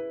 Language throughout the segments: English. I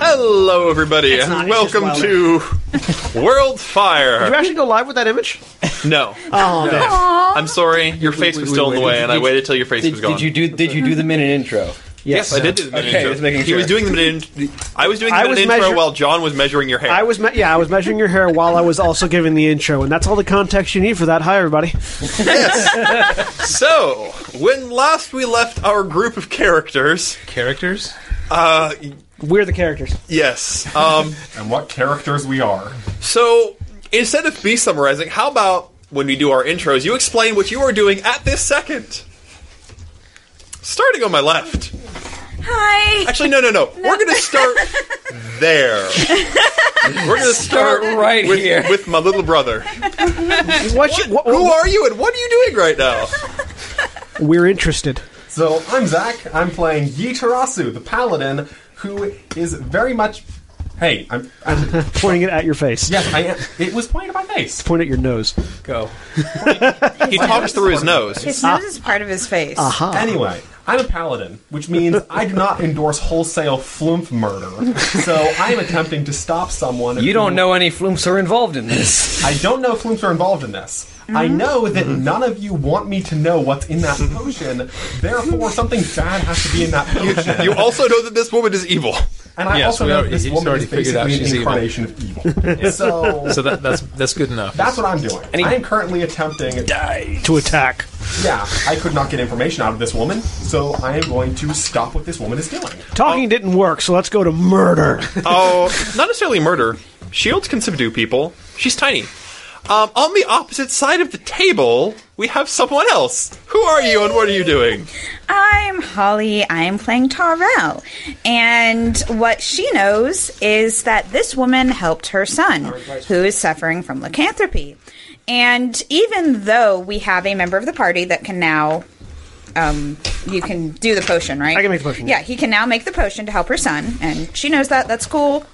Hello, everybody, That's not- and it's just welcome to Did World you Fire. actually go live with that image? No, Oh, man. I'm sorry, your face was wait, still in the wait, way, did- and I did- waited till your face Did, was gone. did you do? Did you do the minute intro? Yes, I did do the minute Okay, intro. just making He was sure. doing the minute. in- I was doing the I minute was intro measure- while John was measuring your hair. I was, me- yeah, I was measuring your hair while I was also giving the intro, and that's all the context you need for that. Hi, everybody. so when last we left our group of characters, characters. uh, We're the characters. yes, um, and what characters we are. so instead of me summarizing, how about when we do our intros, you explain what you are doing at this second. Starting on my left. Hi. Actually, no, no, no. We're going to start there. We're going to start, right with, here. with my little brother. What you- what- Who are you and what are you doing right now? We're interested. So I'm Zach. I'm playing Yi Terasu, the paladin, who is very much. Hey, I'm. I'm Pointing it at your face. yes, I am. It was pointing at my face. Point at your nose. Go. He talks through his nose. His nose is part of his face. Uh-huh. Anyway, I'm a paladin, which means I do not endorse wholesale flump murder. So I am attempting to stop someone. You who- don't know any flumps are involved in this. I don't know if flumps are involved in this. I Mm-hmm. know that none of you want me to know what's in that potion. Therefore, something bad has to be in that potion. You also know that this woman is evil. And I Yes, also we know already- that this he's woman already is figured out basically an she's evil. incarnation of evil. so, So that, that's that's good enough. that's what I'm doing. he- I am currently attempting. To attack. Yeah, I could not get information out of this woman, so I am going to stop what this woman is doing. Talking didn't work, so let's go to murder. Oh, not necessarily murder. Shields can subdue people. She's tiny. Um, on the opposite side of the table, we have someone else. Who are you and what are you doing? I'm Holly. I'm playing Tarell. And what she knows is that this woman helped her son, who is suffering from lycanthropy. And even though we have a member of the party that can now. Um, you can do the potion, right? I can make the potion. Yeah, he can now make the potion to help her son, and she knows that. That's cool.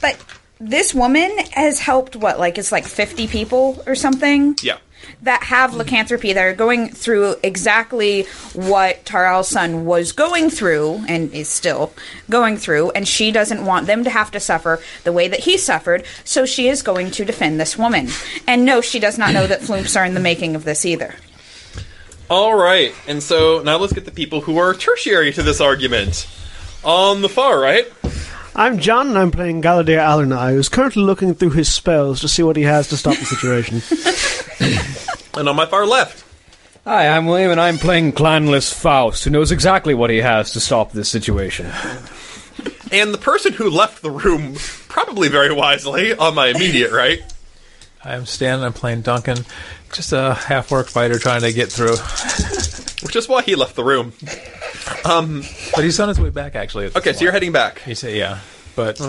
But this woman has helped what, like it's like fifty people or something. Yeah. that have lycanthropy that are going through exactly what Taral's son was going through and is still going through, and she doesn't want them to have to suffer the way that he suffered, so she is going to defend this woman. And no, she does not know that flumps are in the making of this either. All right, and so now let's get the people who are tertiary to this argument. On the far right, I'm John, and I'm playing Galadir Alernai, who's currently looking through his spells to see what he has to stop the situation. and on my far left, Hi, I'm William, and I'm playing Clanless Faust, who knows exactly what he has to stop this situation. And the person who left the room, probably very wisely, on my immediate right. I'm Stan. I'm playing Duncan, just a half orc fighter trying to get through, Which is why he left the room. but he's on his way back. Actually, at this Okay, so you're point. heading back. He's yeah, but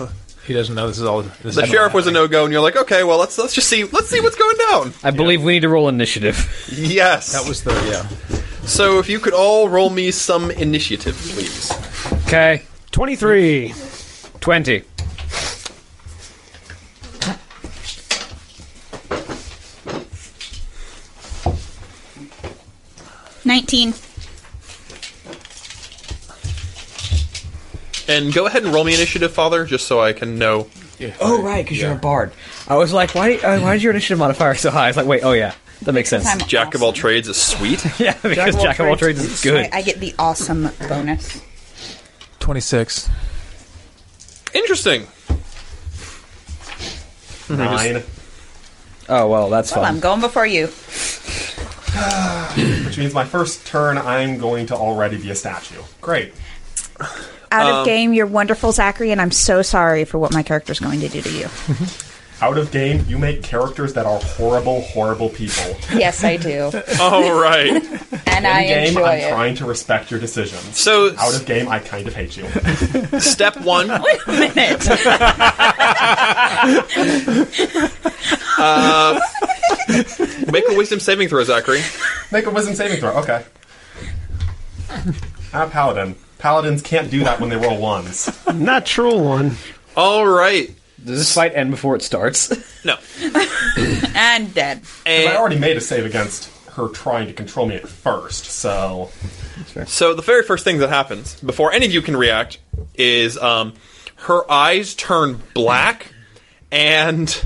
he doesn't know this is all. This The sheriff was a no go, and you're like, okay, well let's let's just see let's see what's going down. I believe we need to roll initiative. Yes. That was the yeah. so if you could all roll me some initiative, please. Okay, 23. twenty. 19. And go ahead and roll me initiative, Father, just so I can know. Oh right, because you're a bard. I was like, why? Uh, why is your initiative modifier so high? It's like, wait, oh yeah, that makes sense. I'm Jack of all awesome. trades is sweet. Yeah, because Jack of all trades is good. I, I get the awesome bonus. 26. Interesting. Nine. Oh well, that's Well, I'm fun. going before you. Which means my first turn, I'm going to already be a statue. Great. Out of game, you're wonderful, Zachary, and I'm so sorry for what my character's going to do to you. Out of game, you make characters that are horrible, horrible people. yes, I do. All right. And I In game, enjoy I'm it. trying to respect your decisions. So out of game, I kind of hate you. step one, Wait a minute. make a wisdom saving throw, Zachary. Make a wisdom saving throw. Okay. I'm a paladin. Paladins can't do that when they roll ones. Natural one. All right. Does this fight end before it starts? No. and dead. I And already made a save against her trying to control me at first, so so the very first thing that happens before any of you can react is um, her eyes turn black, and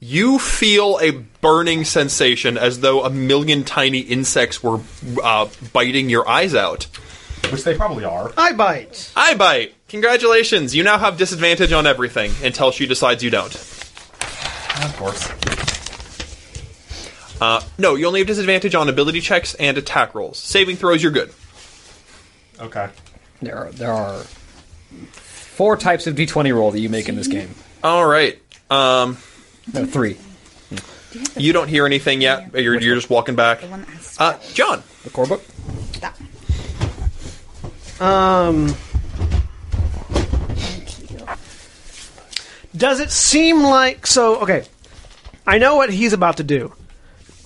you feel a burning sensation as though a million tiny insects were uh, biting your eyes out. which they probably are. I bite. I bite. Congratulations, you now have disadvantage on everything until she decides you don't. Of course. No, you only have disadvantage on ability checks and attack rolls. Saving throws, you're good. Okay. There are there are four types of d20 roll that you make in this game. All right. Um, No, three. you don't hear anything yet. You're, you're just walking back. The one that has Uh, John, The core book. that one. um, Does it seem like so? Okay, I know what he's about to do.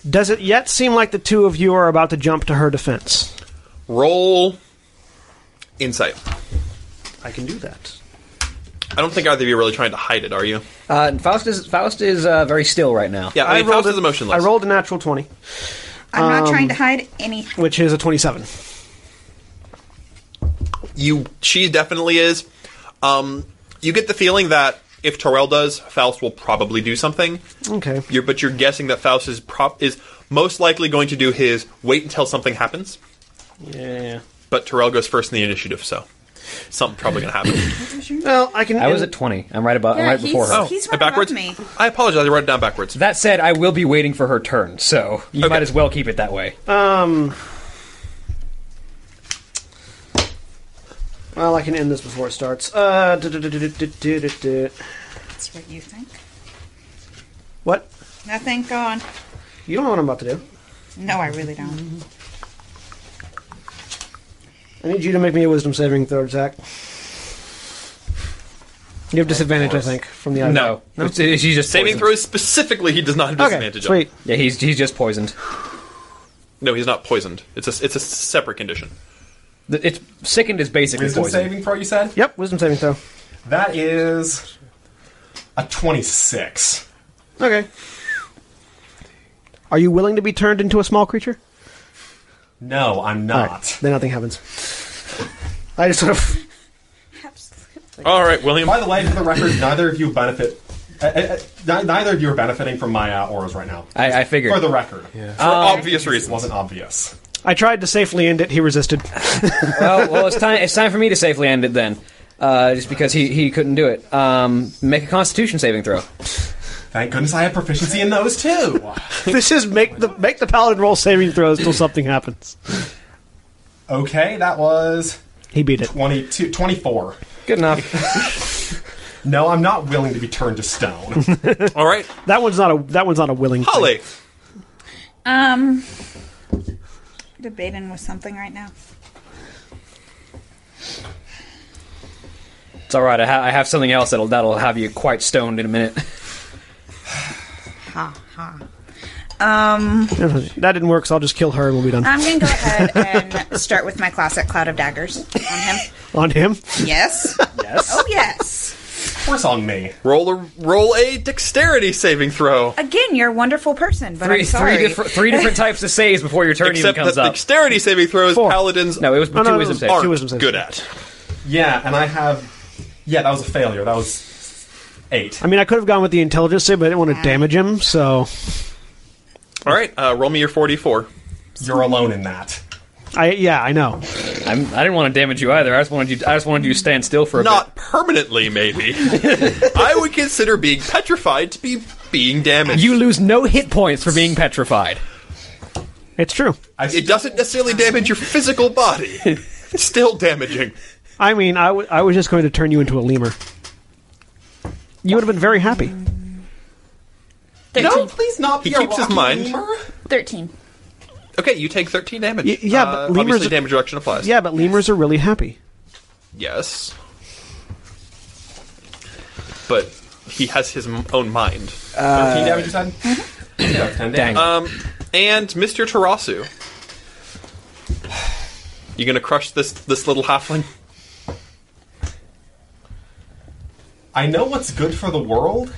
Does it yet seem like the two of you are about to jump to her defense? roll insight. I can do that. I don't think either of you are really trying to hide it, are you? Uh, and Faust is Faust is uh, very still right now. Yeah, I mean, Faust rolled is a- emotionless. I rolled a natural twenty, I'm not um, trying to hide anything. which is a twenty-seven. You, she definitely is. Um, you get the feeling that if Torel does, Faust will probably do something. Okay. You're, but you're guessing that Faust is prop is most likely going to do his wait until something happens. Yeah. But Terrell goes first in the initiative, so something probably gonna happen. Well, I can. I was at 20. I'm right about. I'm right before her. he's, he's Uh, right backwards. above me. I apologize. I wrote it down backwards. That said, I will be waiting for her turn, so you might as well keep it that way. Um, well, I can end this before it starts. Uh, du-du-du-du-du-du-du-du. That's what you think. what? Nothing going. You don't know what I'm about to do. No, I really don't. I need you to make me a wisdom saving throw, Zach. You have disadvantage, I think, from the eye. no, It's- it's- he's just Saving poisoned. throws specifically, he does not have Okay. disadvantage. on. Sweet. Yeah, he's he's just poisoned. No, he's not poisoned. It's a it's a separate condition. Th- It's sickened is basically Wisdom poisoned. saving throw, you said? Yep. Wisdom saving throw. That is a 26. Okay. Are you willing to be turned into a small creature? No, I'm All not. right. Then nothing happens. I just sort of. All right, William. By the way, for the record, neither of you benefit. Uh, uh, uh, ni- neither of you are benefiting from my uh, auras right now. I, I figured. For the record, For obvious it reasons. wasn't obvious. I tried to safely end it. He resisted. Oh, well, well, it's time. It's time for me to safely end it then, uh, just because he, he couldn't do it. Um, make a Constitution saving throw. Thank goodness I have proficiency in those too. this is make the make the paladin roll saving throws till something happens. Okay, that was He beat it. 22, 24. Good enough. No, I'm not willing to be turned to stone. All right, That one's not a that one's not a willing. thing. Holly. Um, debating with something right now. it's all right. I, ha- I have something else that'll that'll have you quite stoned in a minute. Ha ha. That didn't work, so I'll just kill her and we'll be Uh. done. I'm gonna go ahead and start with my classic cloud of daggers on him. On him, Yes. Yes. Oh yes. Force on me. Roll a roll a dexterity saving throw. Again, you're a wonderful person, but Three, I'm sorry. three, different, three different types of saves before your turn Except even that comes up. dexterity saving throw is Four. paladins No, it was No, no, two it wisdom was saves. two aren't wisdom saves. good at. Yeah, and I have. Yeah, that was a failure. That was eight. I mean, I could have gone with the intelligence save, but I didn't want to damage him, so All right, uh, roll me your forty-four. You're alone in that. I yeah, I know. I'm, I didn't want to damage you either. I just wanted you. I just wanted you to stand still for a Not permanently, maybe. I would consider being petrified to be being damaged. bit. You lose no hit points for being petrified. It's true. I it doesn't necessarily damage your physical body. It's still damaging. I mean, I wa- I was just going to turn you into a lemur. You would have been very happy. 13. No, please not be He a keeps his rocky mind. lemur. 13. Okay, you take 13 damage. Y- yeah, but Uh, lemurs obviously are- damage reduction applies. Yeah, but lemurs are really happy. Yes. But he has his m- own mind. Thirteen Uh, damage you said. Yeah, Dang. ten damage. Um, and Mr. Tarasu. You gonna crush this this little halfling? I know what's good for the world,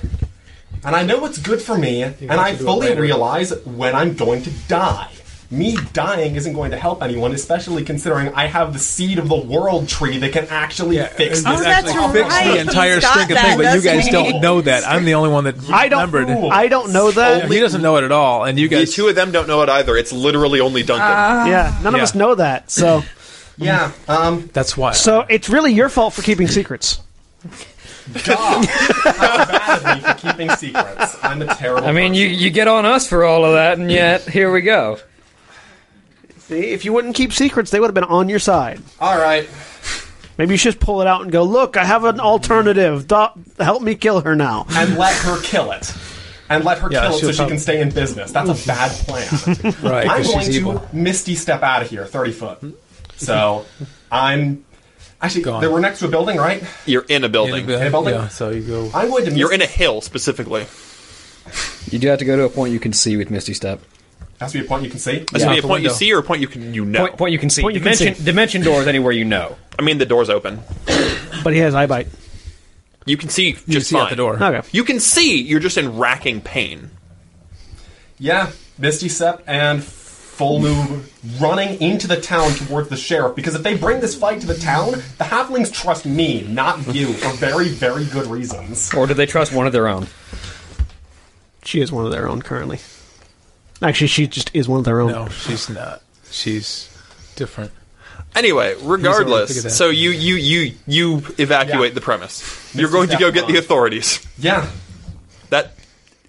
and I know what's good for me, and I fully realize when I'm going to die. Me dying isn't going to help anyone, especially considering I have the seed of the world tree that can actually fix It's this. Oh, that's actually fixed right. the entire He's got stinking that, thing, but you guys doesn't he? don't know that. I'm the only one that I don't. remembered. I don't know that. he doesn't know it at all, and you The guys. two of them don't know it either. It's literally only Duncan. yeah, none of Yeah. us know that. So, Yeah, um, that's why. so it's really your fault for keeping secrets. God, how bad of me for keeping secrets. I'm a terrible. I mean, you person. you get on us for all of that, and yet here we go. See, if you wouldn't keep secrets, they would have been on your side. All right, Maybe you should pull it out and go, "Look, I have an alternative. Doc, help me kill her now." and let her kill it, and let her Yeah, kill it so she'll she prob- can stay in business. That's a bad plan. right, I'm 'cause going she's evil. to misty step out of here, thirty foot. So I'm actually Gone. they were next to a building, right? You're in a In building. the- Hey, Baldy. yeah, so you go. I'm going to. Mis- You're in a hill specifically. You do have to go to a point you can see with Misty Step. Has to be a point you can see. That's gonna be a Out the point you window. see or a point you can you know. Point point you can see. Point you can dimension see. dimension doors anywhere you know. I mean the door's open. But he has eye bite. You can see just You see fine. out the door. Okay. You can see you're just in racking pain. Yeah, Misty Step and Full Moon running into the town towards the sheriff because if they bring this fight to the town, the halflings trust me, not you, for very, very good reasons. Or do they trust one of their own? She is one of their own currently. Actually, she just is one of their own. No, she's not. She's different. Anyway, figured that. regardless, so you you you you evacuate Yeah. the premise. You're going to go Step get the on. authorities. Yeah, That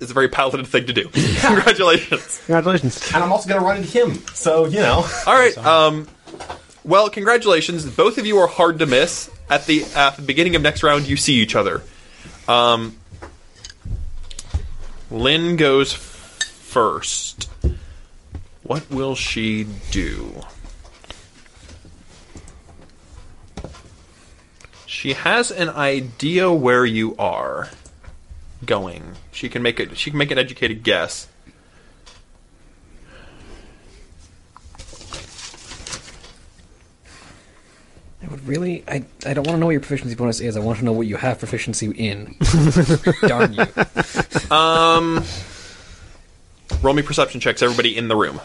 is a very paladin thing to do. Congratulations. Congratulations. and I'm also gonna run into him, so you know. All right. Um, well, congratulations. Both of you are hard to miss. At the at the beginning of next round, you see each other. Um, Lynn goes f- first. What will she do? She has an idea where you are going. She can make it. She can make an educated guess. I would really. I, I don't want to know what your proficiency bonus is. I want to know what you have proficiency in. Darn you. Roll me perception checks, everybody in the room.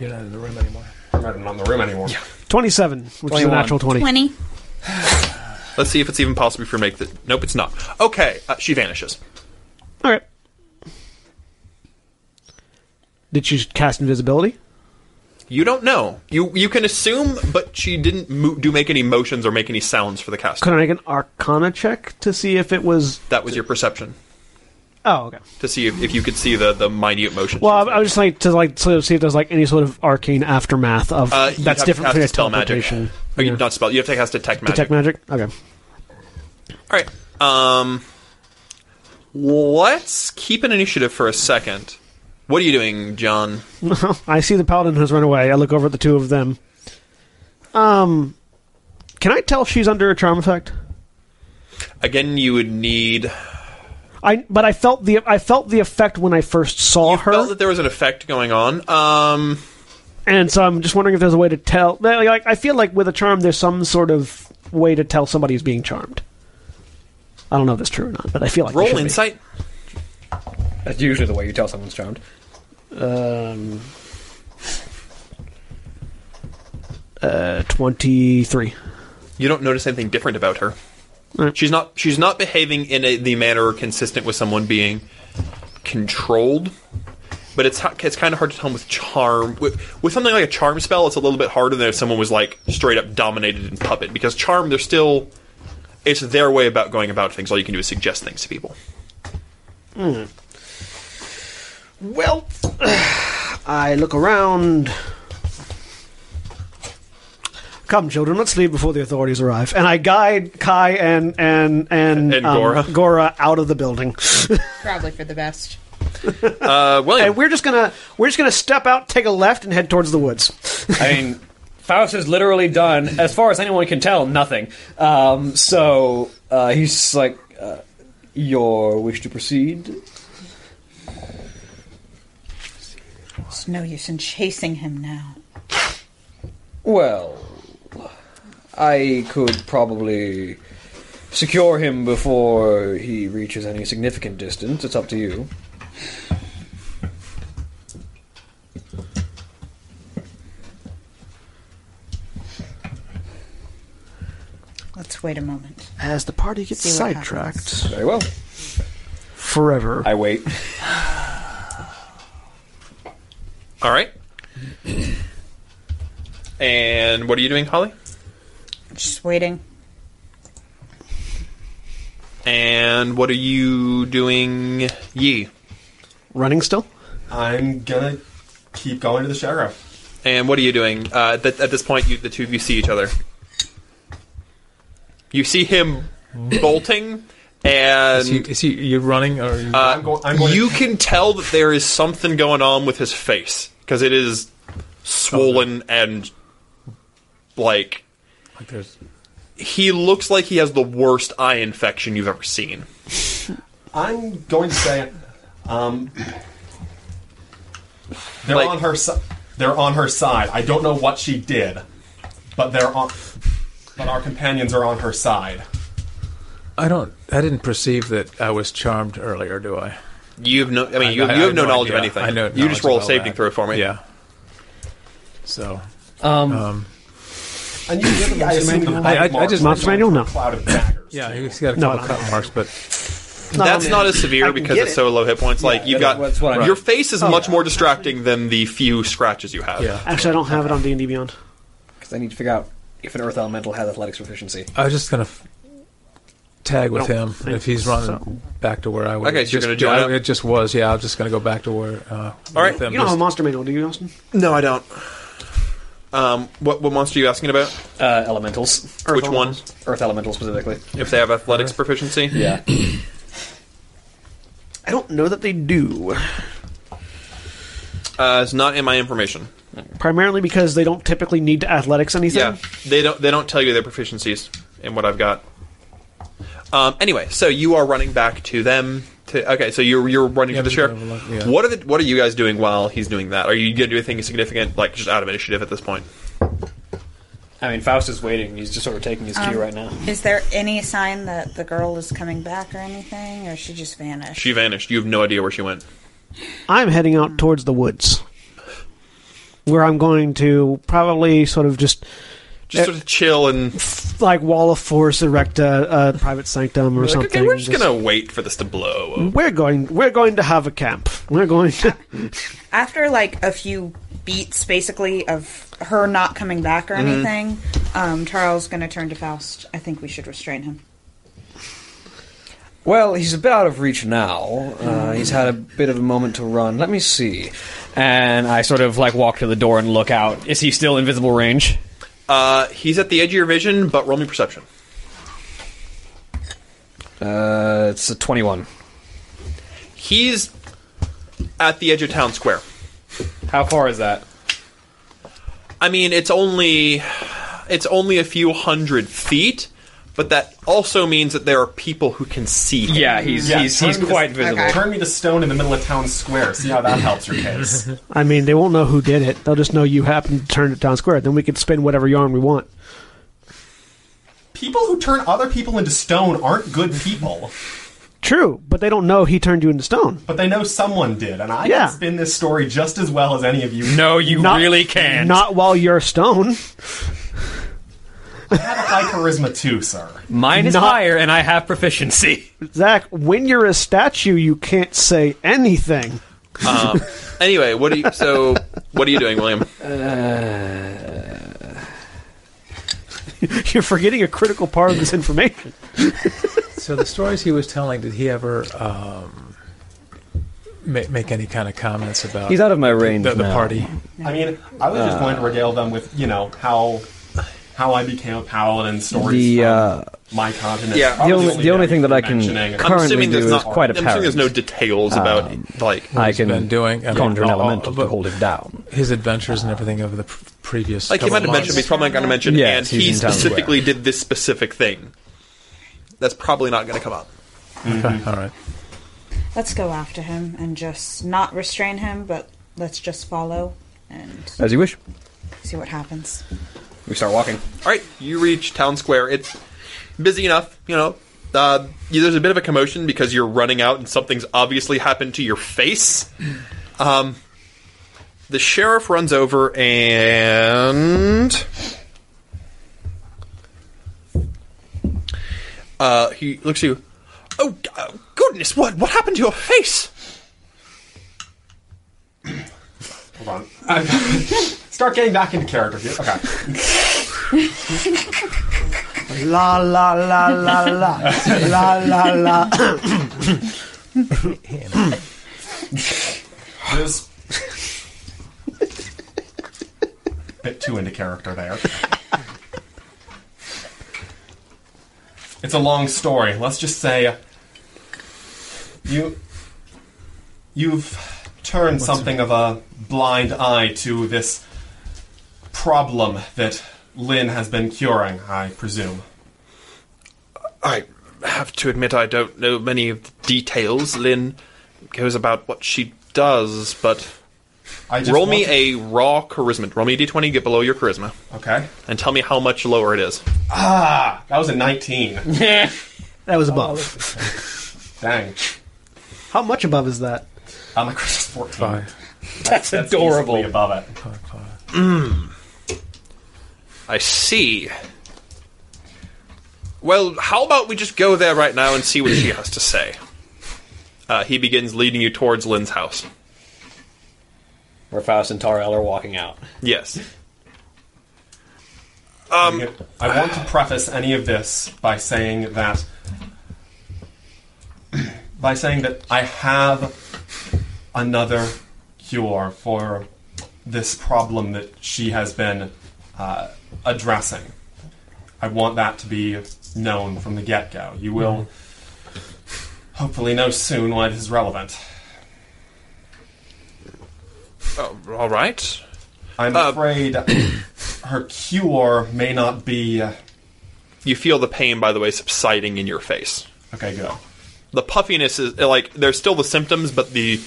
You're not in the room anymore. I'm not in the room anymore. Twenty-seven, which is a 21. natural twenty. 20. Let's see if it's even possible for her to make the. Nope, it's not. Okay, uh, she vanishes. All right. Did she cast invisibility? You don't know. You you can assume, but she didn't mo- do make any motions or make any sounds for the cast. Could I make an Arcana check to see if it was? That was your perception Oh, okay. to see if, if you could see the the minute motion. she Well, was I, I was just like to like sort of see if there's like any sort of arcane aftermath of making. Uh, you'd that's have to different cast from a spell magic. teleportation. Oh, you not spell. You have to cast detect magic. Detect magic. Okay. All right. Um, let's keep an initiative for a second. What are you doing, John? I see the paladin has run away. I look over at the two of them. Um, can I tell she's under a charm effect? Again, you would need. I but I felt the I felt the effect when I first saw her, Felt that there was an effect going on. Um. and so I'm just wondering if there's a way to tell. Like I feel like with a charm, there's some sort of way to tell somebody is being charmed. I don't know if that's true or not, but I feel like it should Roll be. insight. That's usually the way you tell someone's charmed. Um, uh, 23. You don't notice anything different about her. She's not she's not behaving in a, the manner consistent with someone being controlled. But it's ho- it's kind of hard to tell with charm with, with something like a charm spell. It's a little bit harder than if someone was like straight up dominated and puppet because charm they're still it's their way about going about things. All you can do is suggest things to people. Well, I look around. Come, children, let's leave before the authorities arrive. And I guide Kai and and and, um, And Gora. Gora out of the building. Probably for the best. Uh, William, and we're just gonna we're just gonna step out, take a left, and head towards the woods. I mean, Faust has literally done, as far as anyone can tell, nothing. Um, so uh, he's just like, uh, "Your wish to proceed." There's no use in chasing him now. Well, I could probably secure him before he reaches any significant distance. It's up to you. Let's wait a moment. As the party gets See what sidetracked Very well. forever, I wait. all right. And what are you doing, Holly? Just waiting. And what are you doing, Yi? running still. I'm gonna keep going to the sheriff. And what are you doing? Uh, at, th- at this point, you, the two of you see each other. You see him bolting, and Is he, is he you running or you, uh, I'm go- I'm going- you can tell that there is something going on with his face because it is swollen and like like there's he looks like he has the worst eye infection you've ever seen. I'm going to say, um, they're Like- on her si- They're on her side. I don't know what she did, but they're on. But our companions are on her side. I don't I didn't perceive that I was charmed earlier, do I? You have no, I mean, I- you, I- you I have no, knowledge of idea. anything. I know you just knowledge roll a about saving that. throw for me. Yeah. So Um, And you really, I assume you I- I- I marked just- them Monster manual? with No. a cloud of daggers. yeah, he's got a No, couple no. cut marks, but That's on not me. as I severe can because get it's it. so low hit points. Like you've got that's what I mean. your face is much more distracting than the few scratches you have. yeah. Actually, I don't have it on D and D Beyond. because I need to figure out if an Earth Elemental has athletics proficiency. I was just gonna f- tag with I don't him think if he's running so. back to where I was. Okay, so you're Just- gonna join I- up? It just was. Yeah, I was just gonna go back to where. Uh, All right, with him, You don't have a just- monster manual, do you, Austin? No, I don't. Um, what what monster are you asking about? Uh, elementals, Which one? Elementals. Earth Elemental specifically. If they have athletics proficiency? Yeah. I don't know that they do. Uh, it's not in my information. Primarily because they don't typically need to athletics anything. Yeah, they don't they don't tell you their proficiencies in what I've got. Um, anyway, so you are running back to them. To okay, so you're you're running to the we sheriff. can have a look, yeah. What are the what are you guys doing while he's doing that? Are you gonna do anything significant, like just out of initiative at this point? I mean, Faust is waiting. He's just sort of taking his cue right now. Is there any sign that the girl is coming back or anything, or she just vanished? She vanished. You have no idea where she went. I'm heading out towards the woods, where I'm going to probably sort of just Just Eh, sort of chill and like wall of force erect a, a private sanctum or like, something. okay, we're just Just- Mm-hmm. gonna wait for this to blow. over. We're going. We're going to have a camp. We're going. To, After like a few beats, basically, of her not coming back or anything, um, Charles gonna turn to Faust. I think we should restrain him. Well, he's a bit out of reach now. Uh, he's had a bit of a moment to run. Let me see. And I sort of like walk to the door and look out. Is he still invisible range? Uh, he's at the edge of your vision, but roll me perception. Uh, it's a twenty-one. He's at the edge of town square. How far is that? I mean, it's only it's only a few hundred feet, but that also means that there are people who can see him. Yeah, Uh, he's Yeah, he's turn he's me to- quite visible. Turn me to stone in the middle of town square. See how that helps your case. I mean, they won't know who did it. They'll just know you happened to turn it down square. Then we can spin whatever yarn we want. people who turn other people into stone aren't good people, True, but they don't know he turned you into stone. but they know someone did, and I Yeah. can spin this story just as well as any of you. Oh, No, you Not- really can't. Not while you're stone. I have a high charisma too, sir. Mine is not- higher, and I have proficiency. Zach, when you're a statue, you can't say anything. Anyway, what do you? So, what are you doing, William? You're forgetting a critical part of this information. So the stories he was telling, did he ever um, ma- make any kind of comments about? He's out of my range The, the now. party. I mean, I was just going to regale them with, you know, how how I became a paladin, stories The, from uh, my continent. Yeah, the only- Obviously, the only thing you've that I can- been mentioning. I'm assuming Currently, there's do not. is quite I'm assuming there's no apparent. Um, details about like. I can been doing, and conjure an all- all- elemental but- to hold him down. His adventures and everything of the pr- previous. Like he couple might have mentioned, months. but he's probably not going to mention. Yeah, and he's he in town. specifically did this specific thing. That's probably not going to come up. Okay, all right. Let's go after him and just not restrain him, but let's just follow and As you wish. see what happens. We start walking. All right, you reach town square. It's busy enough, you know. Uh, you- there's a bit of a commotion because you're running out and something's obviously happened to your face. Um, the sheriff runs over and uh, he looks at you. Oh, g- oh, goodness! What what happened to your face? Hold on. I'm- Start getting back into character here. Okay. La la la la la la la la. This. Bit too into character there. It's a long story. Let's just say you you've turned something of a blind eye to this problem that Lynn has been curing, I presume. I have to admit I don't know many of the details. Lynn goes about what she does, but I just roll me want- a raw charisma. Roll me a d20, get below your charisma, Okay. and tell me how much lower it is. Ah, that was a 19. That was above. Dang. How much above is that? I'm a 14. Five. That's adorable. above it. I see. Well, how about we just go there right now and see what she has to say? Uh, he begins leading you towards Lynn's house. Where Faust and Tarel are walking out. Yes. I want to preface any of this by saying that by saying that I have another cure for this problem that she has been uh, addressing. I want that to be known from the get-go. You will hopefully know soon why it is relevant. Oh, all right. I'm Uh, afraid her cure may not be uh, You feel the pain, by the way, subsiding in your face. okay. Go. the puffiness is like there's still the symptoms, but the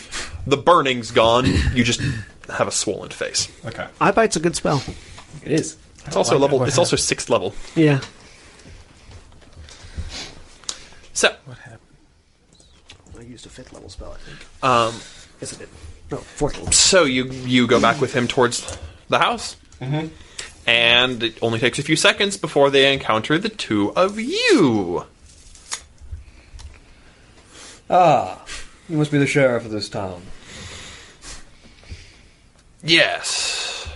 the burning's gone. You just have a swollen face. Okay. Eye bite's a good spell. It is. It's also level. It's also sixth level. Yeah. So I used a fifth level spell, I think. Um, yes, I did. No, fourth level. so you you go back with him towards the house, mm-hmm. and it only takes a few seconds before they encounter the two of you. You must be the sheriff of this town. Yes,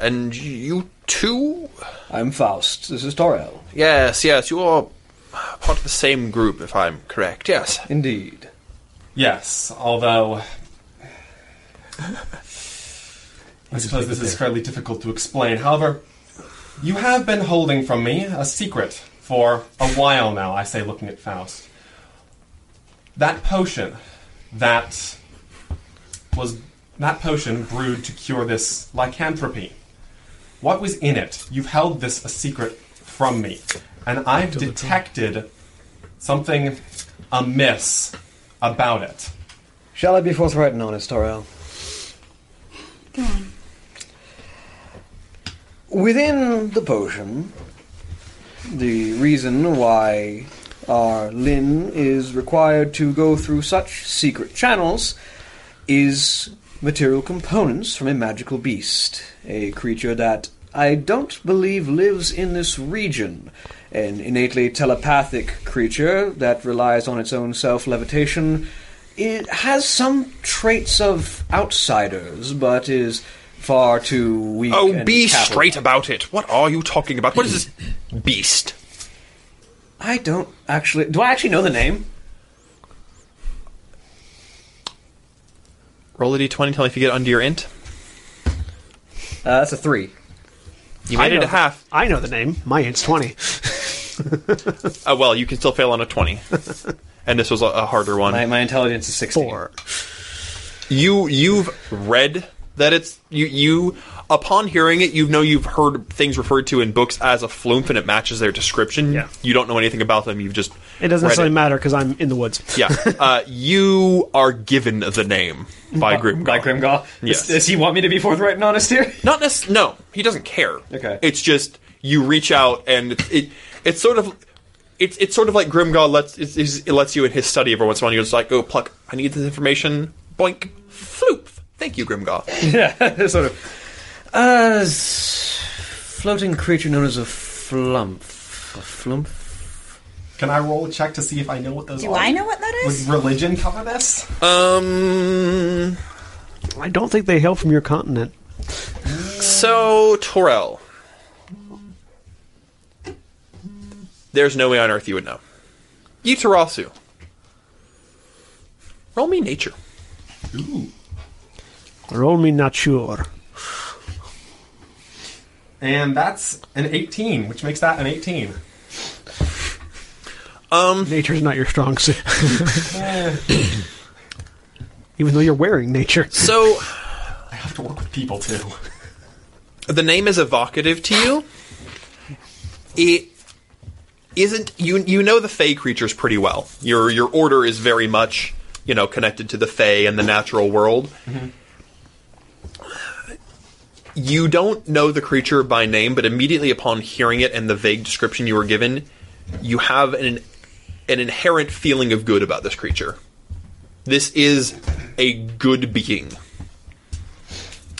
and you two. I'm Faust. This is Torel. Yes, yes, you are part of the same group, if I'm correct. Yes. Indeed. Yes, although I suppose this is fairly difficult to explain. However, you have been holding from me a secret for a while now, I say, looking at Faust. That potion that was that potion brewed to cure this lycanthropy. What was in it? You've held this a secret from me, and I've detected something amiss about it. Shall I be forthright and honest, Torel? Go on. Within the potion the reason why our Lin is required to go through such secret channels is material components from a magical beast, a creature that I don't believe lives in this region, an innately telepathic creature that relies on its own self levitation. It has some traits of outsiders, but is far too weak. Oh, and be capable. straight about it. What are you talking about? What is this beast? I don't actually. Do I actually know the name? Roll a d20, tell me if you get under your int. Uh, that's a three. You made know it a the- half. I know the name. My int's 20. Uh, well, you can still fail on a 20. and this was a, a harder one. My, my intelligence is sixteen. Four. you you've read that it's you you upon hearing it you know you've heard things referred to in books as a floof and it matches their description Yeah. you don't know anything about them you've just It doesn't read necessarily matter because I'm in the woods. yeah uh, you are given the name by Grimgar. By Grimgar. Yes. Does, does he want me to be forthright and honest here? not necess- no he doesn't care Okay. it's just you reach out and it, it it's sort of it's it's sort of like Grimgar lets it, it lets you in his study every once in a while you're just like oh pluck I need this information boink floop thank you Grimgar yeah, sort of. Uh, s- floating creature known as a flump. A flump? Can I roll a check to see if I know what those Do are? I know what that Would is? religion cover this? um I don't think they hail from your continent. So, Torel. There's no way on earth you would know. You, Tarasu. Roll me nature. Roll me not sure. And that's an 18, which makes that an 18. Nature's not your strong suit. Even though you're wearing nature. So, I have to work with people too. the name is evocative to you. It isn't you you know the fey creatures pretty well. Your your order is very much, you know, connected to the fey and the natural world. You don't know the creature by name, but immediately upon hearing it and the vague description you were given, you have an an inherent feeling of good about this creature. This is a good being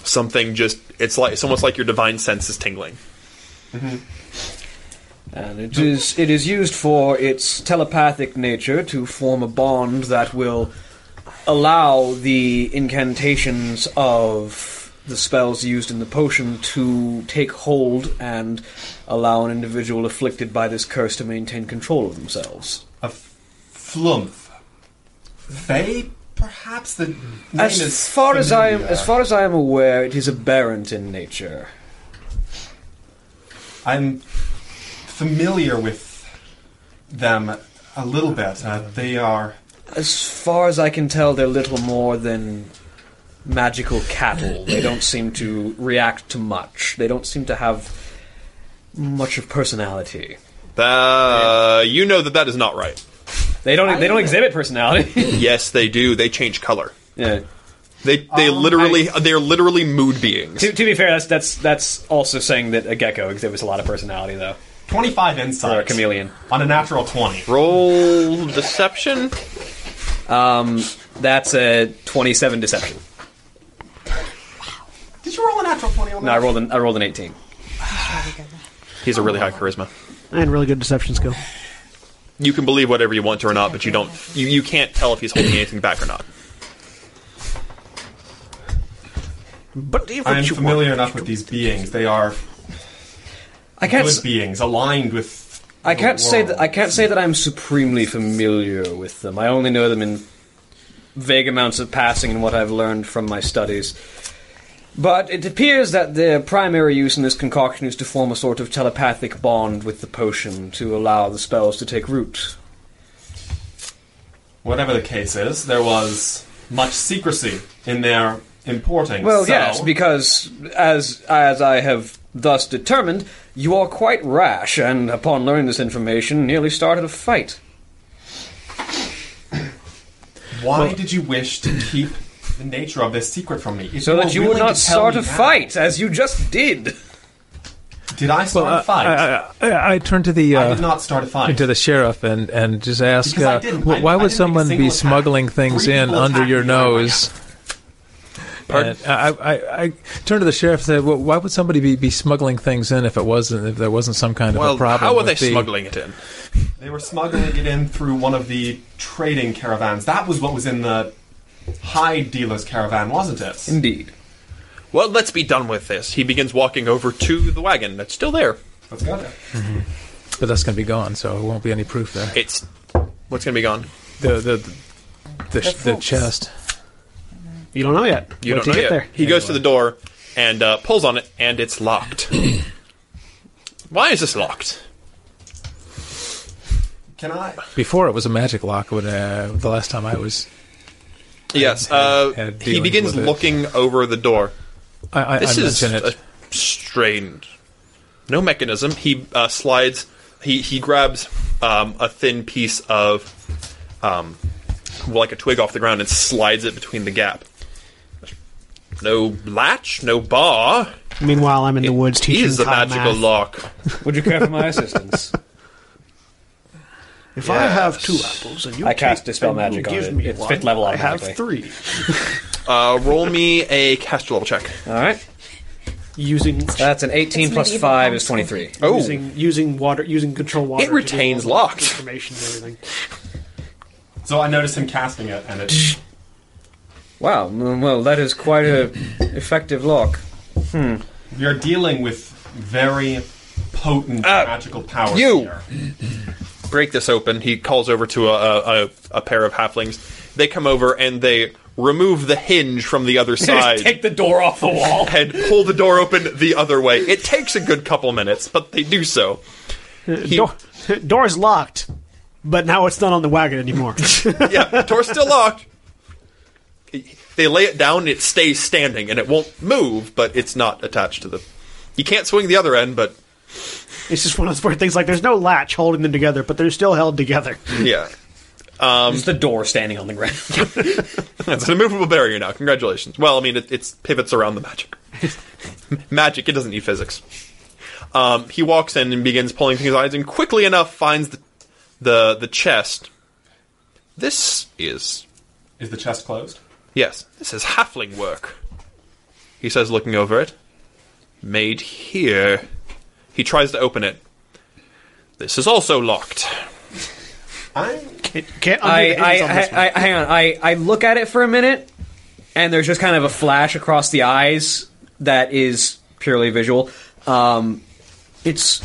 something just it's like it's almost like your divine sense is tingling And it is it is used for its telepathic nature to form a bond that will allow the incantations of the spells used in the potion to take hold and allow an individual afflicted by this curse to maintain control of themselves. A f- flumph. They, perhaps the name is As far as I am, familiar. as far as I am aware, it is aberrant in nature. I'm familiar with them a little bit. Uh, they are As far as I can tell, they're little more than magical cattle. They don't seem to react to much. They don't seem to have much of personality. uh, you know that that is not right They don't. They don't exhibit personality. yes they do they change color yeah. they they Um, literally they're literally mood beings To, to be fair, that's that's that's also saying that a gecko exhibits a lot of personality, though. 25 insight. Or a chameleon. On a natural 20. roll deception That's a twenty-seven deception. Did you roll a natural 20 on No, that? I rolled an I rolled an eighteen. he's a really high charisma And really good deception skill. you can believe whatever you want to or not but you don't you, you can't tell if he's holding anything back or not Believe I'm what you familiar want. enough with these beings. They are I can't. good s- beings, aligned with. I the can't say that. world. I can't say that I'm supremely familiar with them. I only know them in vague amounts of passing and what I've learned from my studies. But it appears that their primary use in this concoction is to form a sort of telepathic bond with the potion to allow the spells to take root. Whatever the case is, there was much secrecy in their importing. Well, so- Oh, yes, because as as I have thus determined, you are quite rash, and upon learning this information, nearly started a fight. Why did you wish to keep the nature of this secret from me? If So were that you would willing not to tell start me a now- fight, as you just did. Did I start a Well, fight? I, I, I, I, I turned to the uh, did not start a fight. to the sheriff and, and just ask, Because I uh, didn't. wh- I- I why didn't would make a someone single be attack. smuggling things Three in people under attacked your me, oh my nose? Pardon? And I, I, I turned to the sheriff and said, well, "Why would somebody be, be smuggling things in if it wasn't if there wasn't some kind of Well, a problem?" how are they with the- smuggling it in? They were smuggling it in through one of the trading caravans. That was what was in the hide dealer's caravan, wasn't it? Indeed. Well, let's be done with this. He begins walking over to the wagon that's still there. Let's go there. But that's going to be gone, so there won't be any proof there. It's what's going to be gone. The the the, the, sh- the folks. chest. You don't know yet. You Wait don't till know you yet. get there. He goes to the door and uh, pulls on it, and it's locked. Why is this locked? Can I? Before it was a magic lock. When uh, the last time I was, Yes, uh, had he dealings begins with it. looking over the door. I, I, This I is mentioned a it. strained. No mechanism. He uh, slides. He he grabs um, a thin piece of, um, like a twig off the ground and slides it between the gap. No latch, no bar. Meanwhile, I'm in the woods He teaching is the Kai magical math. lock. Would you care for my assistance? If I have two apples and you I cast take- Dispel and you Magic on give it. me It's one, fifth level I have automatically. three. Uh, roll me a caster level check. All right. Using That's an 18 It's plus medieval 5 is homeschool. 23. Oh, using using water using control water. It to do retains all the locked. information and everything. So I noticed him casting it, and it. Wow. mm, Well, that is quite a effective lock. We are dealing with very potent magical powers you. here. break this open. He calls over to a, a, a pair of halflings. They come over and they remove the hinge from the other side Take the door off the wall. and pull the door open the other way. It takes a good couple minutes, but they do so. He- Door, door's locked, but now it's not on the wagon anymore. yeah, door's still locked. They lay it down and it stays standing and it won't move, but it's not attached to the. You can't swing the other end, but it's just one of those weird things. Like there's no latch holding them together, but they're still held together. yeah. Just the door standing on the ground. It's an immovable barrier now. Congratulations. Well, I mean, it it's pivots around the magic. M- magic. It doesn't need physics. Um, he walks in and begins pulling things out, and quickly enough finds the the, the chest. This is Is the chest closed? yes. This is halfling work. He says, looking over it. Made here. He tries to open it. This is also locked. I. It can't. undo I, the I, hinges on this one. I, I hang on. I, I look at it for a minute, and there's just kind of a flash across the eyes that is purely visual. Um, It's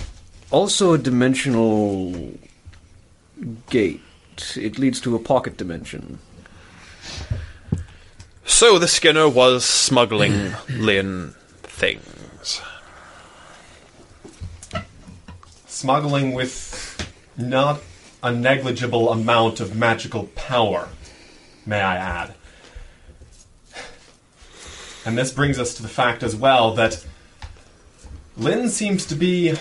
also a dimensional gate. It leads to a pocket dimension. So the Skinner was smuggling Lin things. Smuggling with not a negligible amount of magical power, may I add. And this brings us to the fact as well that Lynn seems to be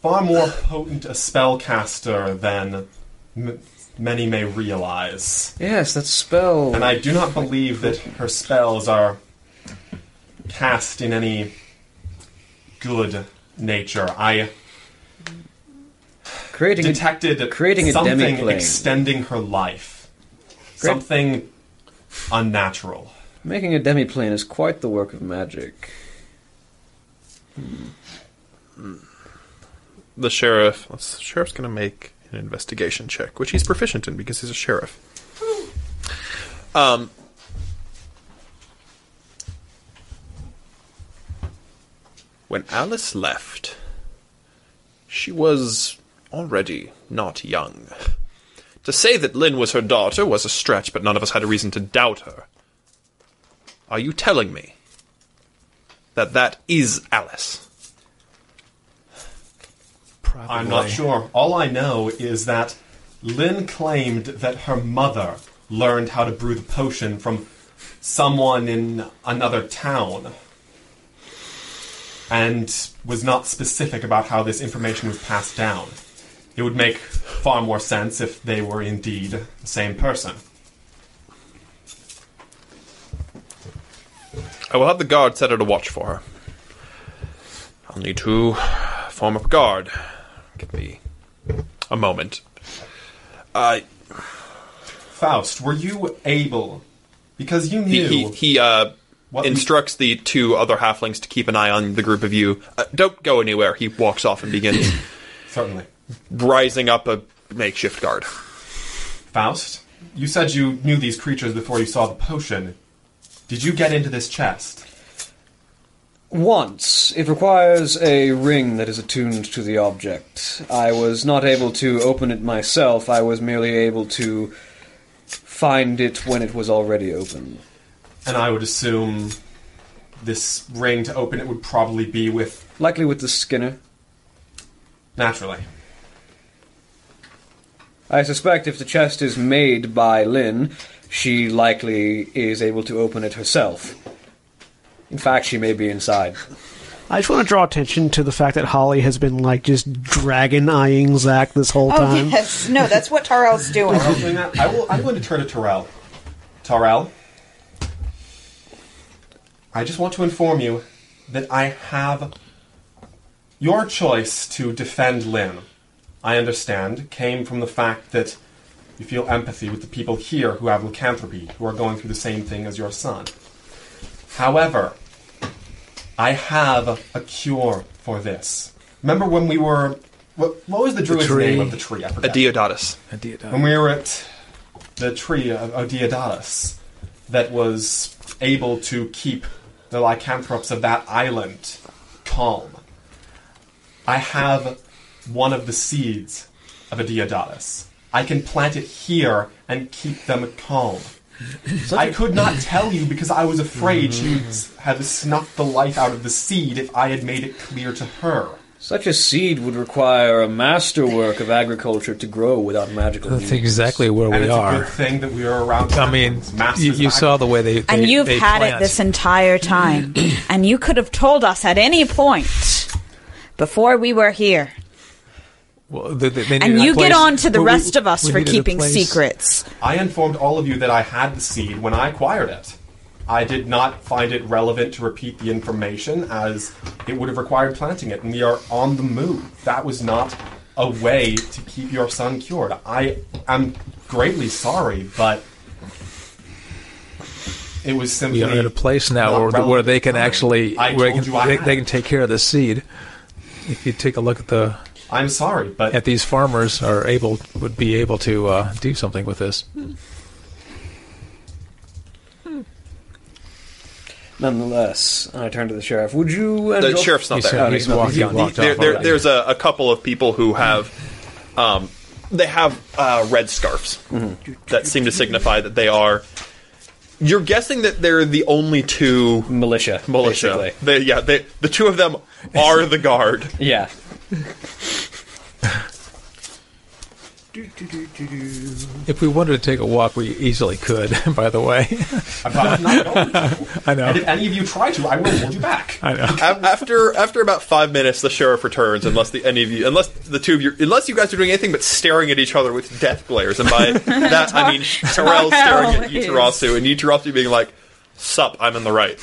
far more potent a spellcaster than m- many may realize. Yes, that spell. And I do not believe that her spells are cast in any good nature. I creating a, detected creating a something demiplane. extending her life. Great. Something unnatural. making a demiplane is quite the work of magic. the sheriff. Let's, the sheriff's going to make an investigation check, which he's proficient in because he's a sheriff. Um, when Alice left, she was already not young. To say that Lynn was her daughter was a stretch, but none of us had a reason to doubt her. Are you telling me that that is Alice? Probably. I'm not sure. All I know is that Lynn claimed that her mother learned how to brew the potion from someone in another town and was not specific about how this information was passed down. It would make far more sense if they were indeed the same person. I will have the guard set out a watch for her. I'll need to form up guard. Give me a moment. Uh, Faust, were you able? Because you he knew. he, he uh, What- instructs the two other halflings to keep an eye on the group of you. Uh, don't go anywhere. He walks off and begins certainly. rising up a makeshift guard. Faust, you said you knew these creatures before you saw the potion. Did you get into this chest? Once. It requires a ring that is attuned to the object. I was not able to open it myself, I was merely able to find it when it was already open. And I would assume this ring to open it would probably be with Likely with the skinner. naturally. I suspect if the chest is made by Lynn, she likely is able to open it herself. In fact, she may be inside. I just want to draw attention to the fact that Holly has been like just dragon eyeing Zach this whole Oh time. yes, no, that's what Tarel's doing. Tarel's doing that. I will. I'm going to turn to Tarel. Tarel, I just want to inform you that I have your choice to defend Lynn. I understand came from the fact that you feel empathy with the people here who have lycanthropy, who are going through the same thing as your son. However, I have a cure for this. Remember when we were. What, what was the druid's name of the tree? I forgot. Adiodatus. When we were at the tree of Odiodatus that was able to keep the lycanthropes of that island calm, I have one of the seeds of Odiodatus. I can plant it here and keep them calm. I could not tell you because I was afraid you'd Mm. have snuffed the life out of the seed if I had made it clear to her. Such a seed would require a masterwork of agriculture to grow without magical That's means. exactly where and we it's a are. good thing that we are around. I mean, masters you, of you saw the way they, they and you've they had plant. it this entire time, and you could have told us at any point before we were here. Well, they- they- they And needed a you get place- on to the well, we- rest of us we for needed a keeping place. secrets. I informed all of you that I had the seed when I acquired it. I did not find it relevant to repeat the information as it would have required planting it, and we are on the move. That was not a way to keep your son cured. I am greatly sorry, but it was simply. We are at a place now not where, where relevant they can time. actually I where they told can, you I they, had they it. can take care of the seed. If you take a look at the I'm sorry, but at these farmers are able would be able to uh, do something with this. Nonetheless, I turn to the sheriff. Would you? and The your- sheriff's not He's, there. Oh, he's, he's not- walked, he's he walked there, off. there- already. there's a, a couple of people who have um, they have uh, red scarves that seem to signify that they are you're guessing that they're the only two militia. militia basically. they, yeah they, the two of them are the guard Yeah. if we wanted to take a walk, we easily could. By the way, I'm probably not going to. I know. And if any of you try to, I will hold you back. I know. A- after after about five minutes the sheriff returns unless the any of you unless the two of you unless you guys are doing anything but staring at each other with death glares and by that I mean Terrell staring at Yutarasu and Yutarasu being like sup I'm in the right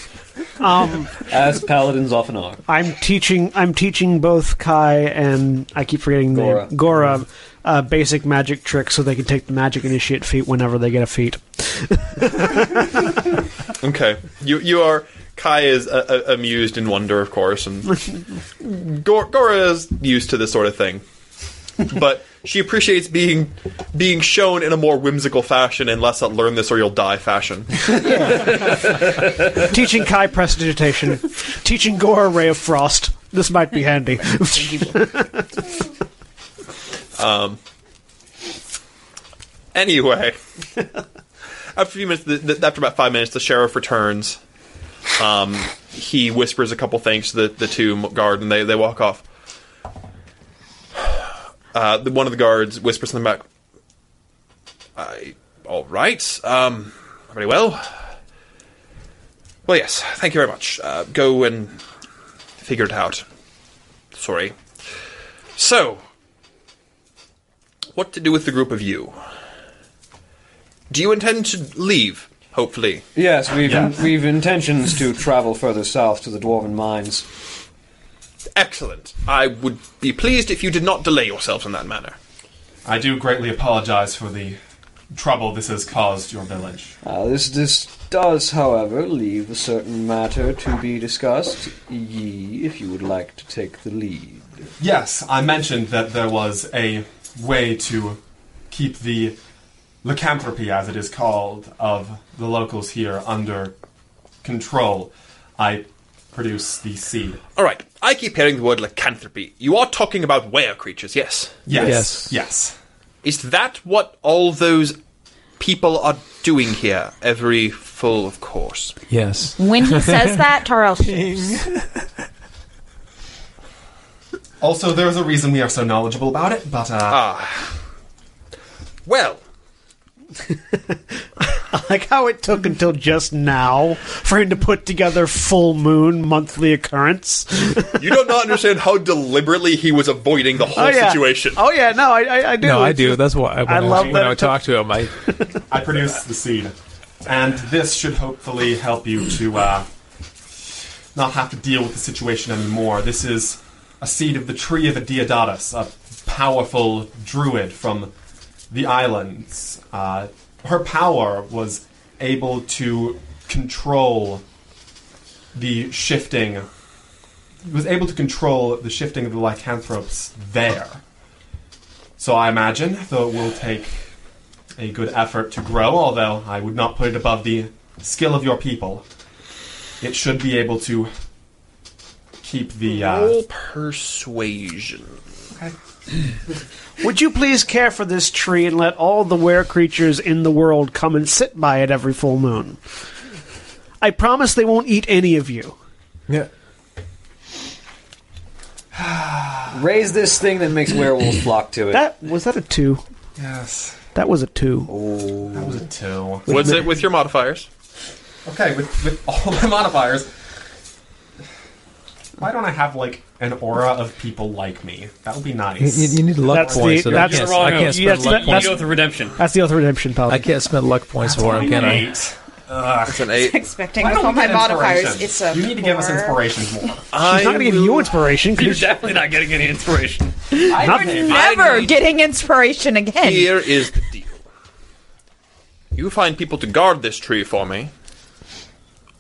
Um, As paladins often are. I'm teaching. I'm teaching both Kai and I keep forgetting the Gora. name, Gora uh, basic magic tricks so they can take the magic initiate feat whenever they get a feat. Okay, you you are Kai is uh, uh, amused in wonder, of course, and Gor- Gora is used to this sort of thing, but she appreciates being being shown in a more whimsical fashion and less a learn this or you'll die fashion. teaching Kai prestidigitation. teaching Gora ray of frost. This might be handy. Anyway, after a few minutes, the, the, after about five minutes, the sheriff returns. Um, he whispers a couple things to the, the two m- guard, and they, they walk off. Uh, the, one of the guards whispers something back. I all right. Um, very well. Well, yes. Thank you very much. Uh, go and figure it out. Sorry. So, what to do with the group of you? Do you intend to leave? Hopefully. Yes, we've we've intentions to travel further south to the dwarven mines. Excellent. I would be pleased if you did not delay yourselves in that manner. I do greatly apologize for the trouble this has caused your village. Uh, this this does, however, leave a certain matter to be discussed. Ye, if you would like to take the lead. Yes, I mentioned that there was a way to keep the lycanthropy, as it is called, of the locals here under control. I produce the seed. All right. I keep hearing the word lycanthropy. You are talking about were creatures, yes? Yes. Yes. Yes. yes. Is that what all those people are doing here? Every full, of course. Yes. When he says that, Tarl Also, there's a reason we are so knowledgeable about it, but uh, Well, Like how it took until just now for him to put together full moon monthly occurrence. you do not understand how deliberately he was avoiding the whole oh yeah. situation. Oh yeah. No, I, I, I do. No, I It's do. just- That's why when I I, love when that I it would took- talk to him. I I produce the seed, and this should hopefully help you to uh, not have to deal with the situation anymore. This is a seed of the tree of Adiodatus, a powerful druid from the islands. Uh, her power was able to control the shifting. Was able to control the shifting of the lycanthropes there. So I imagine, though it will take a good effort to grow, although I would not put it above the skill of your people. It should be able to keep the. Uh, Roll persuasion. Would you please care for this tree and let all the were creatures in the world come and sit by it every full moon? I promise they won't eat any of you. yeah. Raise this thing that makes werewolves flock to it. That was that a two? yes. That was a Oh. two. That was a two. Was it with your modifiers? Okay, with, with all my modifiers. Why don't I have, like, an aura of people like me? That would be You, nice. you- you need luck That's the- points. so that- that's yes, Oh, the I wrong- can't you- spend that's- luck that- points. that's- You go with the redemption. That's the author redemption I paladin. can't spend luck points for him, can I? Eight. Ugh. It's an eight. Expecting Why with don't all we my get inspiration? modifiers, it's a. You need to give us four. inspiration more. She's not going to give you inspiration. 'cause You're definitely not getting any inspiration. I I Never need- getting inspiration again. Here is the deal. You find people to guard this tree for me.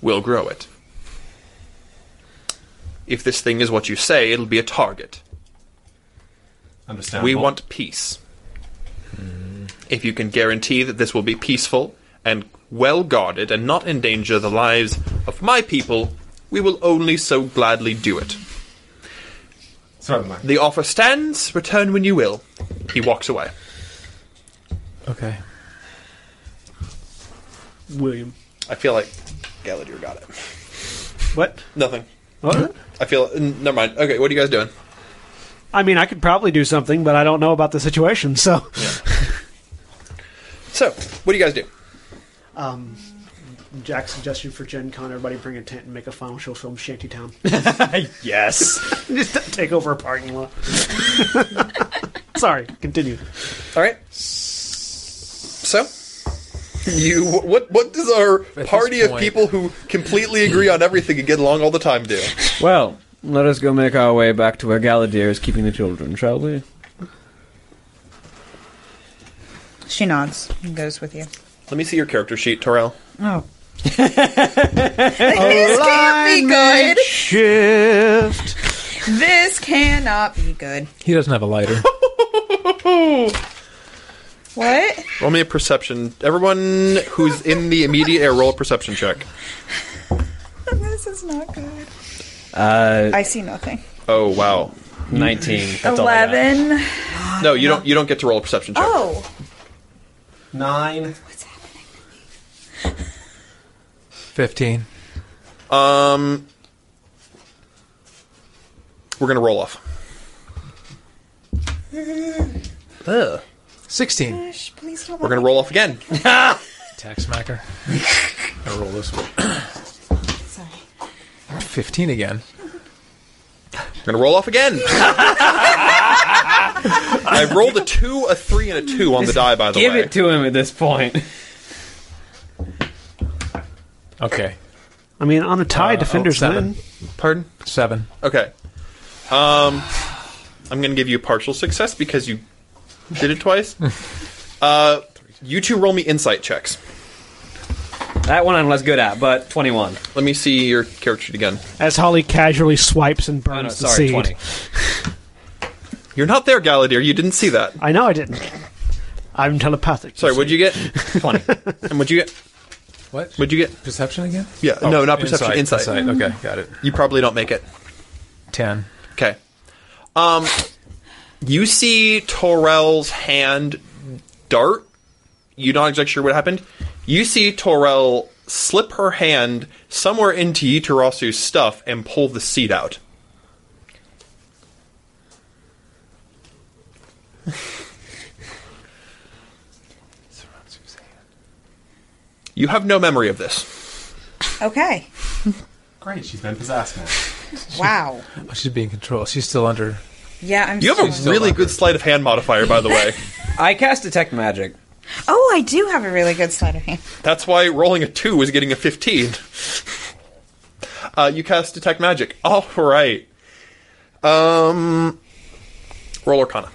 We'll grow it. If this thing is what you say, it'll be a target. Understand. We want peace. If you can guarantee that this will be peaceful and well guarded and not endanger the lives of my people, we will only so gladly do it. Certainly. The offer stands, return when you will. He walks away. Okay. William, I feel like Galadir got it. what? Nothing. What? I feel. n- Never mind. Okay, what are you guys doing? I mean, I could probably do something, but I don't know about the situation. So, So, what do you guys do? Jack's suggestion for Gen Con: everybody bring a tent and make a final show film Shantytown. yes. Just take over a parking lot. Sorry, continue. All right. So, you wh- what? What does our party of point- people who completely agree on everything and get along all the time do? Well, let us go make our way back to where Galadir is keeping the children, shall we? She nods and goes with you. Let me see your character sheet, Torrell. Oh. This can't be good. Shift. This cannot be good. He doesn't have a lighter. What? Roll me a perception. Everyone who's in the immediate air, roll a perception check. This is not good. Uh, I see nothing. Oh wow! Nineteen. That's all I got. Eleven. No, you don't. You don't get to roll a perception check. Oh, Nine. 15. We're gonna roll off. 16. Shh, please don't. We're gonna roll off again. Tax smacker. I roll this one. Sorry. 15 again. We're gonna roll off again. I rolled a two, a three, and a two on the die. By the Give way, it to him at this point. Okay. I mean, on a tie, Uh, oh, defenders Uh, seven. win. Pardon. 7. Okay. Um, I'm going to give you partial success because you did it twice. Uh, you two roll me insight checks. That one I'm less good at, but 21. Let me see your character sheet again. As Holly casually swipes and burns Oh, no, the sorry, seed. 20. You're not there, Galadir. You didn't see that. I know I didn't. I'm telepathic. Sorry, what'd you get? 20. And what'd you get? What? What'd you get? Perception again? Oh, Yeah, no, not perception, insight. Okay, got it. You probably don't make it. Ten. Okay. Um, you see Torel's hand dart. You're not exactly sure what happened. You see Torel slip her hand somewhere into Yitarasu's stuff and pull the seed out. You have no memory of this. Okay. Great, she's been possessed now. Wow. Oh, she's being controlled. She's still under. Yeah, I'm. You have a still- really good sleight of hand modifier, by the way. I cast Detect Magic. oh, I do have a really good sleight of hand. That's why rolling a two is getting a fifteen. Uh, you cast detect magic. All right. Um, roll Arcana.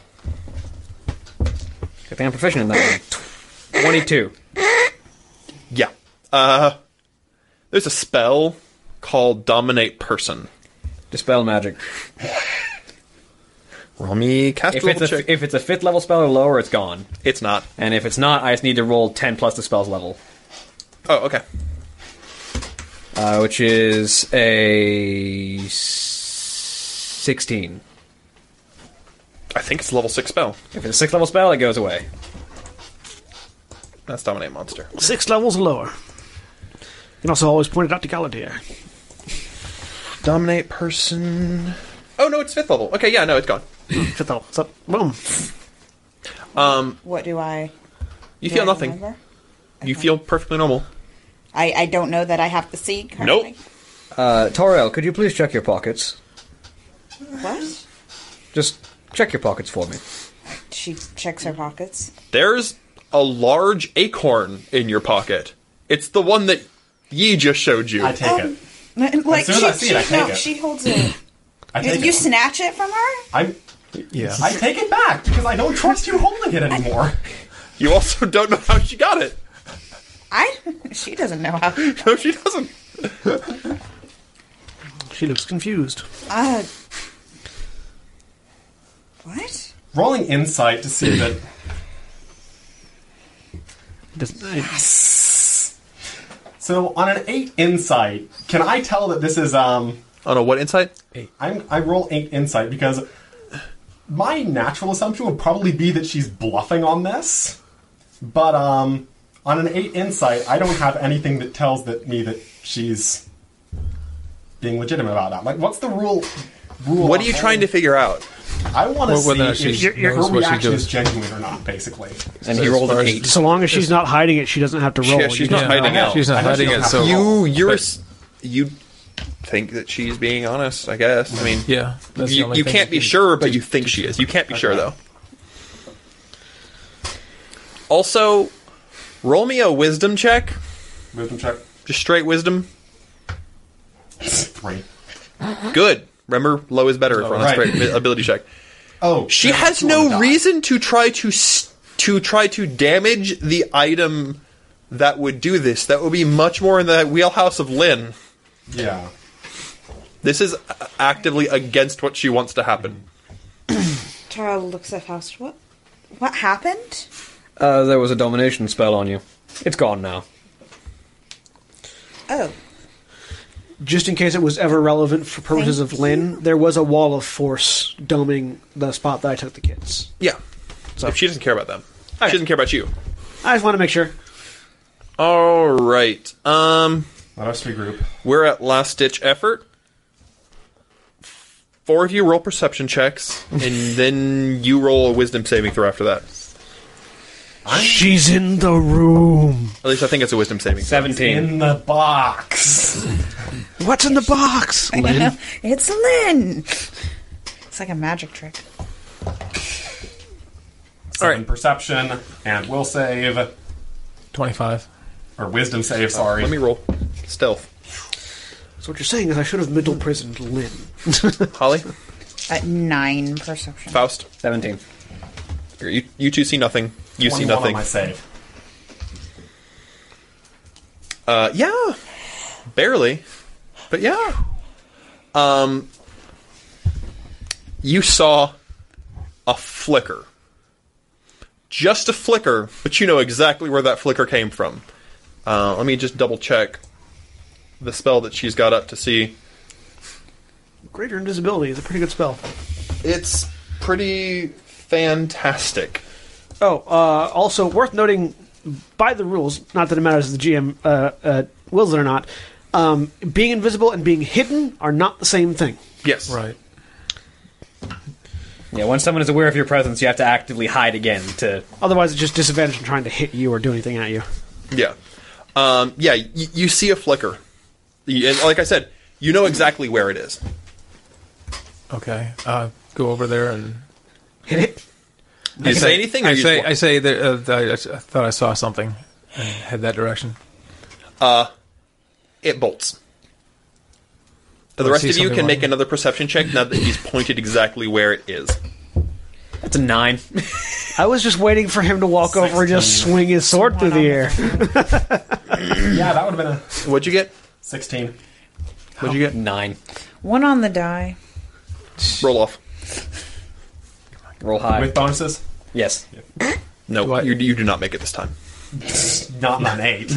Good thing I'm proficient in that one. 22. Yeah. Uh, there's a spell called dominate person. Dispel Magic. Roll me cast If level it's, check. a, if it's a fifth level spell or lower, it's gone. it's not. And if it's not, I just need to roll 10 plus the spell's level, Oh, okay. uh, which is a s- 16. I think it's a level six spell. If it's a sixth level spell, it goes away. That's dominate monster. Six levels lower. You can also always point it out to Galadir. Dominate person. Oh no, it's fifth level. Okay, yeah, no, it's gone. Fifth level. It's up. Boom. What do I? You do feel I nothing. remember? You feel perfectly normal. I I don't know that I have the seed. Currently. Nope. Uh, Toriel, could you please check your pockets? What? Just check your pockets for me. She checks her pockets. There's a large acorn in your pocket. It's the one that Yi just showed you. I take Um, it. N- Like soon as she, I see it, I she- take no, it. she holds it. I you take you it. snatch it from her. I'm, Yeah. I take it back because I don't trust you holding it anymore. you also don't know how she got it. I. She doesn't know how. No, she doesn't. She looks confused. Uh. What? Rolling insight to see that. Doesn't- I- So on an eight insight, can I tell that this is um? Oh no, what insight? I'm I roll eight insight because my natural assumption would probably be that she's bluffing on this, but um, on an eight insight, I don't have anything that tells that me that she's being legitimate about that. Like, what's the rule? Rule. What are you on- trying to figure out? I want to Well, whether see if she her knows what she reaction does. is genuine or not. Basically, And he rolled an 8. so long as she's not hiding it, she doesn't have to roll. Yeah, she's You not just- hiding out. She's not I know she hiding it. doesn't So have You, you're, But- s- you think that she's being honest. I guess. I mean, yeah, that's the you, only you thing can't be can- sure, but you think she is. You can't be sure though. Also, roll me a wisdom check. wisdom check Just straight wisdom. three. Good. Remember, low is better for Oh, on a right. straight ability check. Oh, She there's has two on the no die. reason to try to s to try to damage the item that would do this. That would be much more in the wheelhouse of Lynn. Yeah. This is a- actively against what she wants to happen. Tara looks at Faust. What? What happened? Uh, there was a domination spell on you. It's gone now. Oh. Just in case it was ever relevant for purposes of Lynn, there was a wall of force doming the spot that I took the kids. Yeah. So- If she doesn't care about them, Okay. she doesn't care about you. I just want to make sure. All right. Um, Let us regroup. we're at last ditch effort. Four of you roll perception checks, and then you roll a wisdom saving throw after that. She's in the room. At least I think it's a wisdom saving. throw. 17. In the box. What's in the box? Lynn? It's Lynn. It's like a magic trick. All Seven right. perception and will save Twenty-five. or wisdom save. Sorry. Uh, Let me roll stealth. So what you're saying is I should have mental prisoned Lynn. Holly, At nine perception. Faust, 17. you, you two see nothing. You see 21 On nothing. my save. Uh, yeah, barely, but yeah. Um, you saw a flicker, just a flicker, but you know exactly where that flicker came from. Uh, let me just double check the spell that she's got up to see. Greater invisibility is a pretty good spell. It's pretty fantastic. Oh, uh, also worth noting, by the rules, not that it matters if the GM uh, uh, wills it or not, um, being invisible and being hidden are not the same thing. Yes, Right. Yeah, once someone is aware of your presence, you have to actively hide again to. Otherwise, it's just disadvantage in trying to hit you or do anything at you. Yeah. Um, yeah, y- you see a flicker. Y- And like I said, you know exactly where it is. Okay. Uh, go over there and. Hit it. Do you say anything? Or I you say. just I say that uh, that I, I thought I saw something, and head that direction. it bolts. The Do Oh, I rest see of you something can make lying? another perception check now that he's pointed exactly where it is. That's a nine. I was just waiting for him to walk over and just swing his sword through the air. Yeah, that would have been a What'd you get? 16. What'd you get? Nine. One on the die. Roll off. Roll high. With bonuses? yes. No, I- you, you do not make it this time. Not an 8.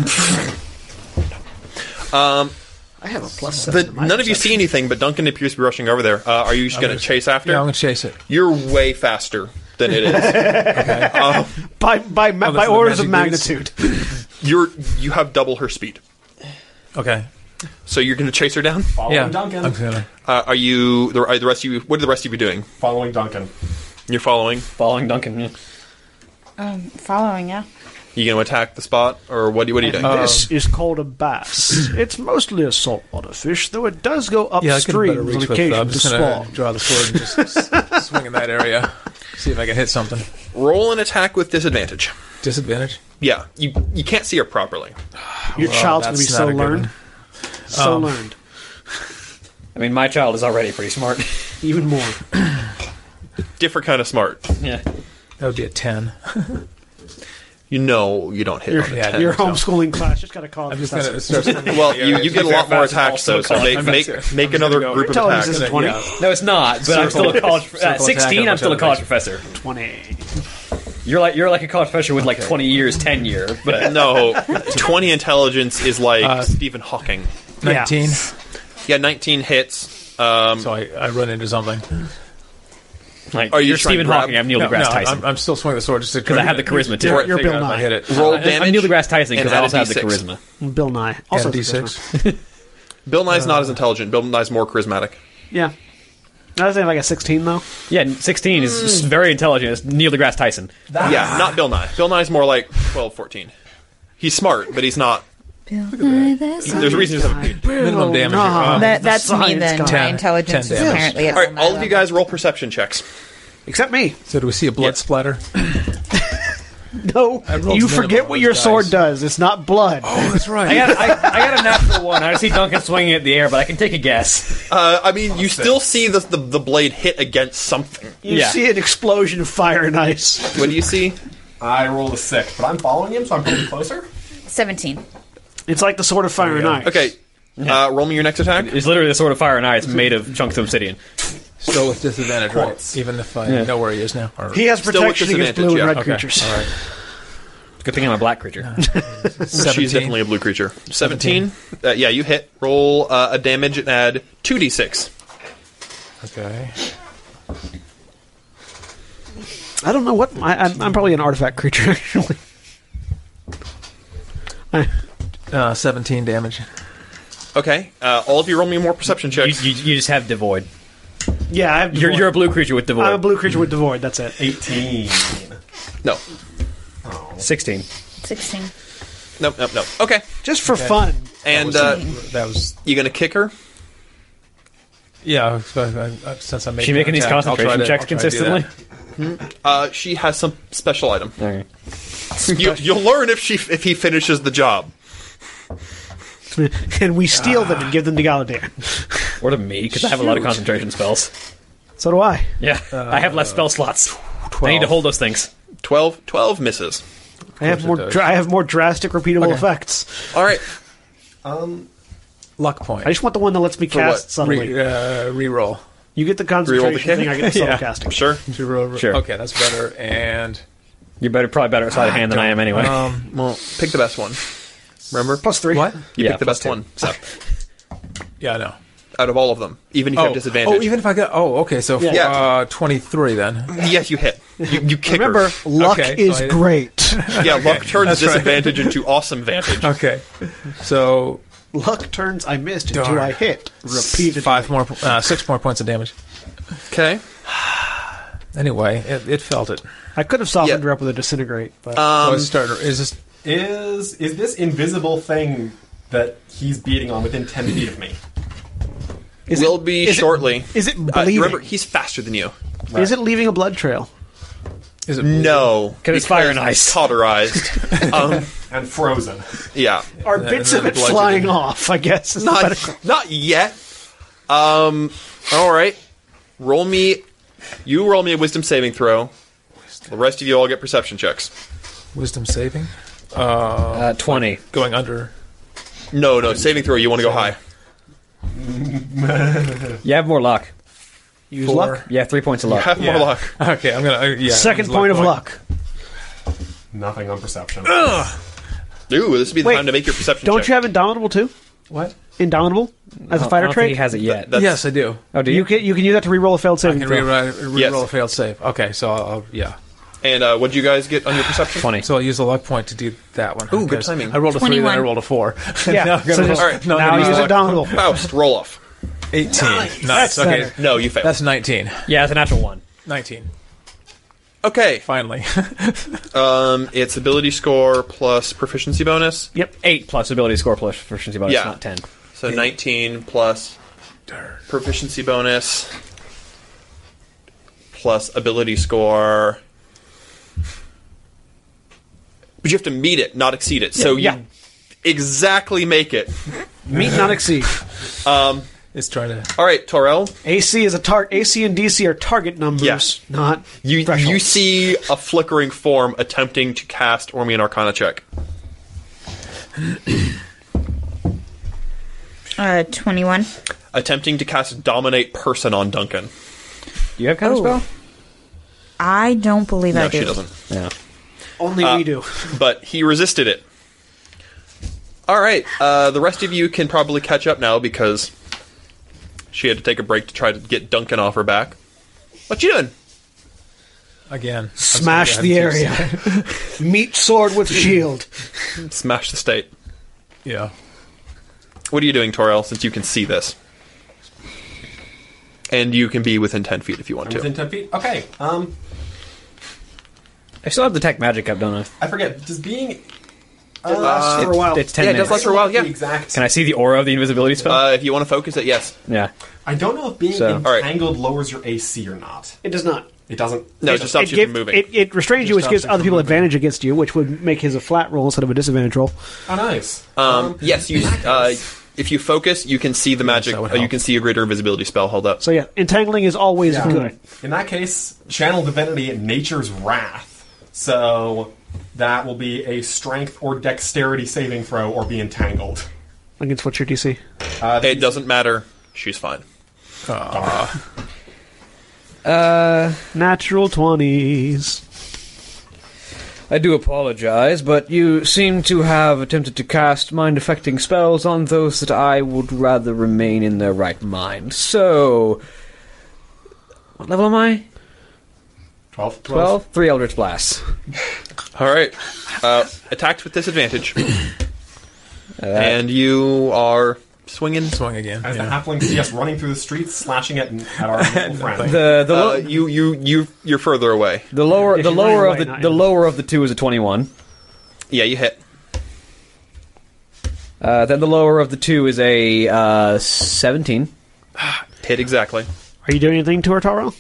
I have a plus The, none of you see anything, but Duncan appears to be rushing over there. Uh, are you just going to gonna- chase after? Yeah, I'm gonna chase it. You're way faster than it is. Um, by by ma- Oh, by that's the orders of magic dudes. magnitude. You're you have double her speed, Okay. so you're going to chase her down. Following yeah. Duncan. I'm gonna. Uh, are you the, are the rest of you? What are the rest of you doing? Following Duncan. You're following. Following Duncan. yeah. Following, yeah. You going to attack the spot, or what? do- What are you Um, doing? Uh, this is called a bass. it's mostly a saltwater fish, though it does go Yeah, I can upstream better on reach with. Uh, occasion I'm to just gonna spawn. draw the sword and just s- swing in that area. See if I can hit something. Roll an attack with disadvantage. Disadvantage. Yeah, you you can't see her properly. Your Well, child's gonna be that's so not a good Um, learned, so learned, I mean, my child is already pretty smart. even more. Different kind of smart. yeah. That would be a ten. You know you don't hit Your, on a yeah, ten. your homeschooling class just got to call. I'm it just that's- gonna start. swinging. well, you, you get a lot Fair more fast attacks is though, also so a make con. make, make another go group of Tell him this attacks. isn't twenty. No, it's not. But I'm Circle- still a college. circle At attack sixteen, and I'm still a whichever college way. professor. Twenty. You're like you're like a college professor with like twenty years, ten year. But No, twenty intelligence is like Uh, Stephen Hawking. Nineteen. Yeah, nineteen hits. So I, I run into something. like, Are you you're trying Stephen to grab- Hawking. I'm Neil deGrasse Tyson I'm, I'm still swinging the sword just because I have the charisma too. You're- you're Bill I Nye. hit it. Roll I'm- damage. I'm Neil deGrasse Tyson because and Uh, I add also a have the D6. charisma. Bill Nye Add also a has charisma. d6. Bill Nye's Uh. not as intelligent. Bill Nye's more charismatic. Yeah, I was thinking like a sixteen though. Yeah, and sixteen is is very intelligent. It's Neil deGrasse Tyson. That Yeah, not Bill Nye. Bill Nye's more like 12, 14. He's smart, but he's not. There's a reason he's not a computer. Minimum damage. Nye. here. Um, That, that's me science then. guy. My intelligence Ten is damage. apparently at All right, my all of level. you guys roll perception checks. Except me. so do we see a blood Yeah. splatter? No, rolled you minimum forget on what those your dice. sword does. It's not blood. Oh, that's right. I got, I, I got a natural one. I see Duncan swinging at the air, but I can take a guess. Uh, I mean, you still see the, the, the blade hit against something. you yeah. see an explosion of fire and ice. What do you see? I rolled a 6, but I'm following him, so I'm pretty closer. 17. It's like the sword of fire and ice. Okay, uh, roll me your next attack. It's literally the sword of fire and ice made of chunks of obsidian. Still with disadvantage, right? Quartz. Even if I know where he is now. Or, He has Still with protection against disadvantage, blue yeah. and red Okay, creatures. All right. Good thing I'm a black creature. She's 17. definitely a blue creature. 17. Uh, yeah, you hit. Roll uh, a damage and add 2d6. Okay. I don't know what I, I'm, I'm probably an artifact creature actually. Uh, 17 damage. Okay, uh, all of you roll me more perception You, checks. you, you just have devoid. Yeah, I have You're, devoid. you're a blue creature with devoid. I'm a blue creature with devoid. That's it. 18. No, Sixteen. 16. no, no, no. Okay, Just for fun. and uh, That was you gonna kick her? yeah. So I, I, since I made She making these contact, I'll try concentration to- checks I'll try to do that. consistently. Uh, she has some special item. You, you'll learn if she if he finishes the job. and we steal them and give them to Galadir. Or to me, because I have a lot of concentration spells. So do I. Yeah, I have Uh, less spell slots. I need to hold those things. 12, 12 misses. I have it more. does. Dra- I have more drastic, repeatable effects. All right. Luck point. I just want the one that lets me cast what? suddenly. Re, uh, re-roll. you get the Reroll the concentration hit? thing. I get the subtle Yeah. casting. Sure. To roll- Sure. Okay, that's better. And You're better, probably better at sleight of hand than I am anyway. um, Well, pick the best one. Remember? Plus three. what? You Yeah, pick the plus best two. one. So, Yeah, I know. out of all of them, even if you Oh, have disadvantage. oh, even if I get oh, okay, so Yeah. Yeah. uh, twenty-three then. yes, you hit. You, you kick her. Remember, luck Okay, so is I- great. Yeah, luck turns that's right. disadvantage into awesome vantage. Okay, so luck turns I missed Darn. until I hit repeatedly. five more, uh, six more points of damage. Okay. Anyway, it, it felt it. I could have softened Yeah. Uh, her up with a disintegrate, but Um, it's starting. Is this? Is is this invisible thing that he's beating on within ten feet of me? is will it, be is it- shortly. is it Uh, bleeding? remember, he's faster than you. Is it leaving a blood trail? Is it? No, Because it's fire and he's ice. Cauterized. um, And frozen. yeah, Are bits of it blood flying didn't- off? I guess is the better- not not yet. Um, all right. Roll me. You roll me a wisdom saving throw. The rest of you all get perception checks. Wisdom saving. Uh, Twenty. Going under. No, no, saving throw. You want to go high. You have more luck. use four. luck. Yeah, three points of luck. Have Yeah. more luck. Okay, I'm gonna. Uh, yeah. Second it's point of luck. Nothing on perception. Ooh, this would be the Wait, time to make your perception. Don't check. you have indomitable too? What? Indomitable as a I fighter don't think he trait. has it yet. That's- yes, I do. oh, do you? You can you can use that to reroll a failed I saving can throw. reroll, reroll Yes. a failed save. Okay, so I'll, I'll yeah. And uh, what do you guys get on your perception? Twenty. So I'll use the luck point to do that one. Ooh, good Because timing. I rolled a three, then I 21. rolled a four. Yeah. now I'm gonna so roll- just, Alright, no, I'm now gonna use use luck. indomitable. Faust, roll off. eighteen. Nice. Okay. better. No, you failed. That's nineteen. Yeah, it's a natural one. Nineteen. okay. Finally. Um, it's ability score plus proficiency bonus. Yep, eight plus ability score plus proficiency bonus, Yeah. not ten. So 19 plus proficiency bonus plus ability score. But you have to meet it, not exceed it. so you yeah. exactly make it. Meet not exceed. it's trying to. All right, Torel, AC is a target. AC and DC are target numbers, Yes. not you thresholds. you see a flickering form attempting to cast Ormian Arcana check. Uh, 21. Attempting to cast Dominate Person on Duncan. Do you have counter spell? Oh. I don't believe I No, do. she doesn't. only uh, we do. but he resisted it. All right, uh, the rest of you can probably catch up now because she had to take a break to try to get Duncan off her back. What you doing? Again. Smash I'm sorry, the I haven't area. Meet sword with shield. Smash the state. used- Yeah. What are you doing, Torel? Since you can see this, and you can be within ten feet if you want Within to. ten feet. Okay. Um, I still have the tech magic up, don't I? I forget. Does being uh, Lasts for a while. It's ten Yeah, it does minutes. last Uh, for a while. the Yeah. exact? Can I see the aura of the invisibility spell? Uh, if you want to focus it, yes. yeah. I don't know if being So- All right. entangled lowers your AC or not. It does not. It doesn't. No, it just stops it, you give- from moving. it, it restrains you, which gives other people advantage against you, which would make his a flat roll instead of a disadvantage roll. Oh, nice. um, yes, you. Uh, if you focus, you can see the magic. that would uh, you help. can see a greater invisibility spell held up. So yeah, entangling is always Yeah. good. In that case, channel divinity, nature's wrath. So that will be a strength or dexterity saving throw, or be entangled. Against what's your DC? it doesn't matter. She's fine. Natural twenties. I do apologize, but you seem to have attempted to cast mind affecting spells on those that I would rather remain in their right mind. So. What level am I? Twelve. 12? Three Eldritch Blasts. All right. Uh, attacked with disadvantage. and you are swinging. Uh, Swung again. As yeah. the halflings see us running through the streets, slashing at, at our little friend. The, the, Uh, lo- you you you you're further away. the lower, If the you're running lower of away, the, not the in. lower of the two is a 21. Yeah, you hit. Uh, then the lower of the two is a uh, 17. Hit exactly. Are you doing anything to her, Taro?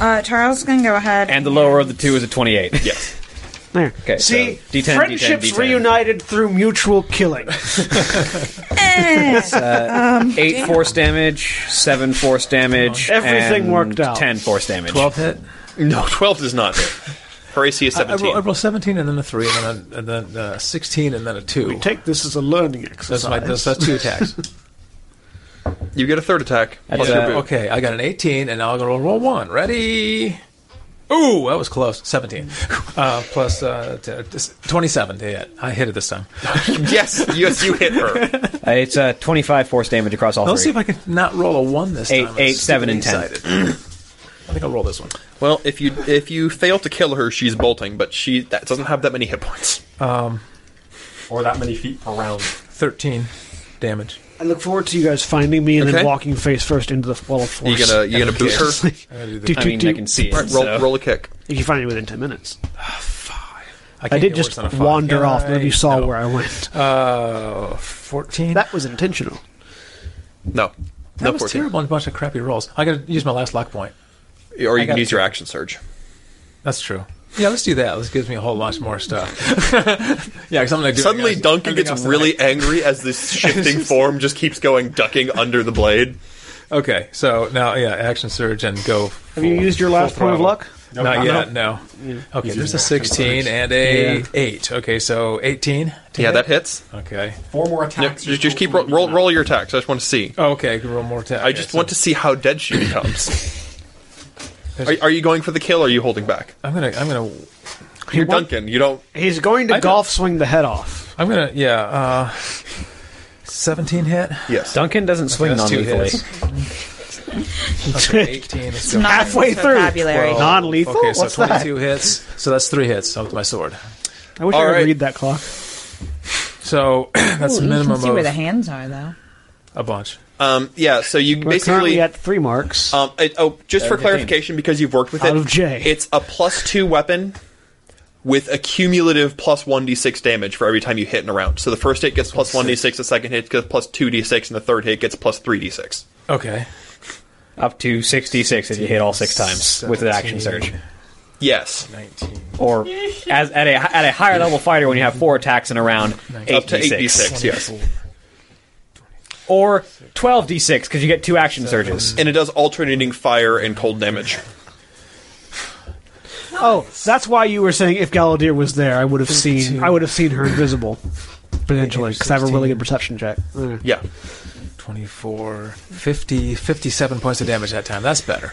Uh, Charles going to go ahead. And the lower of the two is a twenty-eight. Yes. There. Okay, See, so D10, friendships D10, D10. reunited through mutual killing. Eight force damage, seven force damage, Everything and worked out. Ten force damage. 12 hit. No, 12 does not hit. Her AC is I, I, 17. roll, I roll 17 and then a 3 and then a, and then a 16 and then a 2. Take this as a learning that's exercise. my that's, that's two attacks. you get a third attack. Plus Uh, your boot. okay, I got an 18 and now I'm going to roll 1. Ready? Ooh, that was close. 17. Uh, plus uh, t- t- 27 to hit. I hit it this time. Yes, yes, you hit her. Uh, it's uh, twenty-five force damage across all Let's see three. if I can not roll a 1 this Eight- time. I'm eight, seven, and stupidly 10. excited. I think I'll roll this one. Well, if you if you fail to kill her, she's bolting, but she that doesn't have that many hit points. Or that many feet per round. 13 damage. I look forward to you guys finding me and Okay. then walking face first into the wall of You force. gonna you gonna boot her? do I mean, I can see it. All right, so- roll, roll a kick. You can find me within 10 minutes. I can't did get worse just than a five. wander off. Yeah, Nobody I saw know. where I went. Uh, 14. That was intentional. No, That no was 14. terrible and a bunch of crappy rolls. I got to use my last luck point. Or I you can got use your two. action surge. That's true. Yeah, let's do that. This gives me a whole bunch more stuff. yeah, because I'm gonna do Suddenly, everything Duncan else- everything gets else really tonight. angry as this shifting form just keeps going, ducking under the blade. okay. So now, yeah, action surge and go. Have you used your last point of luck? Not no, yet. No. Okay. There's a 16 and a eight. Okay, so 18. to Yeah, hit? that hits. Okay. Four more No, attacks. just, just keep roll, roll, roll your attacks. I just want to see. Oh, okay. I can roll more. I just want to see how dead she becomes. are, are you going for the kill? or Are you holding back? I'm gonna. I'm gonna. You're Duncan. You don't. He's going to I don't- golf swing the head off. I'm gonna. Yeah. Uh, 17 hit. Yes. Duncan doesn't swing That's two non-lethally. hits. Okay, 18. Let's go. Halfway through. vocabulary. Twelve. Non lethal? Okay, so What's that? 22 hits. So that's three hits with my sword. I wish All I could right. read that clock. So that's a minimum see where the of hands are, though. a bunch. Um, yeah. So you We're basically. currently at three marks. uh, um, it, oh, just for Uh, clarification, because you've worked with Out it, of J. it's a plus two weapon with a cumulative plus one d six damage for every time you hit in a round. So the first hit gets plus one d six, the second hit gets plus two d six, and the third hit gets plus three d six. Okay. Up to sixty-six if you hit all six times with an action 17, surge, Yes, 19. or as at a at a higher level fighter when you have four attacks in a round, up to eight d 8d6. six. Yes, or 12d6 because you get two action surges. and it does alternating fire and cold damage. Oh, that's why you were saying if Galadir was there, I would have seen. I would have seen her invisible, potentially, because I have a really good perception check. Yeah. Yeah. 24, 50, 57 points of damage that time. That's better.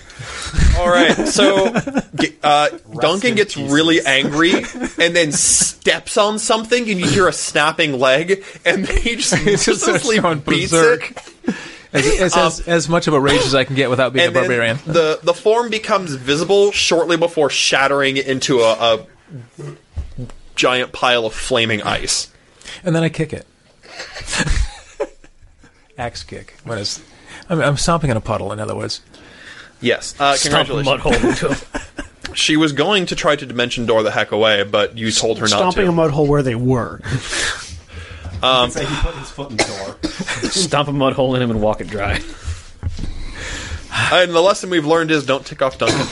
All right, so ge- uh, Duncan in gets pieces. really angry and then steps on something, and you hear a snapping leg, and then he just mercilessly going beats berserk. it. As, as, as, as much of a rage as I can get without being a And then barbarian. the the form becomes visible shortly before shattering into a, a giant pile of flaming ice. And then I kick it. Axe kick. When it's, I'm, I'm stomping in a puddle, in other words. Yes, uh, congratulations. She was going to try to dimension door the heck away, but you told her not Stomping to. a mud hole where they were. Say he put his foot in the door. Stomp a mud hole in him and walk it dry. and the lesson we've learned is don't tick off Duncan.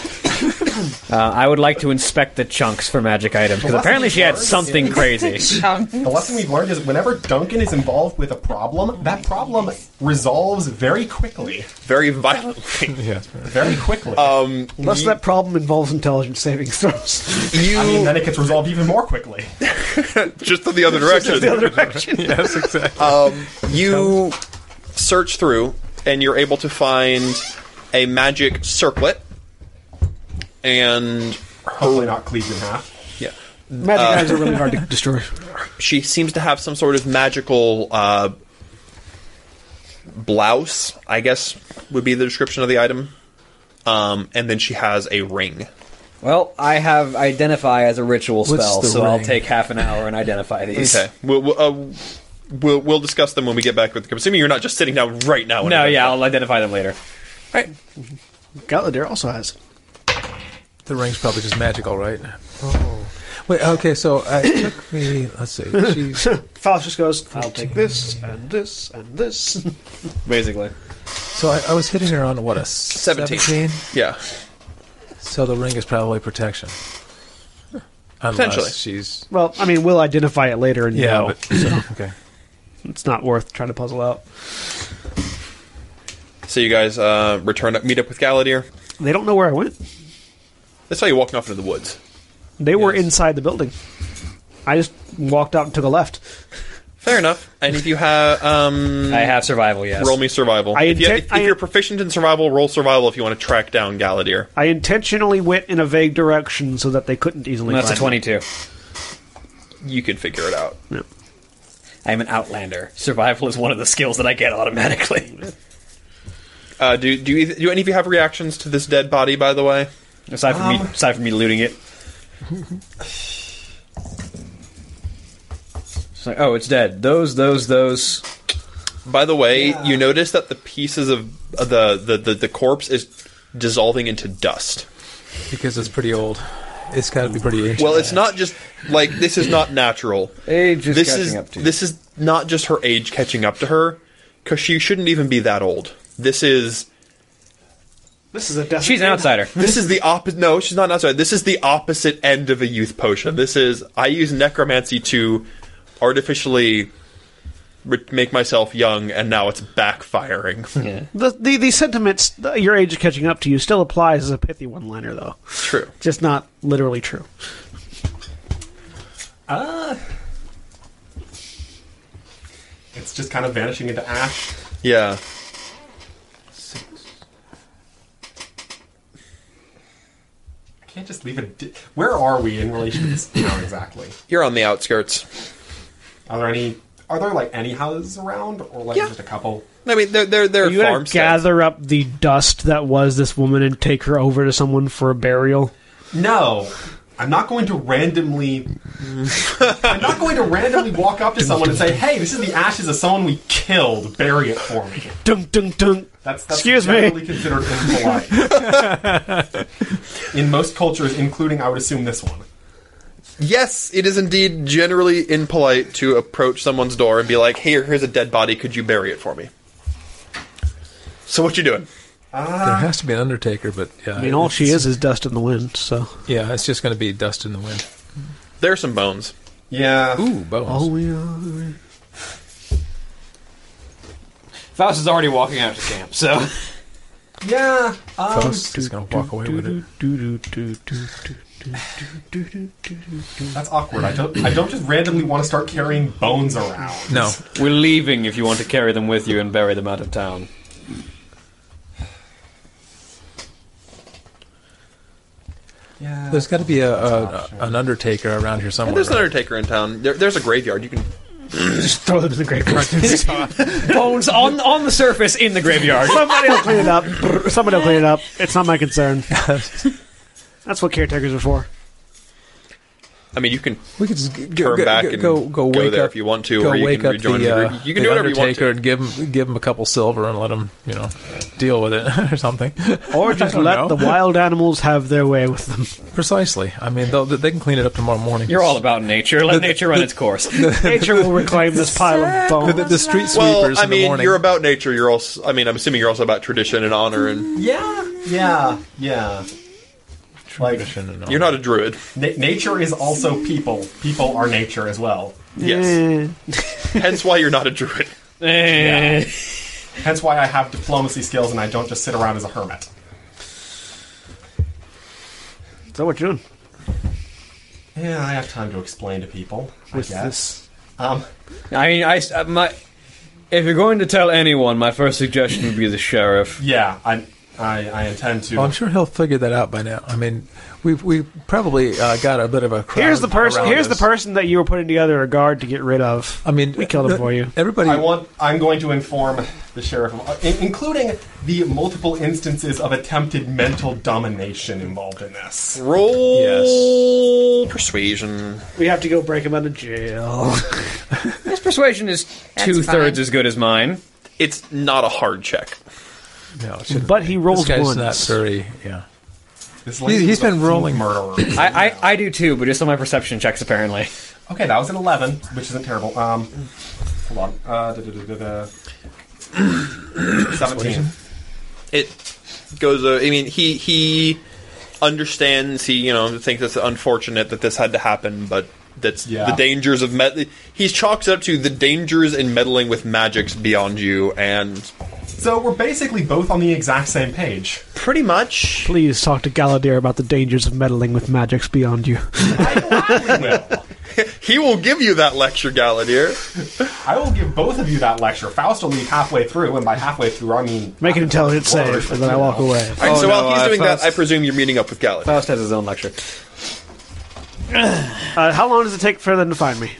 Uh, I would like to inspect the chunks for magic items because apparently she had something crazy. The lesson we've learned is whenever Duncan is involved with a problem, that problem resolves very quickly. Very violently. Yeah. Very quickly. Unless that problem involves intelligence saving throws. You I mean, then it gets resolved even more quickly. just in the other direction. yes, exactly. You search through, and you're able to find a magic circlet. And Hopefully not cleaved in half. yeah, Magic Uh, eyes are really hard to destroy. she seems to have some sort of magical uh, blouse. I guess would be the description of the item. Um, and then she has a ring. Well, I have identify as a ritual spell, the so I'll ring? take half an hour and identify these. Okay, we'll we'll, uh, we'll, we'll discuss them when we get back with the. Assuming you're not just sitting down right now. and No, identifying. yeah, I'll identify them later. Galadir also has. The ring's probably just magical, right? Oh. Wait, okay, so uh, it took me, let's see. She, Faust just goes. I'll take this and this and this. Basically, so I, I was hitting her on, what, a 17? Yeah. So the ring is probably protection. Potentially. Unless she's Well, I mean, we'll identify it later and yeah. know. But, so, okay. It's not worth trying to puzzle out. So you guys uh, return up, meet up with Galladier. They don't know where I went. That's how you're walking off into the woods. They were Yes. inside the building. I just walked out and took a left. Fair enough. And if you have, um, I Mm. have survival. Yes. roll me survival. I if, you, intend- if, if I- you're proficient in survival, roll survival if you want to track down Galladier. I intentionally went in a vague direction so that they couldn't easily. That's a find twenty-two. You can figure it out. I'm an outlander. Survival is one of the skills that I get automatically. Uh, do do, you, do any of you have reactions to this dead body? By the way, aside from Um, me, aside from me looting it. It's like, oh, it's dead. Those, those, those. by the way, you notice that the pieces of uh, the, the the the corpse is dissolving into dust. Because it's pretty old. It's got to be pretty ancient. Well, it's not just like this is not natural. Age is this catching is up to you. this is not just her age catching up to her because she shouldn't even be that old. This is This is a death. She's an outsider. this is the opposite. No, she's not outside. This is the opposite end of a youth potion. This is I use necromancy to artificially re- make myself young, and now it's backfiring. The, the the sentiments the- your age is catching up to you still applies as a pithy one liner though, True. just not literally true. It's just kind of vanishing into ash. Yeah. I can't just leave it. Di- Where are we in relation to this town exactly? You're on the outskirts. Are there any? Are there like any houses around, or like just a couple? I mean, they're they're they're Are you gonna farm gather- gather up the dust that was this woman and take her over to someone for a burial? No, I'm not going to randomly. I'm not going to randomly walk up to someone and say, "Hey, this is the ashes of someone we killed. Bury it for me." Dunk dunk dunk. That's, that's Excuse me. generally considered impolite in most cultures, including I would assume this one. Yes, it is indeed generally impolite to approach someone's door and be like, "Here, here's a dead body. Could you bury it for me?" So what you doing? there has to be an undertaker, but yeah. I mean, all she is is dust in the wind. So Yeah, it's just going to be dust in the wind. There's some bones. Yeah, Ooh, bones. Oh, Faust is already walking out to camp, so. yeah. Um, Faust is going to walk away with it. that's awkward. I don't. I don't just randomly want to start carrying bones around. No, We're leaving if you want to carry them with you and bury them out of town. Yeah. there's got to be a, a, an undertaker around here somewhere. There's an right? undertaker in town. There, there's a graveyard. You can just throw them in the graveyard. Bones on on the surface in the graveyard. Somebody will clean it up. Somebody will clean it up. It's not my concern. That's what caretakers are for. I mean, you can we could just g- g- turn go, back go, and go, go go wake there up, if you want to, go or you wake can up rejoin the, the uh, group. You can the do whatever you want undertaker and give him give him a couple silver and let him you know deal with it or something. Or just don't let know. the wild animals have their way with them. Precisely. I mean, they'll, they can clean it up tomorrow morning. You're all about nature. Let nature run its course. Nature will reclaim this pile of the, bones. the, the street sweepers Well, I in the mean, morning. you're about nature. You're also, I mean, I'm assuming you're also about tradition and honor, and Yeah, yeah, yeah. Like you're not a druid. na- nature is also people. People are nature as well. Yes. Hence why you're not a druid. Hence why I have diplomacy skills and I don't just sit around as a hermit. So what you doing? Yeah, I have time to explain to people. I With guess. this- Um, I mean, I uh, my. If you're going to tell anyone, my first suggestion would be the sheriff. yeah, I, I, I intend to. Well, Oh, I'm sure he'll figure that out by now. I mean, we we probably uh, got a bit of a crowd Here's the person. around Here's the us. person that you were putting together a guard to get rid of. I mean, we killed him th- for you. Everybody, I want. I'm going to inform the sheriff, of, uh, in- including the multiple instances of attempted mental domination involved in this. Roll persuasion. We have to go break him out of jail. His persuasion is That's two thirds fine. as good as mine. It's not a hard check. no, it shouldn't. But he this rolls guy's once. not very. Yeah, This lady He's- he's was a been fool rolling- murderer. I, I I do too, but just on my perception checks apparently. okay, that was an eleven, which isn't terrible. Um, hold on. Uh, da, da, da, da, da. Seventeen. It goes. Uh, I mean, he he understands. He you know thinks it's unfortunate that this had to happen, but that's Yeah. the dangers of med. He chalks it up to the dangers in meddling with magics beyond you, and So we're basically both on the exact same page. pretty much Please talk to Galadir about the dangers of meddling with magics beyond you. I will. he will give you that lecture, Galadir. I will give both of you that lecture. Faust will leave halfway through, and by halfway through, I mean Make an intelligence save, and then I walk away. All Oh, right, so no, while he's uh, doing Faust- that, I presume you're meeting up with Galadir. Faust has his own lecture. Uh, how long does it take for them to find me?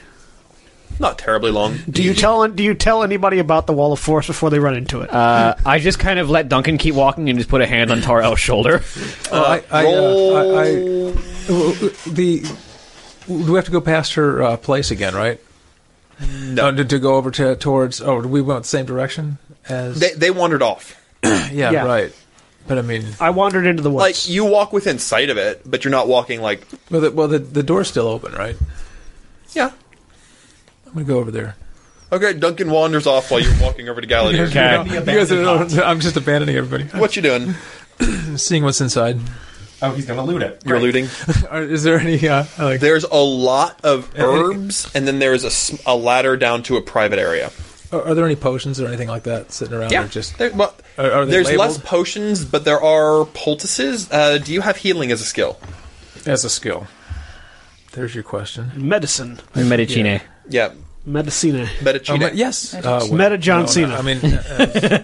Not terribly long. Do you tell Do you tell anybody about the wall of force before they run into it? Uh, I just kind of let Duncan keep walking and just put a hand on Tarel's shoulder. I, I, roll- uh, I, I, the do we have to go past her uh, place again, right? No, to, to go over to towards. Oh, we went the same direction as. They, they wandered off. yeah, yeah. right. But I mean, I wandered into the woods. Like you walk within sight of it, but you're not walking like well, the, well, the, the door's still open, right? yeah. I'm gonna go over there. Okay, Duncan wanders off while you're walking over to Galadir. the Okay. You guys abandoned are- hut. I'm just abandoning everybody. What you doing? I'm seeing what's inside. Oh, he's gonna loot it. You're looting. Are, is there any? Uh, like, There's a lot of herbs, and then there is a, s- a ladder down to a private area. are, are there any potions or anything like that sitting around? Yeah, or just there- well, Are- are they there's less labeled? potions, but there are poultices. Uh, do you have healing as a skill? as a skill. There's your question. medicine, Medicine. Yeah, medicine. Oh, Medicina. but yes, uh, well, Meta John no, no, Cena. I mean, uh,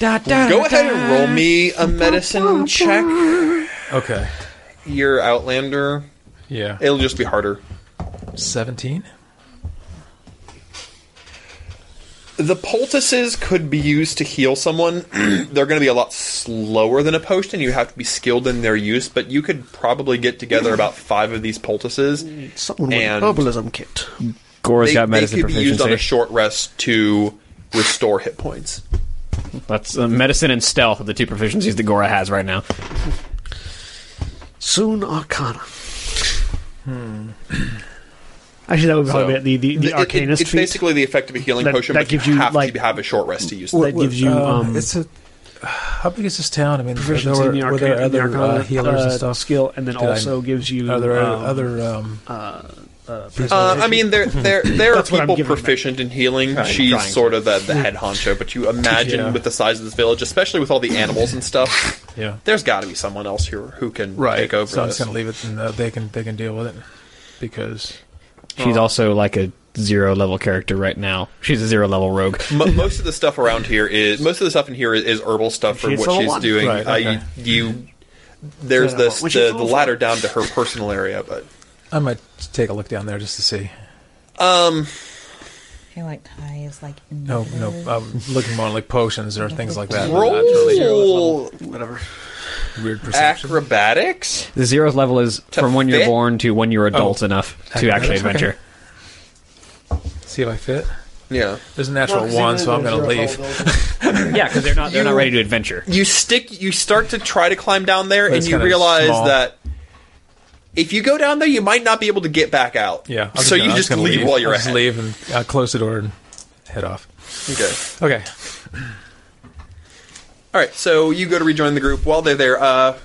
Go ahead and roll me a medicine check. okay. Your Outlander. Yeah, It'll just be harder. seventeen. The poultices could be used to heal someone. They're going to be a lot slower than a potion. You have to be skilled in their use, but you could probably get together about five of these poultices. Someone with an And- herbalism kit. Gore's They, got they medicine could be used on a proficiency. short rest to restore hit points. That's uh, medicine and stealth are the two proficiencies that Gora has right now. Soon Arcana. Hmm. Actually, that would probably So- be the the, the It- it- Arcanist it's feat. basically the effect of a healing That- potion, that but you gives you, have like- to have a short rest to use that it. gives you Uh, um, it's a. How big is this town? I mean, were there, proficiency in the were there Arcana, in the other Arcana uh, healers uh, and stuff? skill, and then I- also gives you Are there um, other? Um, Uh, I mean, there there there are That's what I'm people giving them. proficient in healing. She's trying sort of the, the head honcho, but you imagine Yeah. with the size of this village, especially with all the animals and stuff, yeah, there's got to be someone else here who can right. take over. so I'm this. just gonna leave it, and uh, they can they can deal with it because She's also like a zero level character right now. She's a zero level rogue. Mo- most of the stuff around here is most of the stuff in here is, is herbal stuff for She's what level she's one. doing. Right, Uh, you- okay. you, there's Yeah, well, this when she's the, the level ladder down to her personal area, but I might take a look down there just to see. feel like Ty is like. No, no, I'm looking more like potions or things like that. roll whatever. Weird perception. acrobatics. The zeroth level is from when you're fit? born to when you're adult Oh. enough to actually Okay. adventure. See if I fit. Yeah. There's a natural one, so I'm going to leave. Yeah, because they're not they're not ready to adventure. you stick you start to try to climb down there But and it's you kinda realize small. that if you go down there you might not be able to get back out Yeah. I'll so do that. you I'm just gonna leave, while you're I'll at just leave and uh, close the door and head off. okay Okay. all right so you go to rejoin the group while they're there uh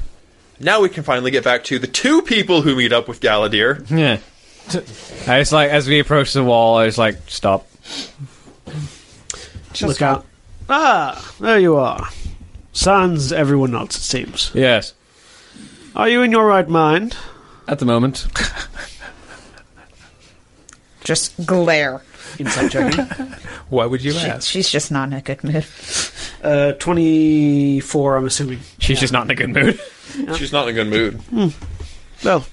now we can finally get back to the two people who meet up with Galadir. Yeah. I just like as we approach the wall, I was like, stop. Look out! Ah, there you are. Sans everyone else, it seems. Yes. Are you in your right mind? At the moment. Just glare. Insight checking. Why would you She- ask? she's just not in a good mood. uh, twenty-four. I'm assuming. She's just not in a good mood. She's not in a good mood. Well,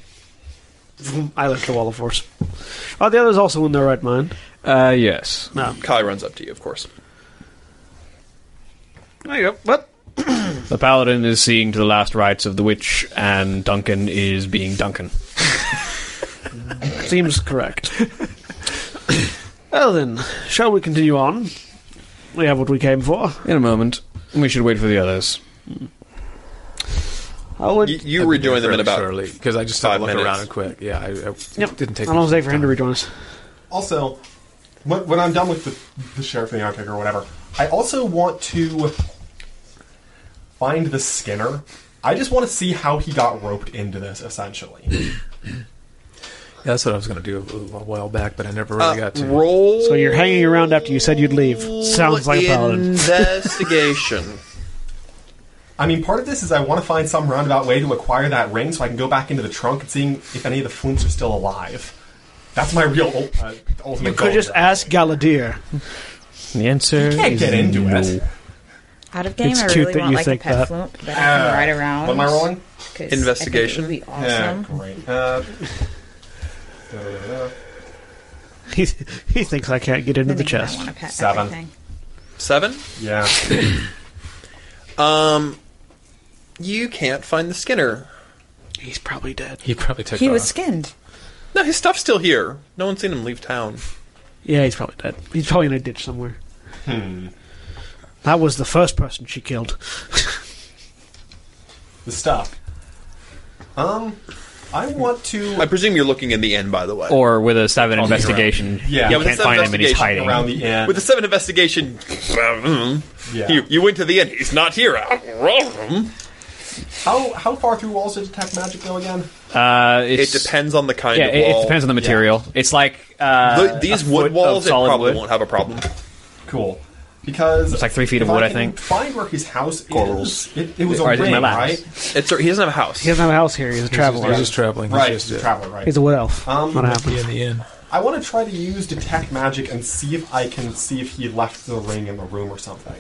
I left the wall of force. Are the others also in their right mind? Uh yes. No. Kai runs up to you, of course. There you go. What? The paladin is seeing to the last rites of the witch and Duncan is being Duncan. Seems correct. well then, shall we continue on? We have what we came for. In a moment. We should wait for the others. I would. You, you rejoin them in about. because I just took a five look minutes. around and quick. Yeah, I, I Yep. didn't take. How long does it take for him to rejoin us? Also, when, when I'm done with the, the sheriff and the architect or whatever, I also want to find the Skinner I just want to see how he got roped into this, essentially. Yeah, that's what I was going to do a little while back, but I never really got to. uh, Roll. So you're hanging around after you said you'd leave. Sounds like a paladin. Investigation. I mean, part of this is I want to find some roundabout way to acquire that ring so I can go back into the trunk and seeing if any of the flimps are still alive. That's my real ul- uh, ultimate You could goal just here. ask Galadir. The answer Can't get into it. Out of game, It's I cute really that want you like a think pet that. flute that I can ride around. What am I rolling? 'cause I think Investigation? It would be Yeah, awesome. great. Uh, da-da-da-da. He, he thinks I can't get into the Thinking I chest. want a pet Seven. everything. Seven. yeah. Um, you can't find the Skinner. He's probably dead. He probably took He off. was skinned. No, his stuff's still here. No one's seen him leave town. Yeah, he's probably dead. He's probably in a ditch somewhere. Hmm. That was the first person she killed. The stuff. Um, I want to I presume you're looking in the end, by the way. Oh, or with a seven investigation, Yeah. you Yeah, with a can't seven find him and he's investigation hiding. around the end. With the seven investigation, yeah. you, you went to the end. He's not here. How how far through walls did detect magic go again? Uh, It it's, depends on the kind Yeah, of it, wall. it depends on the material. It's like uh, The- these a foot wood of walls, it solid probably wood. won't have a problem. Cool. Because It's like three feet of if wood, I can think. Find where his house Corals. is. It, it was a Or is it ring, my lab? It's, right? he doesn't have a house. He doesn't have a house here. He's a He's just- traveler. He's just traveling. Right, He's just, uh, traveler, right. He's a wood elf. Um, what happens? yeah, in the end. I want to try to use detect magic and see if I can see if he left the ring in the room or something.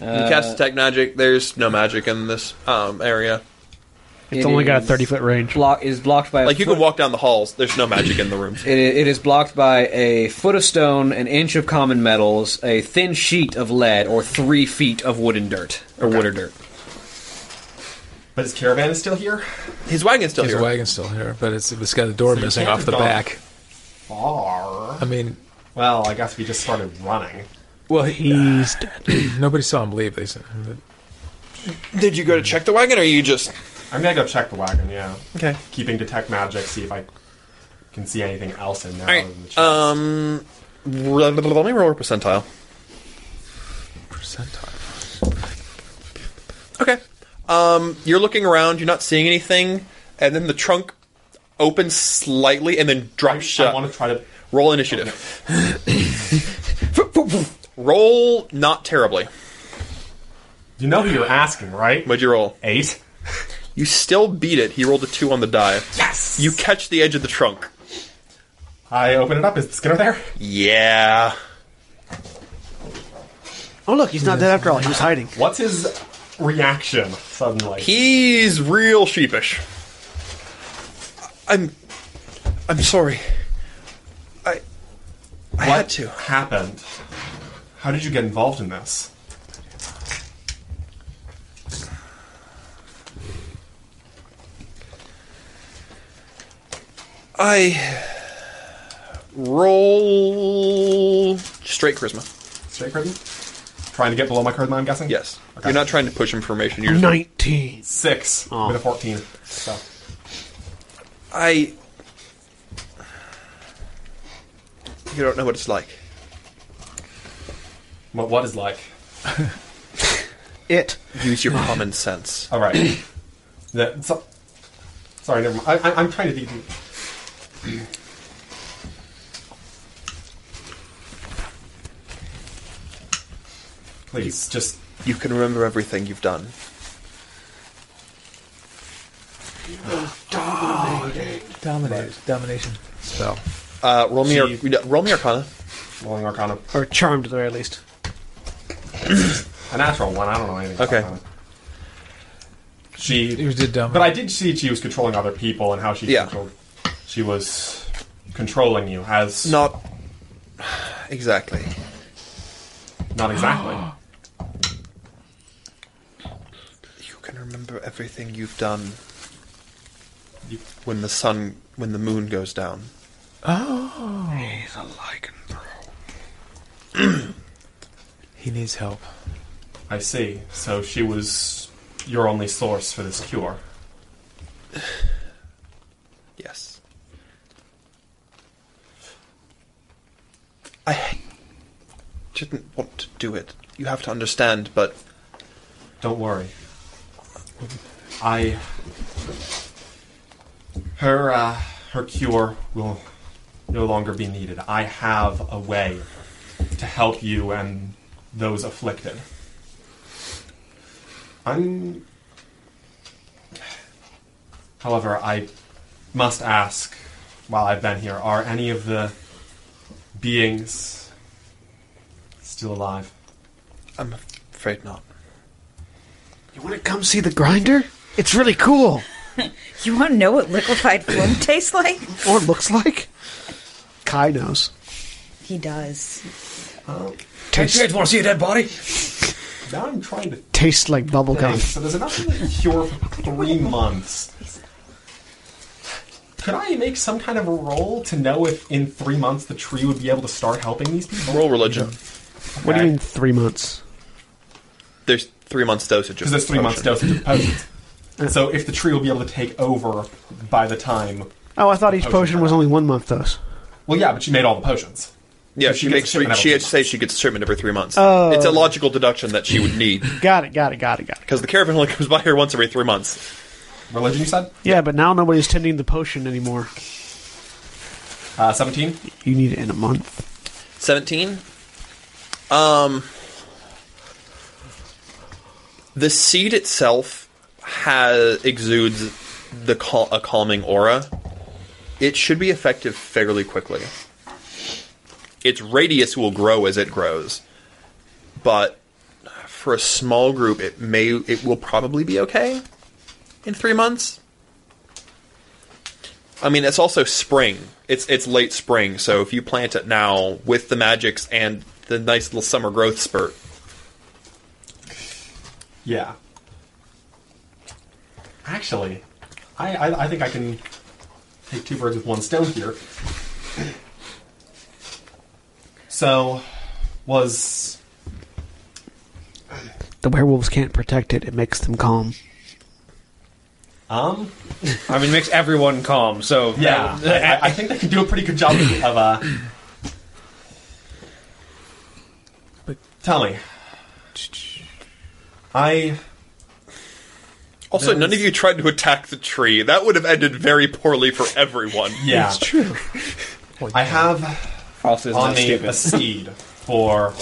you cast detect magic. There's no magic in this um, area. It's It only got a is 30 foot range. Block is blocked by a Like you foot. can walk down the halls. There's no magic in the rooms. It, it is blocked by a foot of stone, an inch of common metals, a thin sheet of lead, or three feet of wood and dirt, or wood or dirt. But his caravan is still here. His wagon's still His here. wagon's still here, but it's it's got a door So you missing can't off the have gone. back. Far. I mean, Well, I guess we just started running. well, he, He's dead. nobody saw him leave. They said, Did you go to check the wagon, or you just? I'm gonna go check the wagon. Yeah. Okay. Keeping detect magic, see if I can see anything else in there. All other than the right. chest. Um, let me roll a percentile. percentile. Okay. Um, you're looking around. You're not seeing anything, and then the trunk opens slightly and then drops I shut. want to try to. Roll initiative. roll not terribly. You know who you're asking, right? What'd you roll? Eight. You still beat it. He rolled a two on the die. Yes. You catch the edge of the trunk. I open it up. Is the Skinner there? Yeah. Oh, look, he's not dead after all. He was hiding. What's his reaction suddenly? He's real sheepish. I'm. I'm sorry. I. I what had to. happened? How did you get involved in this? I. Roll. Straight charisma. Straight charisma? Trying to get below my charisma, I'm guessing? Yes. Okay. You're not trying to push information. You're just. 19. Six Oh. with a 14. So, I. You don't know what it's like. what, what is like? It. Use your common sense. All right. The- so- sorry, never mind. I, I, I'm trying to think. Please, just You can remember everything you've done. Dominate, domination spell. Uh, roll me, ar- roll me Arcana. rolling Arcana. Or charmed, at the very least. A natural one. I don't know anything. Okay. About Arcana. She He was did dominate. But I did see she was controlling other people and how she Yeah. controlled. She was controlling you as Not exactly. not exactly. You can remember everything you've done You- when the sun, when the moon goes down. Oh. he needs help. I see. So she was your only source for this cure. Yes. I didn't want to do it. You have to understand, but Don't worry. I. Her, uh, her cure will no longer be needed. I have a way to help you and those afflicted. I'm. However, I must ask while I've been here are any of the beings still alive? I'm afraid not. You want to come see the grinder? It's really cool. You want to know what liquefied phlegm tastes like? Or it looks like. Kai knows. He does. Tastes, want to see a dead body? Now I'm trying to tastes like think. bubblegum. So there's enough to cure for three months. Could I make some kind of a roll to know if in three months the tree would be able to start helping these people? Roll religion. What do you mean three months? There's three months dosage. Because there's three months dosage of potions. so if the tree will be able to take over by the time. Oh, I thought each Potion potion was product. only one month, dose. Well, yeah, but she made all the potions. Yeah, So she, she gets makes three, treatment every she three had to say months. she gets treatment every three months. Oh. It's a logical deduction that she would need Got it, got it, got it, got it. because the caravan only comes by here once every three months. Religion, you said? Yeah, but now nobody's tending the potion anymore. Uh, 17? You need it in a month. Seventeen. Um, the seed itself has exudes the cal- a calming aura. It should be effective fairly quickly. Its radius will grow as it grows, but for a small group, it may it will probably be okay in three months. I mean, it's also spring. It's it's late spring, so if you plant it now with the magics and the nice little summer growth spurt, Yeah. Actually, I, I, I think I can take two birds with one stone here. So, was The werewolves can't protect it, it makes them calm. um I mean, it makes everyone calm. So yeah, I- I, I think they can do a pretty good job of uh. But tell me, I Also, none of you tried to attack the tree. That would have ended very poorly for everyone. yeah True. I have also on isn't me a stupid. seed for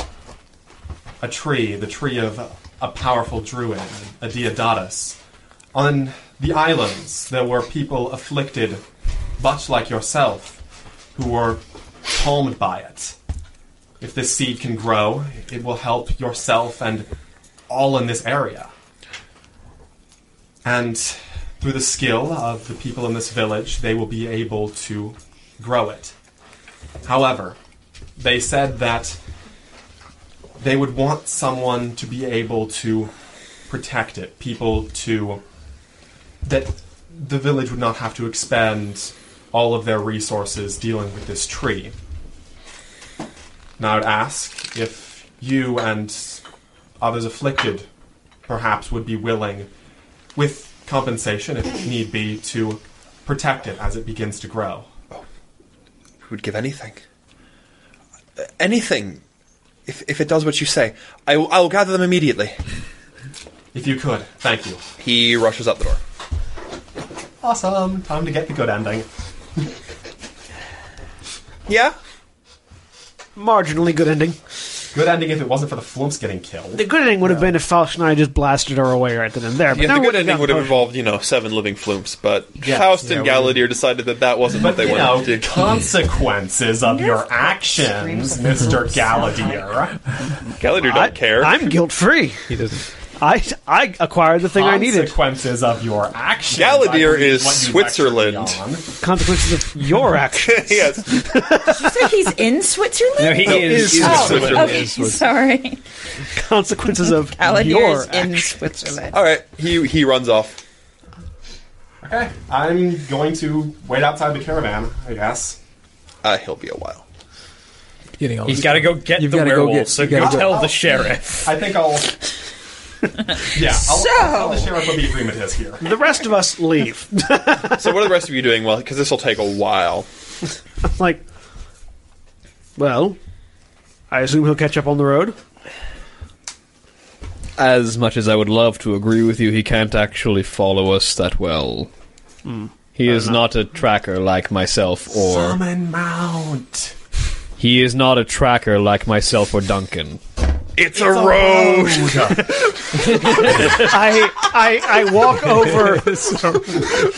a tree, the tree of a powerful druid, a Diodatus. On the islands, there were people afflicted, much like yourself, who were calmed by it. If this seed can grow, it will help yourself and all in this area. And through the skill of the people in this village, they will be able to grow it. However, they said that they would want someone to be able to protect it, people to. that the village would not have to expend all of their resources dealing with this tree. Now I'd ask if you and others afflicted perhaps would be willing, with compensation if need be, to protect it as it begins to grow. We would give anything. Anything. If, if it does what you say, I, will- I will gather them immediately. If you could, thank you. He rushes out the door. Awesome. Time to get the good ending. Yeah? Marginally good ending. Good ending if it wasn't for the flumps getting killed. The good ending would have been if Faust and I just blasted her away right then and there. But yeah no, the good we ending got would have potion. involved, you know, seven living flumps, but Yeah. Faust and Yeah, Galadir decided that that wasn't what But they you know, wanted to do. consequences of your actions, Mr. Galladier. Galadir don't I, care. I'm guilt free. He doesn't. I I acquired the thing I needed. Consequences of your actions. Galladier I believe, is is what you've Switzerland. actually Consequences of your action. yes. So he's in Switzerland? No, he is. is- Oh, Switzerland okay, is sorry. Switzerland. Consequences of your Aladir's action. in Switzerland. Oh. All right. He, he runs off. done. Okay, I'm going to wait outside the caravan, I guess. Uh, he'll be a while. Getting all He's this- got to go get You've the gotta go werewolf. get- so you go gotta go- tell the sheriff. I think I'll. Yeah, I'll, I'll tell the sheriff what the agreement is here. The rest of us leave. So what are the rest of you doing? Well, because this will take a while. like, well, I assume he'll catch up on the road. as much as I would love to agree with you, he can't actually follow us that well. Hmm. He is not a tracker like myself or. Summon mount. He is not a tracker like myself or Duncan. It's, a, road. I, I I walk over.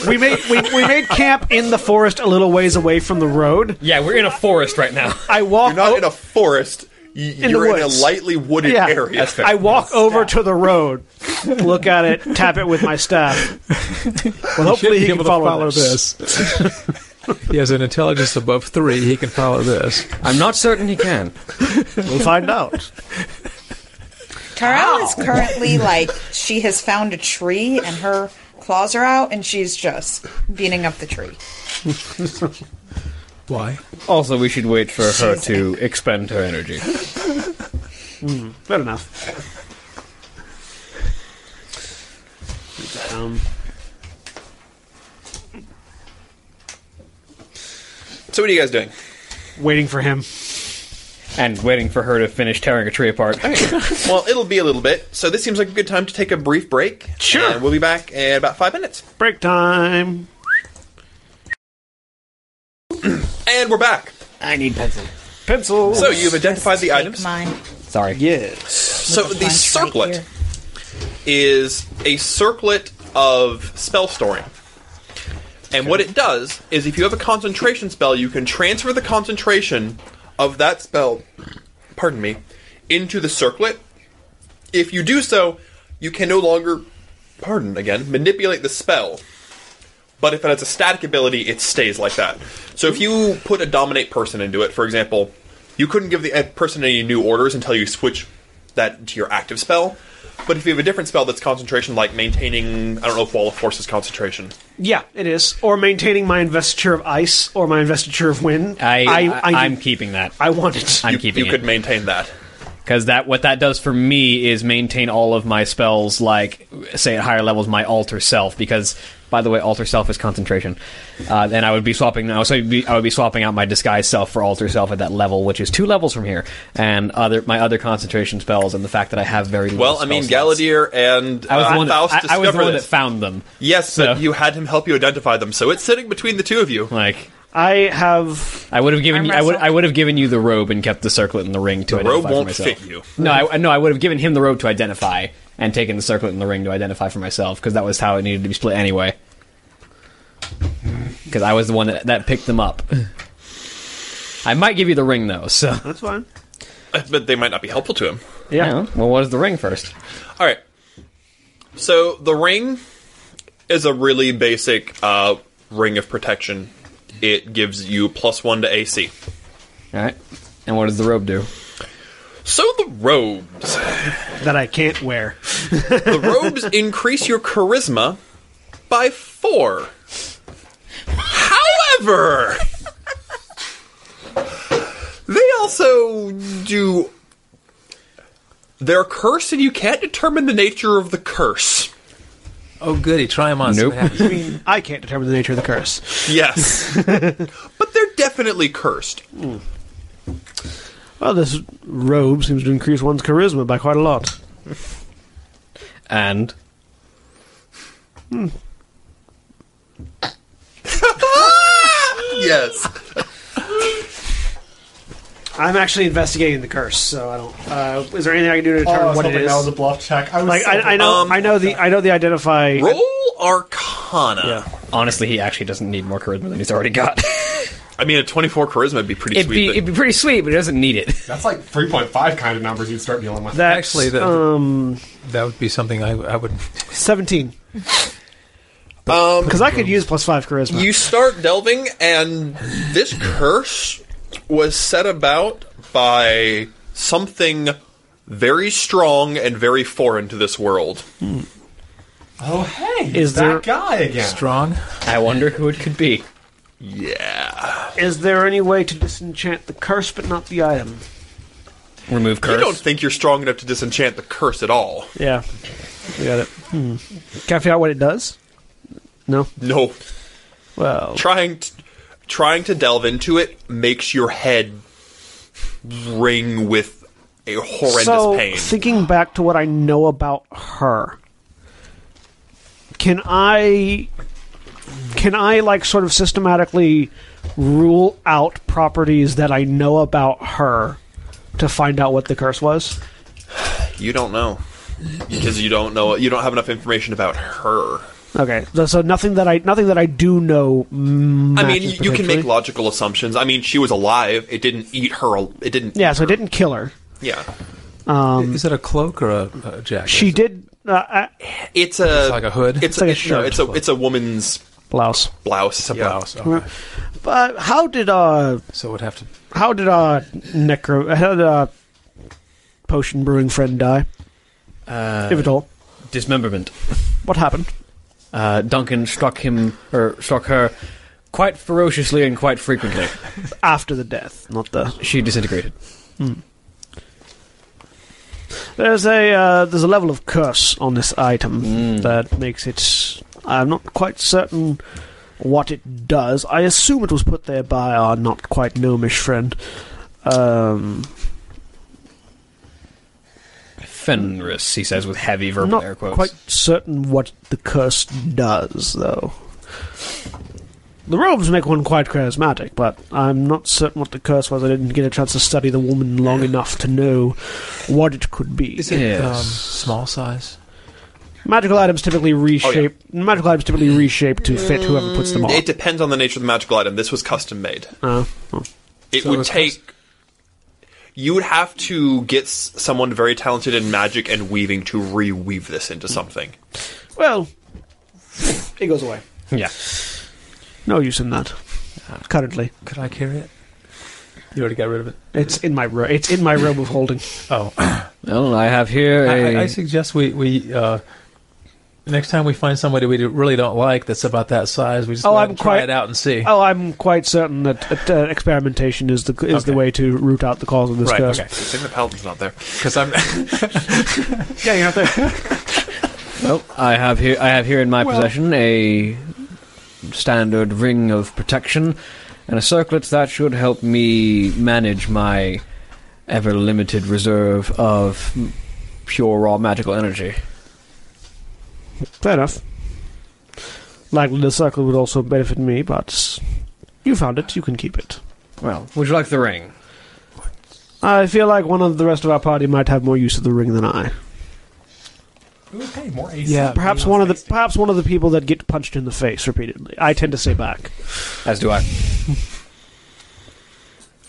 we made we, we made camp in the forest a little ways away from the road. Yeah, we're in a forest right now. I walk You're not o- in a forest. y- the You're in a woods. lightly wooded yeah. area. I walk over to the road, look at it, tap it with my staff. Well, hopefully he be can able to follow, follow this. He has an intelligence above three. He can follow this. I'm not certain he can. We'll find out. Tyrell is currently like she has found a tree and her claws are out and she's just beating up the tree. Why? Also, we should wait for her to expend her energy. Fair enough. Um, So what are you guys doing? waiting for him. And waiting for her to finish tearing a tree apart. well, it'll be a little bit. So this seems like a good time to take a brief break. Sure. And we'll be back in about five minutes. Break time. And we're back. I need pencil. Pencils. So you've identified the items. Mine. Sorry. Yes. So the Mine's right circlet here. is a circlet of spell storing. And what it does is if you have a concentration spell, you can transfer the concentration of that spell, pardon me, into the circlet. If you do so, you can no longer, pardon again, manipulate the spell. But if it has a static ability, it stays like that. So if you put a dominate person into it, for example, you couldn't give the uh, person any new orders until you switch that to your active spell. But if you have a different spell that's concentration, like maintaining, I don't know if Wall of Force is concentration. Yeah, it is. Or maintaining my investiture of ice or my investiture of wind. I, I, I, am keeping that I want it. I'm you, keeping you it. could maintain that. because that what that does for me is maintain all of my spells, like say at higher levels, my alter self. Because by the way, alter self is concentration, uh, and I would be swapping now. So I'd be, I would be swapping out my disguise self for alter self at that level, which is two levels from here, and other my other concentration spells, and the fact that I have very little Well, I spell mean, slots. Galadir and I was, uh, the one, Faust that, I, I was the discovered one that this. found them. yes, but so- you had him help you identify them, so it's sitting between the two of you. Like I have. I would have given Arm you, I would wrestle. I would have given you the robe and kept the circlet and the ring to The identify robe for won't myself. fit you. No, I no, I would have given him the robe to identify and taken the circlet and the ring to identify for myself because that was how it needed to be split anyway. Because I was the one that, that picked them up. I might give you the ring though. So That's fine. Uh, But they might not be helpful to him. Yeah. well, what is the ring first? All right. So the ring is a really basic uh, ring of protection. It gives you plus one to AC. All right, and what does the robe do? So the robes. That I can't wear. The robes increase your charisma by four. However, they also do. They're cursed, and you can't determine the nature of the curse. Oh, goody. Try him on. see Nope. what happens. I mean, I can't determine the nature of the curse. Yes. but they're definitely cursed. Well, this robe seems to increase one's charisma by quite a lot. And Yes. I'm actually investigating the curse, so I don't. Uh, is there anything I can do to Oh, I determine was what it hoping is? that was a bluff check. I was like so I, I know, Um, I know the, I know the identify. Roll Arcana. honestly, he actually doesn't need more charisma than he's already got. I mean, a 24 charisma would be pretty it'd sweet. be but- it'd be pretty sweet, but he doesn't need it. That's like 3.5 kind of numbers you'd start dealing with. That's, Actually, the- um, That would be something I, I would. seventeen. Because I could use plus five charisma. You start delving, and this curse was set about by something very strong and very foreign to this world. oh, hey, Is is that there- guy again. Strong? I wonder who it could be. Yeah. Is there any way to disenchant the curse but not the item? Remove curse. You don't think you're strong enough to disenchant the curse at all. Yeah, we got it. Hmm. Can I figure out what it does? No. No. Well, Trying to, trying to delve into it makes your head ring with a horrendous so, pain. thinking back to what I know about her, can I can I like sort of systematically rule out properties that I know about her to find out what the curse was? you don't know because you don't know. You don't have enough information about her. Okay, so, so nothing that I nothing that I do know. I mean, you, you can potentially. make logical assumptions. I mean, she was alive. It didn't eat her. al- It didn't. Yeah, so I didn't kill her. Yeah. Is it a cloak or a, a jacket? She did uh, uh, It's a It's like a hood? It's, It's a, like a no, shirt. it's a it's a woman's blouse. blouse. It's a yeah. blouse. Okay. But how did uh So it would have to. how did uh necro how did uh potion brewing friend die? Uh, if at all, Dismemberment. what happened? Uh, Duncan struck him or struck her quite ferociously and quite frequently. after the death, not the. She disintegrated. There's a uh, there's a level of curse on this item that makes it. I'm not quite certain what it does. I assume it was put there by our not quite gnomish friend. Um, Fenris, he says with heavy I'm verbal not air quotes. quite certain what the curse does, though. The robes make one quite charismatic, but I'm not certain what the curse was. I didn't get a chance to study the woman long enough to know what it could be. Is it Yes. um, small size? Magical items typically Oh, reshape. Magical items typically reshape to fit whoever puts them on. It depends on the nature of the magical item. This was custom made. Uh, It So it would was take. You would have to get s- someone very talented in magic and weaving to reweave this into something. well, it goes away. Yeah. No use in that. Currently, Could I carry it? You already got rid of it. it's in my ro- it's in my robe of holding. Oh, Well, I have here I, a I- I suggest we we uh, next time we find somebody we do- really don't like that's about that size, we just Oh, let I'm them try quite- it out and see. Oh, I'm quite certain that uh, t- uh, experimentation is the is the Okay. way to root out the cause of this right, curse. okay. Good thing the paladin's not there. Because I'm Yeah, you're not there. Well, I have here. I have here in my possession a standard ring of protection and a circlet that should help me manage my ever limited reserve of m- pure raw magical energy. Fair enough. Likely the circle would also benefit me, but you found it. You can keep it. Well, would you like the ring? I feel like one of the rest of our party might have more use of the ring than I. Ooh, hey, more AC. yeah. Perhaps one of the perhaps one of the people that get punched in the face repeatedly. I tend to say back. As do I.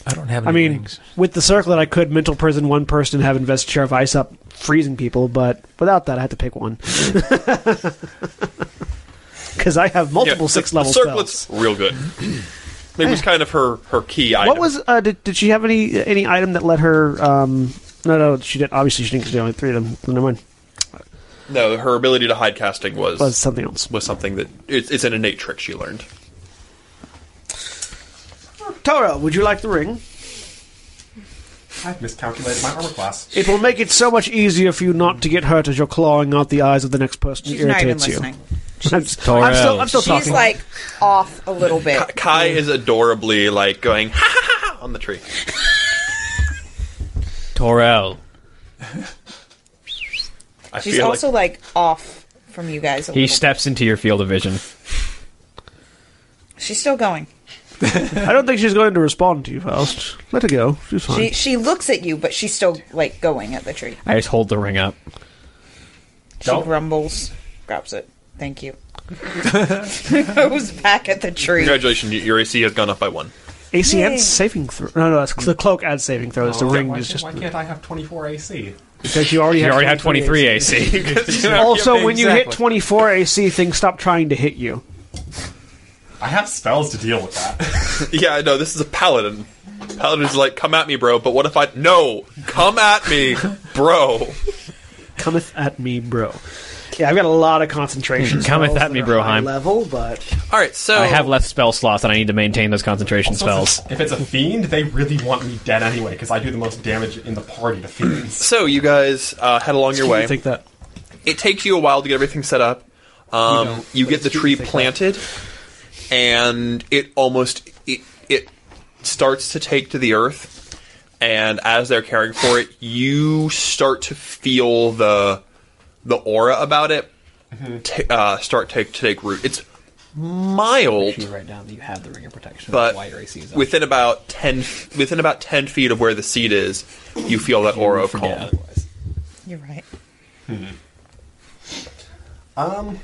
I don't have. I Any mean, rings. with the circlet, I could mental prison one person, have investiture of ice up, freezing people. But without that, I had to pick one because I have multiple Yeah, six the, level the circlet's spells. real good. It was kind of her her key item. What was uh, did, did she have any any item that let her? Um, no, no, she did. Obviously, she didn't. 'cause She only had three of them. Never mind. no her ability to hide casting was Was was, something else. something that it's, it's an innate trick she learned. Toro, would you like the ring? I've miscalculated my armor class. It will make it so much easier for you not to get hurt as you're clawing out the eyes of the next person She's who not even irritates you. listening. I'm, s- I'm Oh. still, I'm still She's talking. like off a little bit. Ka- Kai is adorably like going ha ha ha on the tree. Torel. I She's feel also like like off from you guys. A He little. steps into your field of vision. She's still going. I don't think she's going to respond to you, Faust. Let her go. She's fine. She she looks at you, but she's still like going at the tree. I just hold the ring up. She grumbles, grabs it. Thank you. Goes back at the tree. congratulations, y- your AC has gone up by one. AC Yay. adds saving throw. No, no, that's the cloak adds saving throws. the Why- ring why, is just why can't I have 24 AC? because you already You have already had 23 AC. Also, when you hit Exactly. 24 AC, things stop trying to hit you. I have spells to deal with that. Yeah, I know. This is a paladin. Paladin's like, come at me, bro. But what if I no? Come at me, bro. Cometh at me, bro. Yeah, I've got a lot of concentration. Cometh spells at that me, are bro, high Heim. Level, but All right, so I have less spell slots, and I need to maintain those concentration spells. If it's a fiend, they really want me dead anyway because I do the most damage in the party to fiends. so you guys uh, head along your way. think that it takes you a while to get everything set up. Um, you, get the tree planted, and it almost it, it starts to take to the earth. and as they're caring for it, you start to feel the the aura about it ta uh, start take to take root. It's mild, You write down that you have the ring of protection. but why your AC is up. within about ten within about ten feet of where the seed is, you feel that aura of Forget calm. otherwise. You're right. Um,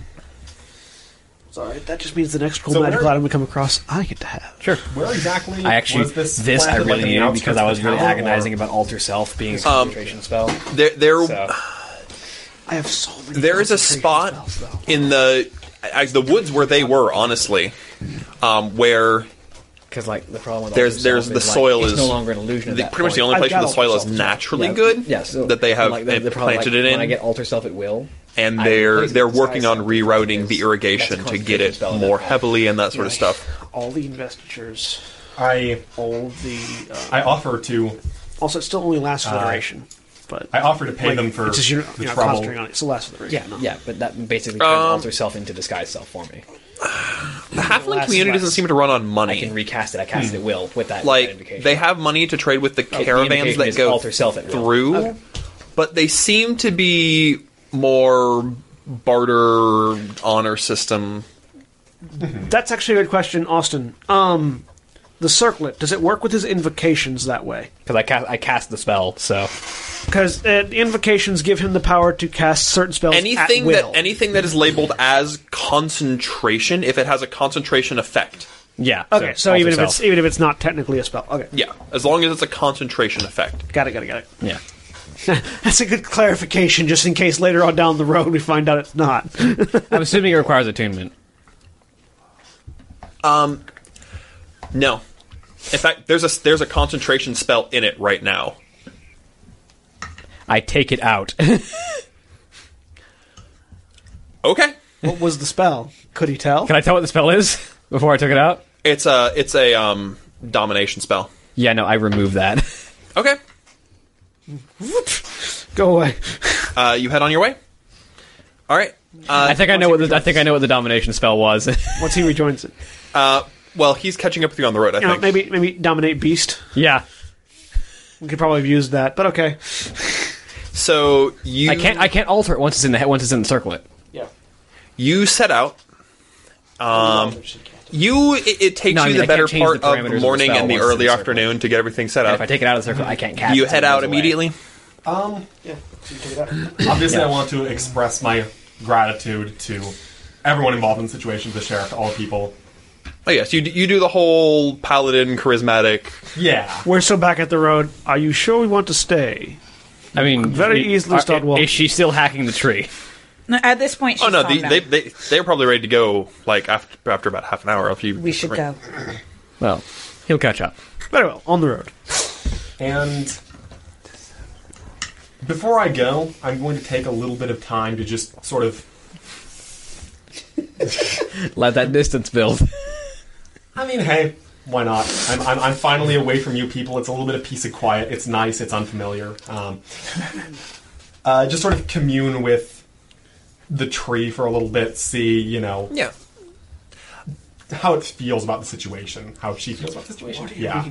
Sorry, that just means the next cool So magical where- item we come across, I get to have. Sure. Where exactly I actually was this, this? I planted, like, really in the needed because I was outskirts of really town, or- agonizing about alter self being a Um, concentration spell. There, there, So I have so many. there is a concentration spot spells, though. in the as the woods where they were, honestly, um, where because like the problem with There's- Alter there's Self the is, like, soil it's is- no longer an illusion. at the, that pretty much the only point. I've place where got the soil is Alter Self. naturally Yeah, good yeah, so- that they have like, it the problem, planted like, it in. When I get alter self at will, and I they're place it they're inside working on something rerouting because the that's irrigation a to get it concentration spell at more that point. heavily and that sort of stuff. All the investitures, I all the. Uh, I offer to also, it still only lasts for the duration, but Uh, I offer to pay them for it's just you're, the you're not trouble. concentrating on it. It's the last of the duration. Yeah, no. yeah, but that basically turns Um, alter self into disguise self for me. The halfling last community last. doesn't seem to run on I can money. recast it. I cast it at will with that. that Like invocation. they have money to trade with the caravans indication that is go alter self at will. through, but they seem to be more barter honor system. That's actually a good question, Austin. Um, the circlet does it work with his invocations that way? because I cast I cast the spell. So Because uh, invocations give him the power to cast certain spells at Anything will. that anything that is labeled as concentration, if it has a concentration effect, yeah. okay, so alter even if self. it's even if it's not technically a spell, okay, yeah, as long as it's a concentration effect. got it, got it, got it. yeah. That's a good clarification, just in case later on down the road we find out it's not. I'm assuming it requires attunement. No, in fact, there's a there's a concentration spell in it right now. I take it out. Okay. what was the spell? Could he tell? Can I tell what the spell is before I took it out? It's a it's a um domination spell. Yeah, no, I remove Uh, that. Okay. Go away. Uh, you head on your way. All right. I think I know what the, I think I know what the domination spell was. Once he rejoins it, Well, he's catching up with you on the road. I you know, think. maybe maybe dominate beast. yeah, We could probably have used that, but okay. So you I can't I can't alter it once it's in the he- once it's in the circlet. Yeah. you set out. Um, You it, it takes No, I you mean, I the better can't part change the of parameters the of the morning spell and the once it's in early the circle. afternoon to get everything set And if up. I take it out of the circlet, I can't cast. you it, head so it out goes away. immediately. Um, yeah. obviously, I want to express my gratitude to everyone involved in the situation, the sheriff, all people. Oh yes, you d- you do the whole paladin charismatic. Yeah, We're still back at the road. Are you sure we want to stay? I mean, very easily are- start walking. Is she still hacking the tree? No, At this point, she's Oh no, calmed the, down. they they they're probably ready to go like after after about half an hour. If you we should go. Well, he'll catch up. Very well, on the road. and before I go, I'm going to take a little bit of time to just sort of. Let that distance build. I mean, hey, why not? I'm I'm, I'm finally away from you people. It's a little bit of peace and quiet. It's nice. It's unfamiliar. Um, uh, just sort of commune with the tree for a little bit. See, you know, yeah. how it feels about the situation, how she feels about the situation. Yeah.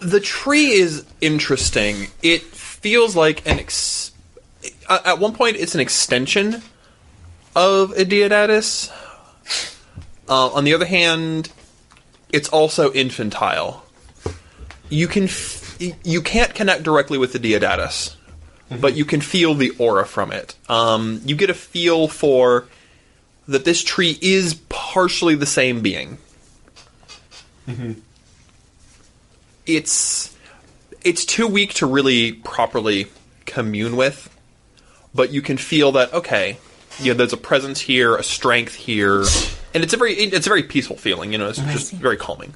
the tree is interesting. It feels like an ex- uh, at one point it's an extension of Idiotatus. Uh, on the other hand, it's also infantile. You can f- you can't connect directly with Idiotatus, but you can feel the aura from it. Um, you get a feel for that this tree is partially the same being. it's it's too weak to really properly commune with, but you can feel that okay, you know, there's a presence here, a strength here, and it's a very it's a very peaceful feeling. You know, it's just very calming.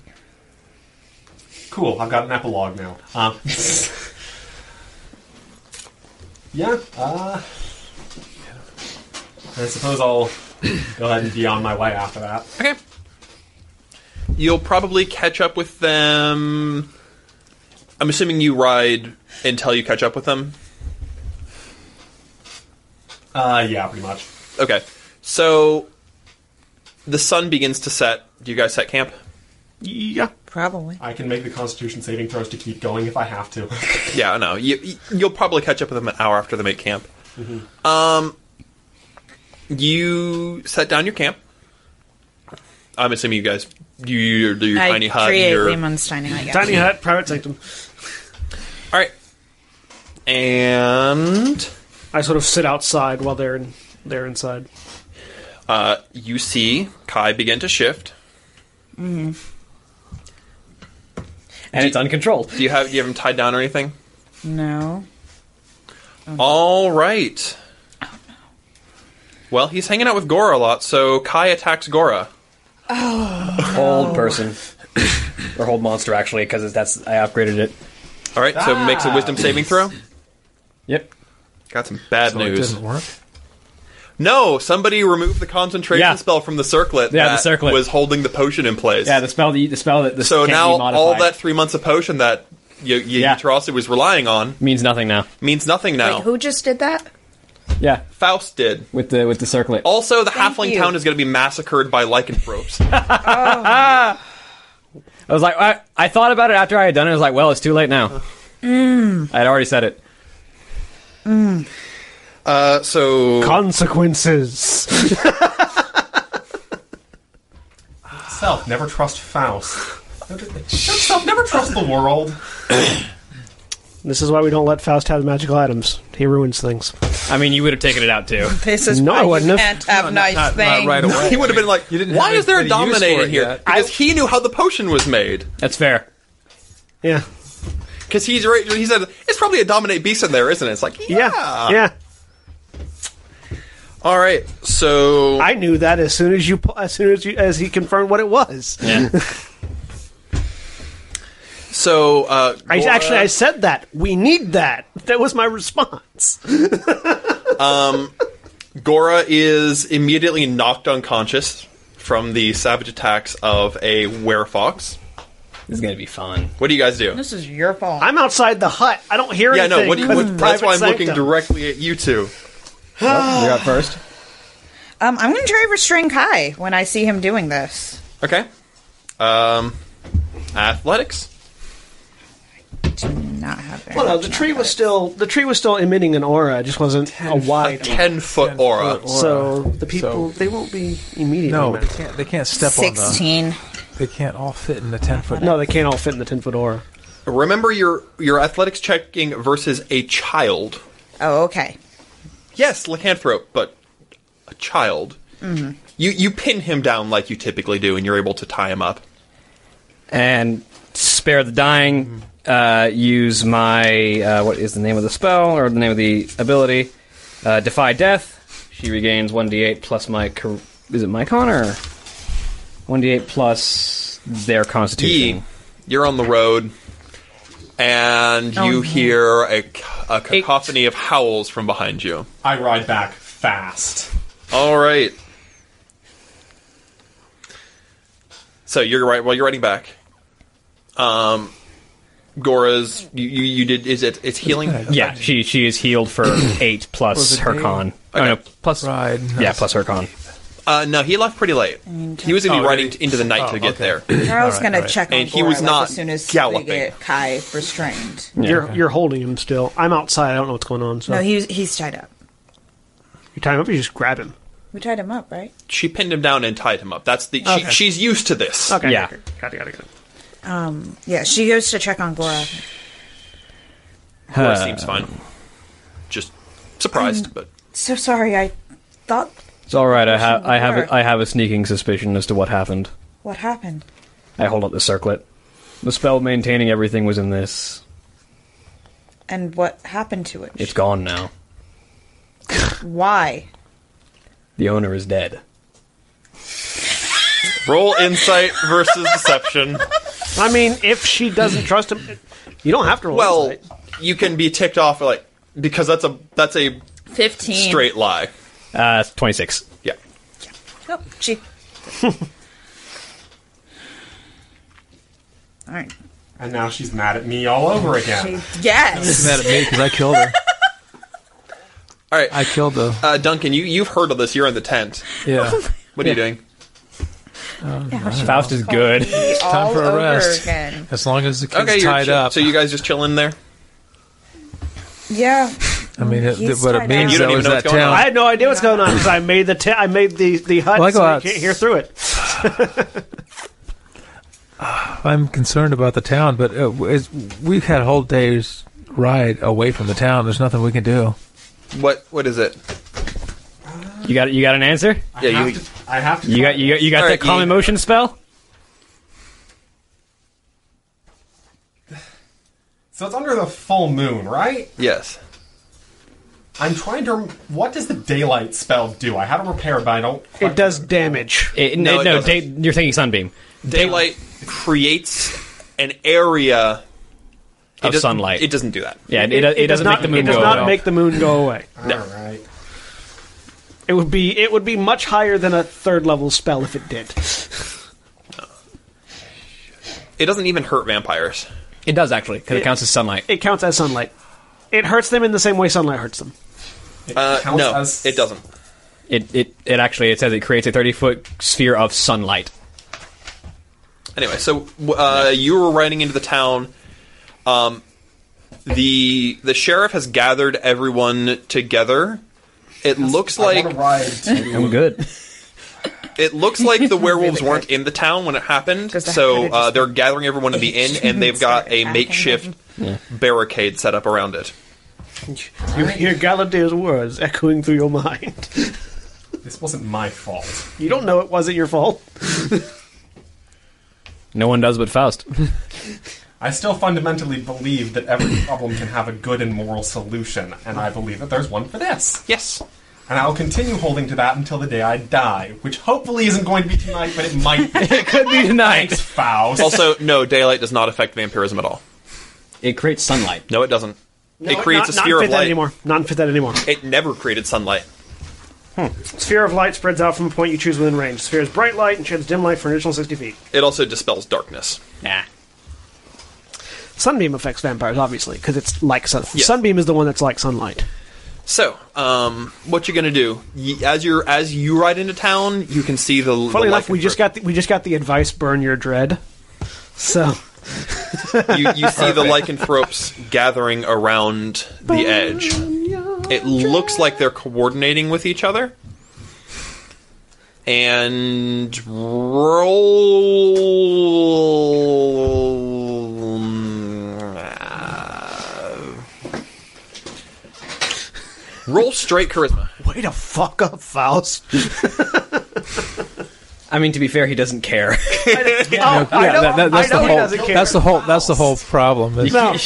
Cool. I've got an epilogue now. Um, yeah. Uh, I suppose I'll go ahead and be on my way after that. Okay, you'll probably catch up with them. I'm assuming you ride until you catch up with them. Uh, yeah, pretty much. Okay, so the sun begins to set. Do you guys set camp? Yeah. Probably. I can make the Constitution saving throws to keep going if I have to. Yeah, no. You, you'll probably catch up with them an hour after they make camp. Um, you set down your camp. I'm assuming you guys, you your, your I tiny hut. create Your, all Lehman's tiny hut. Yeah. Tiny hut, private sanctum. right. And I sort of sit outside while they're in, they're inside. uh, you see Kai begin to shift. and it's uncontrolled. Do you have do you have him tied down or anything? No. All right. Well, he's hanging out with Gora a lot, so Kai attacks Gora. Old person. or old monster, actually, because that's I upgraded it. All right, so makes a wisdom saving throw. Yep. Got some bad So it news. doesn't work. No, somebody removed the concentration Yeah. spell from the circlet. Yeah, the that circlet. was holding the potion in place. Yeah, the spell that you, the spell that the so can't now be modified all that three months of potion that y- y- Yeah. Ytarasi was relying on means nothing now. means nothing now. Wait, who just did that? Yeah, Faust did. with the with the circlet. Also, the halfling you. town is going to be massacred by lycanthropes. I was like, I, I thought about it after I had done it. I was like, well, it's too late now. I had already said it. uh, so Consequences. Self, never trust Faust. Self, never trust the world. this is why we don't let Faust have magical items. He ruins things. I mean, you would have taken it out too. This is No, why I wouldn't you have. can't have nice Not, things. not right away. he would have been like, You didn't "Why have is there a any- any use dominator for it here?" yet. Because he knew how the potion was made. That's fair. Yeah. Because he's right. He said, "It's probably a dominate beast in there, isn't it?" It's like, Yeah. yeah, Yeah. All right, so I knew that as soon as you pu- as soon as you as he confirmed what it was. Yeah. so uh, I Gora- actually I said that. We need that. That was my response. Gora is immediately knocked unconscious from the savage attacks of a werefox. this is gonna be fun. What do you guys do? This is your fault. I'm outside the hut. I don't hear Yeah, no. anything. What, what, with that's private why I'm looking sanctum. directly at you two. You're up first. Um, I'm going to try to restrain Kai when I see him doing this. Okay. Um, athletics. Not have very Well, no, much the tree of was it. still the tree was still emitting an aura. It just wasn't a A wide. ten foot aura. So the people they won't be immediately. No, they met. can't, they can't step on sixteen. the. They can't all fit in the ten foot. no, they can't all fit in the ten foot aura. Remember your your athletics checking versus a child. Oh, okay. Yes, lycanthrope, but a child. You you pin him down like you typically do, and you're able to tie him up. And spare the dying. Uh, use my uh, what is the name of the spell or the name of the ability? Uh, Defy death. She regains one d8 plus my char- is it my con or one d8 plus their constitution. Yee, E, you're on the road, and you hear a, c- a cacophony of howls from behind you. I ride back fast. All right. So you're right. Well, you're writing back. Um, Gora's you, you you did is it it's healing? Yeah, she she is healed for eight plus it her eight? con. Oh, no, plus Ride. yeah, plus her con. Uh, no, he left pretty late. He was gonna be Oh, riding did he? into the night Oh, to get okay. there. Charles right, gonna all right. check on And he Gora, was like, not as soon as galloping. we get Kai restrained. you're you're holding him still. I'm outside. I don't know what's going on. So No, he's he's tied up. you tie him up. You just grab him. We tied him up, right? she pinned him down and tied him up. That's the she, she's used to this. Okay. Yeah. okay, Got it. Got it. Got it. Yeah, she goes to check on Gora. Gora seems fine. Just surprised, but So sorry, I thought It's all right. I have Person I have before. a, I have a sneaking suspicion as to what happened. what happened. I hold up the circlet. The spell maintaining everything was in this. And what happened to it? It's gone now. Why? The owner is dead. roll insight versus deception. I mean, if she doesn't trust him, you don't have to. Roll Well, insight. you can be ticked off like because that's a that's a 15. straight lie. Uh, twenty six. Yeah. Oh, she. All right. And now she's mad at me all over again. Yes. Mad at me because I killed her. All right. I killed the. Uh, Duncan, you you've heard of this. You're in the tent. Yeah. What are you doing? Faust is good. It's time all for a over rest. again. As long as the kid's Okay, you're tied chill- up. so you guys just chilling there. Yeah. I mean, it, He's what it tied means up. You though don't even is know that what's going town. on. I had no idea what's going on because I made the ta- I made the the hut Like so I lots. can't hear through it. I'm concerned about the town, but uh, it's, we've had a whole day's ride away from the town. There's nothing we can do. What what is it? You got you got an answer? Yeah, I you- have to, I have to You try got you got you got All that right, common you- motion spell? So it's under the full moon, right? Yes. I'm trying to. rem- What does the daylight spell do? I had it repaired, but I don't. quite- It does damage. It, No, no, it no day, doesn't. you're thinking sunbeam. Daylight creates an area it Of doesn't- sunlight. It doesn't do that. Yeah, it, it, it, doesn't does not, make the moon It does go not away. make the moon go away. All right. It would be it would be much higher than a third level spell if it did. It doesn't even hurt vampires. It does actually because it, counts as sunlight. It counts as sunlight. It hurts them in the same way sunlight hurts them. It Uh, counts no, as- it doesn't. It it it actually it says it creates a 30 foot sphere of sunlight. Anyway, so uh, you were riding into the town. Um, the the sheriff has gathered everyone together. It looks I like want to ride to- good. it looks like the werewolves weren't in the town when it happened. Because the So head uh, just- they're gathering everyone in the inn, and they've got a Start attacking makeshift barricade set up around it. You hear Galadea's words echoing through your mind. This wasn't my fault. You don't know it wasn't your fault. No one does but Faust. I still fundamentally believe that every problem can have a good and moral solution, and I believe that there's one for this. Yes. And I'll continue holding to that until the day I die, which hopefully isn't going to be tonight, but it might be. Could be Thanks, tonight. Faust. Also, no, daylight does not affect vampirism at all. It creates sunlight. No, it doesn't. No, it creates not, a sphere not of fit that light. anymore. Not fit that anymore. It never created sunlight. Sphere of light spreads out from a point you choose within range. Sphere is bright light and sheds dim light for an additional sixty feet. It also dispels darkness. Nah. Sunbeam affects vampires, obviously, because it's like sun. Yes. Sunbeam is the one that's like sunlight. So, um, what you gonna do? Y- As you as you ride into town, you can see the. the Funny enough, lichen we just fir- got the, we just got the advice: burn your dread. So you, you see the lycanthropes gathering around the edge. It looks like they're coordinating with each other. And roll. Roll straight charisma. way to fuck up, Faust. I mean, to be fair, he doesn't care. Oh, I know, that- that- that's I know the he whole. doesn't care. That's the whole. That's the whole problem. is- no. no,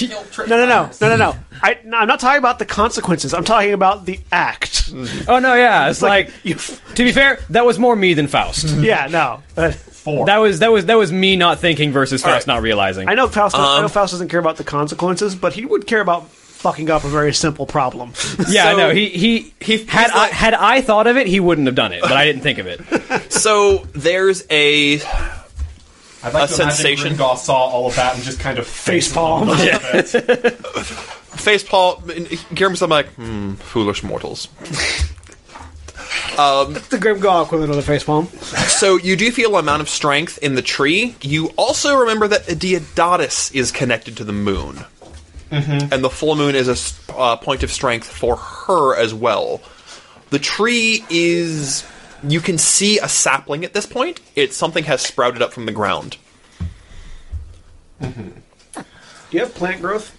no, no, no, no, no. I, no, I'm not talking about the consequences. I'm talking about the act. oh no, yeah. It's like, you, f- to be fair, that was more me than Faust. yeah, no. Uh, Four. that was that was that was me not thinking versus Faust right. not realizing. I know Faust. I know Faust doesn't care about the consequences, but he would care about fucking up a very simple problem. Yeah, So- no. He he he- had he's like- I, had I thought of it, he wouldn't have done it. But I didn't think of it. So there's a I'd like a to imagine sensation. Grimgar saw all of that and just kind of face Facepalm. face Paul. Garen was like, hmm, foolish mortals. the Grim Gall equivalent of the face palm. So you do feel an amount of strength in the tree. You also remember that Diodotus is connected to the moon, and the full moon is a s- uh, point of strength for her as well. The tree is. You can see a sapling at this point. It's something has sprouted up from the ground. Do you have plant growth?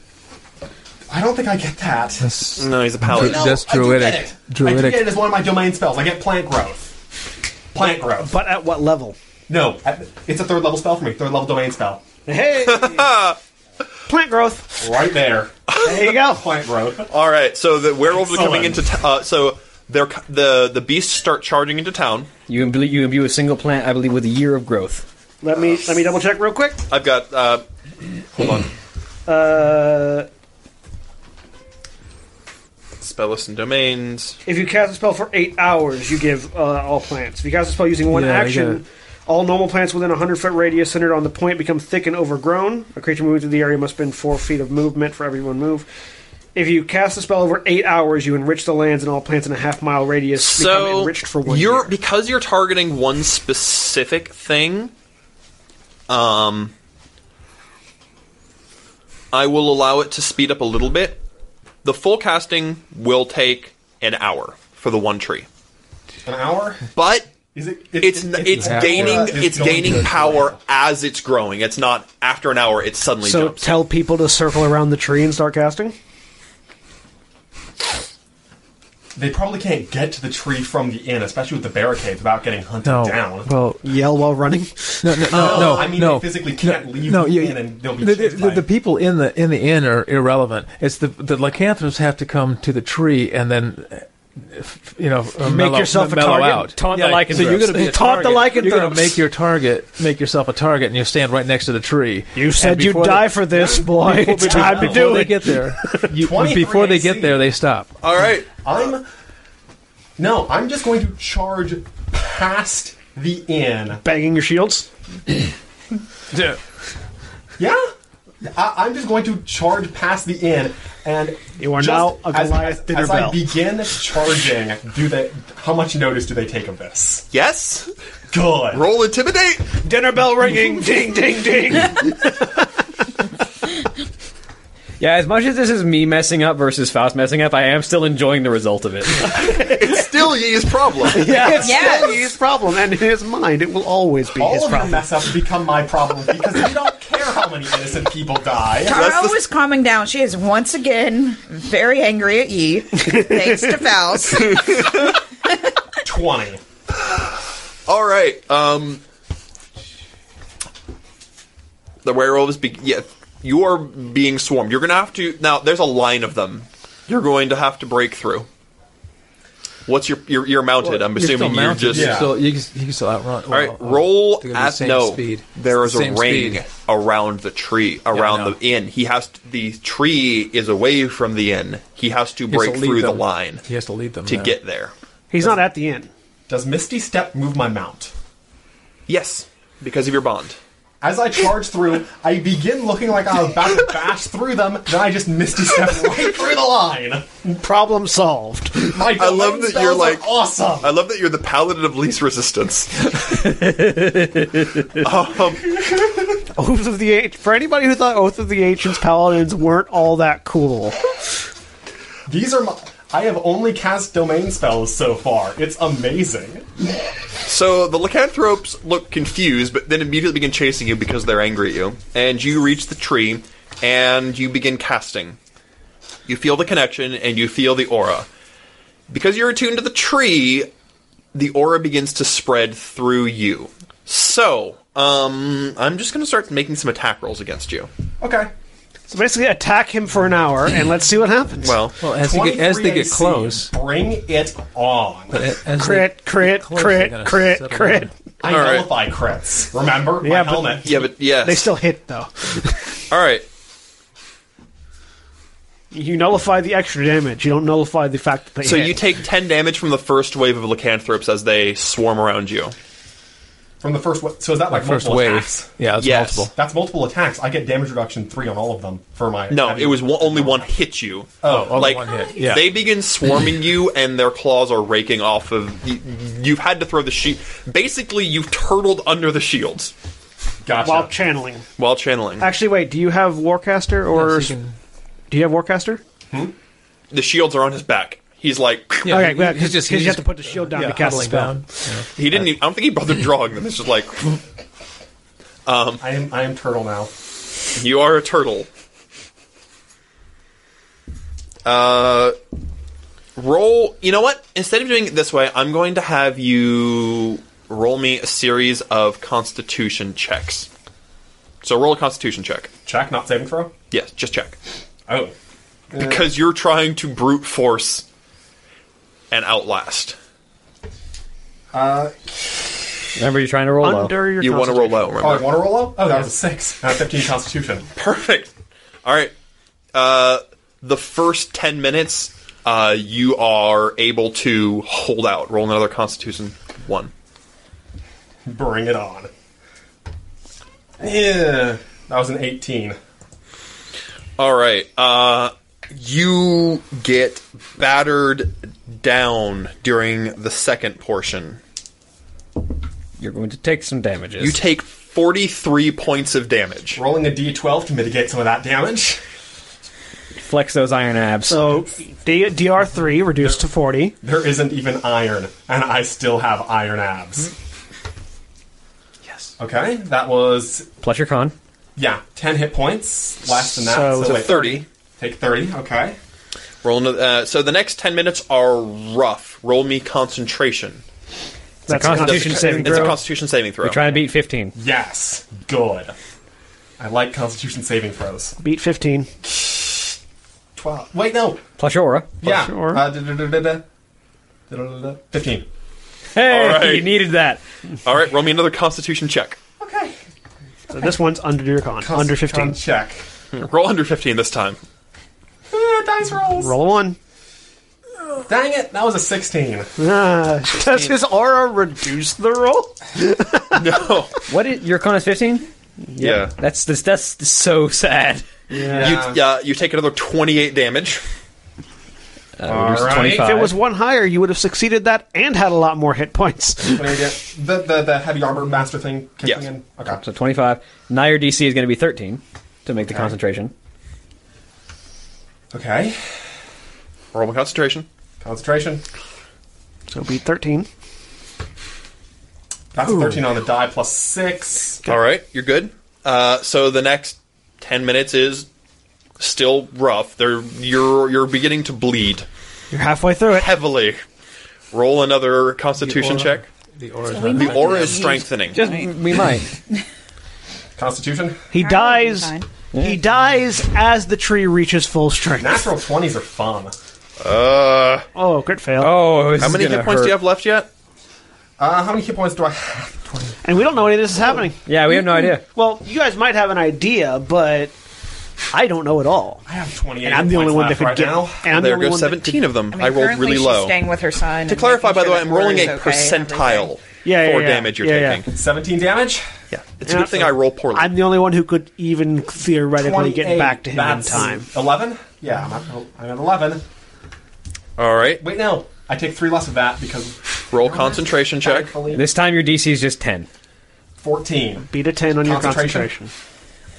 I don't think I get that. That's, No, he's a Dru- paladin. No, that's I do druidic. get it. I do Druidic. get it as one of my domain spells. I get plant growth. Plant growth. But at what level? No, I- it's a third level spell for me. Third level domain spell. Hey, plant growth. Right there. There you go. Plant growth. All right, so the werewolves are coming Excellent. into. T- uh, so they're, c- the the beasts start charging into town. You imbue, you imbue a single plant, I believe, with a year of growth. Let me let me double check real quick. I've got. Uh, hold on. Uh, Spell lists and domains. if you cast a spell for eight hours, you give uh, all plants. If you cast a spell using one Yeah, I action, get it. all normal plants within a hundred foot radius centered on the point become thick and overgrown. A creature moving through the area must spend four feet of movement for every one move. If you cast a spell over eight hours, you enrich the lands and all plants in a half mile radius become So enriched for one you're year. because you're targeting one specific thing. Um, I will allow it to speed up a little bit. The full casting will take an hour for the one tree, An hour? but Is it? it's it's, it's, half gaining going to- it's, going to gaining go power down. as it's growing. It's not after an hour it suddenly So jumps. tell people to circle around the tree and start casting. They probably can't get to the tree from the inn, especially with the barricades, without getting hunted No. down. Oh, Well, Yell while running. no, no, no, no. I mean, no. they physically can't leave the you- inn and they'll be the, chased the, by the it. people in the in the inn are irrelevant. It's the the lycanthropes have to come to the tree and then, uh, f- you know, uh, Make mellow, yourself a mellow target. out. Taunt the so you're lycanthropes. going to be a Taunt the target. You're going lycanthropes. to make your target, make yourself a target, and you stand right next to the tree. You And said you'd before they- die for this, boy. It's time to before do they it. get there. you- 23 before they get AC. there, they stop. All right, I'm. No, I'm just going to charge past the inn. Banging your shields. Yeah? I, I'm just going to charge past the inn and. You are just now a as- Goliath as, dinner as bell. I begin charging, do they. How much notice do they take of this? yes, Good. roll intimidate. Dinner bell ringing. ding, ding, ding. Yeah, as much as this is me messing up versus Faust messing up, I am still enjoying the result of it. It's still Yee's problem. It's Yes. still his problem, and in his mind, it will always be All his of your problem. mess ups become my problem because you don't care how many innocent people die. That's Carl the- is calming down. She is once again very angry at ye, thanks to Faust. 20. All right. Um, the werewolves. Be- yeah, you are being swarmed. You're gonna have to now. There's a line of them. You're going to have to break through. What's your you're, you're mounted? I'm You're still assuming you're mounted, just. yeah. still, you, can, you can still outrun. All right, well, uh, roll they're gonna be at the same no. Speed. There is a Same ring speed. around the tree, around know. the inn. He has to, the tree is away from the inn. He has to He has break to lead through the them. line He has to lead them to there. get there. He's not at the end. Does Misty Step move my mount? Yes, because of your bond. As I charge through, I begin looking like I'm about to bash through them, then I just misty step right through the line. Problem solved. My I love that spells you're are like- awesome. I love that you're the paladin of least resistance. um, Oath of the Ancients. For anybody who thought Oath of the Ancients paladins weren't all that cool, These are my. I have only cast domain spells so far. It's amazing. so the lycanthropes look confused, but then immediately begin chasing you because they're angry at you. And you reach the tree, and you begin casting. You feel the connection, and you feel the aura. Because you're attuned to the tree, the aura begins to spread through you. So, um, I'm just going to start making some attack rolls against you. Okay. so basically attack him for an hour and let's see what happens. Well, Well, as, you get, as they 23 get AC, close, Bring it on. as Crit, they, crit, get close, crit, they're gonna crit, settle crit. down. I all right. nullify crits. Remember? Yeah, my but- helmet. yeah, but yes. they still hit though. All right. You nullify the extra damage. You don't nullify the fact that they So hit. you take 10 damage from the first wave of lycanthropes as they swarm around you. From the first wa- So is that like First multiple wave. attacks? Yeah, it's Yes. multiple. That's multiple attacks. I get damage reduction three on all of them for my. No, heavy- it was one, only one hit you. Oh, only like one hit, yeah. they begin swarming you, and their claws are raking off of. You, you've had to throw the shield. Basically, you've turtled under the shields Gotcha. while channeling. while channeling. Actually, wait. Do you have Warcaster or So you can- do you have Warcaster? The shields are on his back. He's like, Yeah, okay, he- well, he's he's just- just, you he's have just- to put the shield down yeah, to cast a huddling spell. down. he didn't. Even, I don't think he bothered drawing them. It's just like I am. I am turtle now. you are a turtle. Uh, roll. You know what? Instead of doing it this way, I'm going to have you roll me a series of Constitution checks. So roll a Constitution check. Check, not saving throw. Yes, just check Oh, because you're trying to brute force and outlast. Remember, you're trying to roll low. Under your you want to roll concentration. low, oh, I remember? want to roll low. Oh, that was a six. Now fifteen Constitution. Perfect. All right. Uh, the first ten minutes, uh, you are able to hold out. Roll another Constitution one. Bring it on. Yeah, that was an eighteen. All right. Uh, you get battered down during the second portion. You're going to take some damages. You take 43 points of damage. Rolling a d12 to mitigate some of that damage. Flex those iron abs. So D- DR3 reduced to 40. There isn't even iron, and I still have iron abs. Mm-hmm. Yes. Okay, that was Plus your con. yeah, ten hit points less than that. So So, it's a wait, 30. Take thirty. Okay. Roll another, uh, so the next 10 minutes are rough. Roll me concentration. That's constitution a saving It's a throw. constitution saving throw. You're trying to beat 15. Yes. Good. I like Constitution saving throws. Beat 15. Twelve. Wait, no. Plus your aura. yeah. sure. Uh, da- da- da- da- da. Da- da- da- da. Fifteen. Hey, All right. you needed that. All right, roll me another constitution check. Okay. So this one's under your con. under 15. Con Check. Roll under 15 this time. Ah, dice rolls. Roll a 1. Dang it! That was a sixteen. Ah, does his aura reduce the roll? No. What is your con is 15? yeah. That's that's, that's so sad. You, uh, you take another 28 damage. Reduced to right. 25. If If it was one higher, you would have succeeded that and had a lot more hit points. What do we get? The, the the heavy Mm-hmm. armor master thing kicking Yes. in. Okay. so 25. Now your DC is going to be 13 to make the concentration. Okay. Roll my concentration. Concentration. So beat 13. That's a 13 on the die plus 6. All right, you're good. Uh, so the next ten minutes is still rough. They're, you're you're beginning to bleed You're halfway through it. heavily. Roll another Constitution check. The aura. The aura is strengthening. Just, we might. Constitution. He dies. He dies as the tree reaches full strength. Natural 20s are fun. Uh, Oh, crit fail. Oh, this how is many gonna hit points do you hurt. have left yet? Uh, how many hit points do I have? And we don't know any of this is happening. Yeah, we have Mm-hmm. no idea. Well, you guys might have an idea, but I don't know at all. I have 28 And I'm the hit points only one that left could right get. now. And I'm there the only goes one that could- seventeen of them. I, I, mean, rolled currently really she's low. staying with her son. To clarify, by the way, I'm rolling a percentile Yeah, yeah, for yeah. damage you're Yeah, yeah. taking. 17 damage. Yeah, it's a Yeah, good thing so I roll poorly. I'm the only one who could even theoretically 28. get back to him in That's time. 11? Yeah, I'm at, I'm at 11. All right, Wait, no. I take 3 less of that because roll concentration check. thankfully, This time your DC is just 10. 14. Beat a 10 on your Concentration?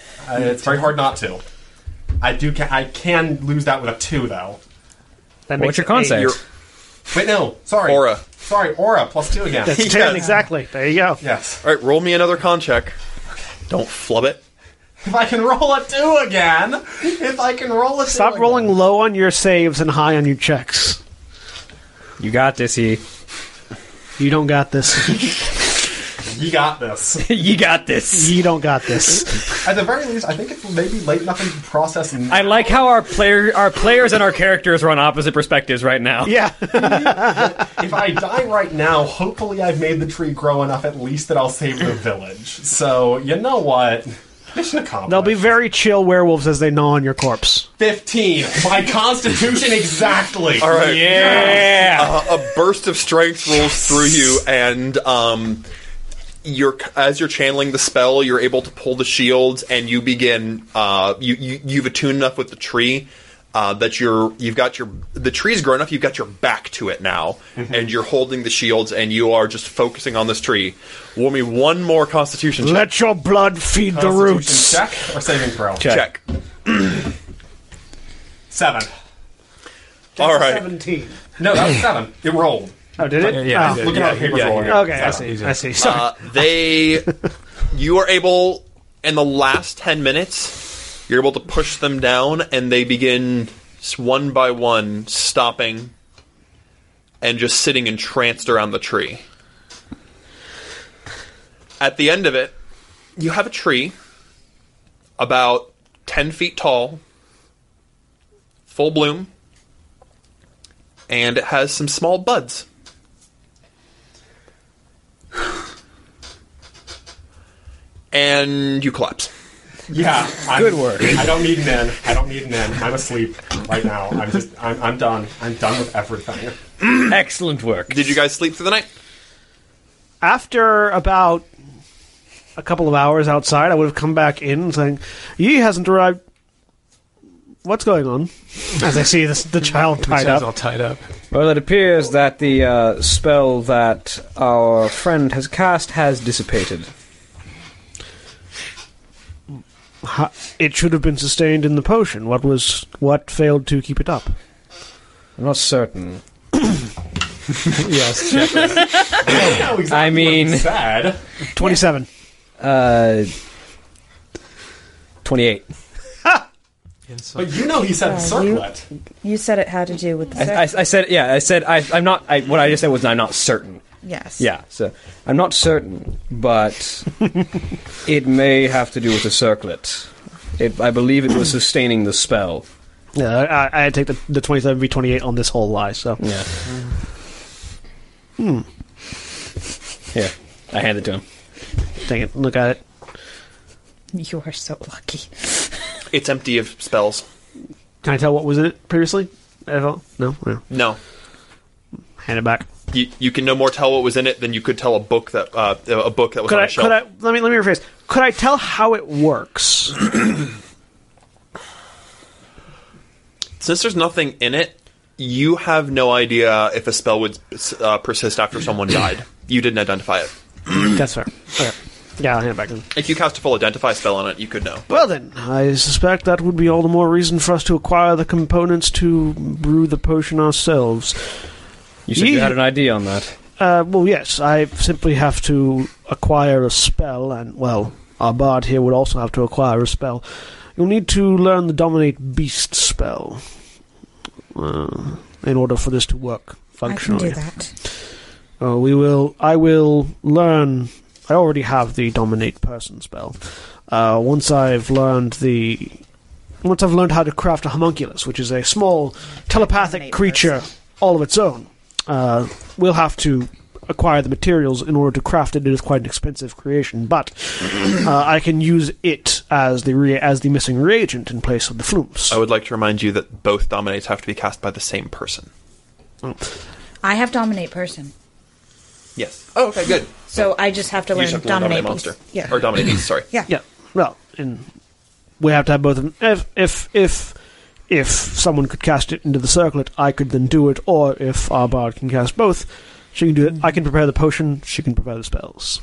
concentration. Uh, it's very hard not to. I do. Ca- I can lose that with a 2, though. That makes What's your it con eight. save? You're- Wait, no. Sorry. Aura. Sorry, aura plus 2 again. That's 10, exactly. There you go. yes. All right, roll me another con check. Don't flub it. If I can roll a 2 again. If I can roll a 2 Stop again. rolling low on your saves and high on your checks. You got this, E. You don't got this. You got this. you got this. you don't got this. At the very least, I think it's maybe late enough in the process. And I like how our player, our players and our characters are on opposite perspectives right now. Yeah. if I die right now, hopefully I've made the tree grow enough at least that I'll save the village. So, you know what? Mission accomplished. They'll be very chill werewolves as they gnaw on your corpse. 15. My constitution exactly. All right. Yeah. Uh, a burst of strength rolls through you, and um, you're as you're channeling the spell, you're able to pull the shields, and you begin. Uh, you, you you've attuned enough with the tree uh, that you're you've got your the tree's grown enough. You've got your back to it now, and you're holding the shields, and you are just focusing on this tree. Roll me one more Constitution check. Let your blood feed the Constitution roots. Check or saving throw? check. Seven. All right. 17. No, that was seven. It rolled. Oh, did it? Yeah, Oh. yeah, Look at yeah, how the paper's yeah, rolling. yeah. Okay, I Seven. see. I see. Sorry. Uh, they you are able in the last 10 minutes you're able to push them down and they begin s- one by one stopping and just sitting entranced around the tree at the end of it you have a tree about 10 feet tall full bloom and it has some small buds and you collapse Yeah. I'm, Good work. I don't need an end. I don't need an end. I'm asleep right now. I'm just. I'm, I'm done. I'm done with everything. Excellent work. Did you guys sleep through the night? After about a couple of hours outside, I would have come back in saying, Ye hasn't arrived. what's going on? As I see this, the child tied Sounds all up. tied up. Well, it appears that the uh, spell that our friend has cast has dissipated. Ha- It should have been sustained in the potion. What was what failed to keep it up? I'm not certain. yes, check it. No, exactly I mean- what he said. Twenty-seven. Uh, 28. But you know he said circlet. You said it had to do with the I, I, I said, yeah, I said, I, I'm not, I, what I just said was I'm not certain. yes. Yeah, so I'm not certain, but it may have to do with the circlet. It, I believe it was sustaining the spell. Yeah, Uh, I, I take the, the twenty-seven v twenty-eight on this whole lie. So Yeah. Hmm. Here, I hand it to him. take it. Look at it. You are so lucky. It's empty of spells. Can I tell what was in it previously? At all? No. no. No. Hand it back. You, you can no more tell what was in it than you could tell a book that uh, a book that was Could on I? a shelf. Could I? Let me let me rephrase. Could I tell how it works? Since there's nothing in it, you have no idea if a spell would uh, persist after someone died. You didn't identify it. That's fair. Okay. Yeah, I'll hand it back then. If you cast a full identify spell on it, you could know. Well then, I suspect that would be all the more reason for us to acquire the components to brew the potion ourselves. You said Ye- you had an idea on that. Uh, well, yes, I simply have to acquire a spell, and, well, our bard here would also have to acquire a spell. You'll need to learn the Dominate Beast spell uh, in order for this to work I can functionally. do that. Uh, we will. I will learn. I already have the dominate person spell. Uh, once I've learned the, once I've learned how to craft a homunculus, which is a small telepathic Dominate creature all of its own, uh, we'll have to acquire the materials in order to craft it. It is quite an expensive creation, but uh, I can use it as the rea- as the missing reagent in place of the flumes. I would like to remind you that both dominates have to be cast by the same person. I have dominate person, Yes. Oh, okay, good. so I just have to You learn just have to learn dominate, dominate monster. beast. Oh, Yeah. Or dominate beast, sorry. yeah. Yeah. Well, and we have to have both of them. If if if if someone could cast it into the circlet, I could then do it. Or if our bard can cast both, she can do it. I can prepare the potion. She can prepare the spells.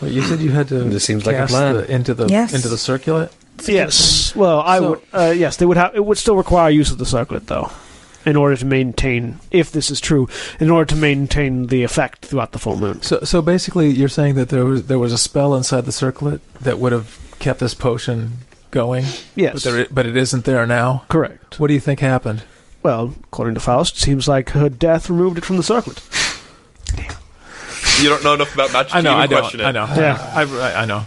Wait, you said you had to. This seems like a cast plan. the- into the Yes. into the circulate. Yes. Well, I So- would. Uh, yes, they would have. It would still require use of the circlet, though, in order to maintain. If this is true, in order to maintain the effect throughout the full moon. So so basically, you're saying that there was there was a spell inside the circlet that would have kept this potion going, but Yes. there but it isn't there now. correct. What do you think happened? Well, according to Faust, it seems like her death removed it from the circlet. You don't know enough about magic I know. to even I question don't. I it. know. Yeah. I, I, I know.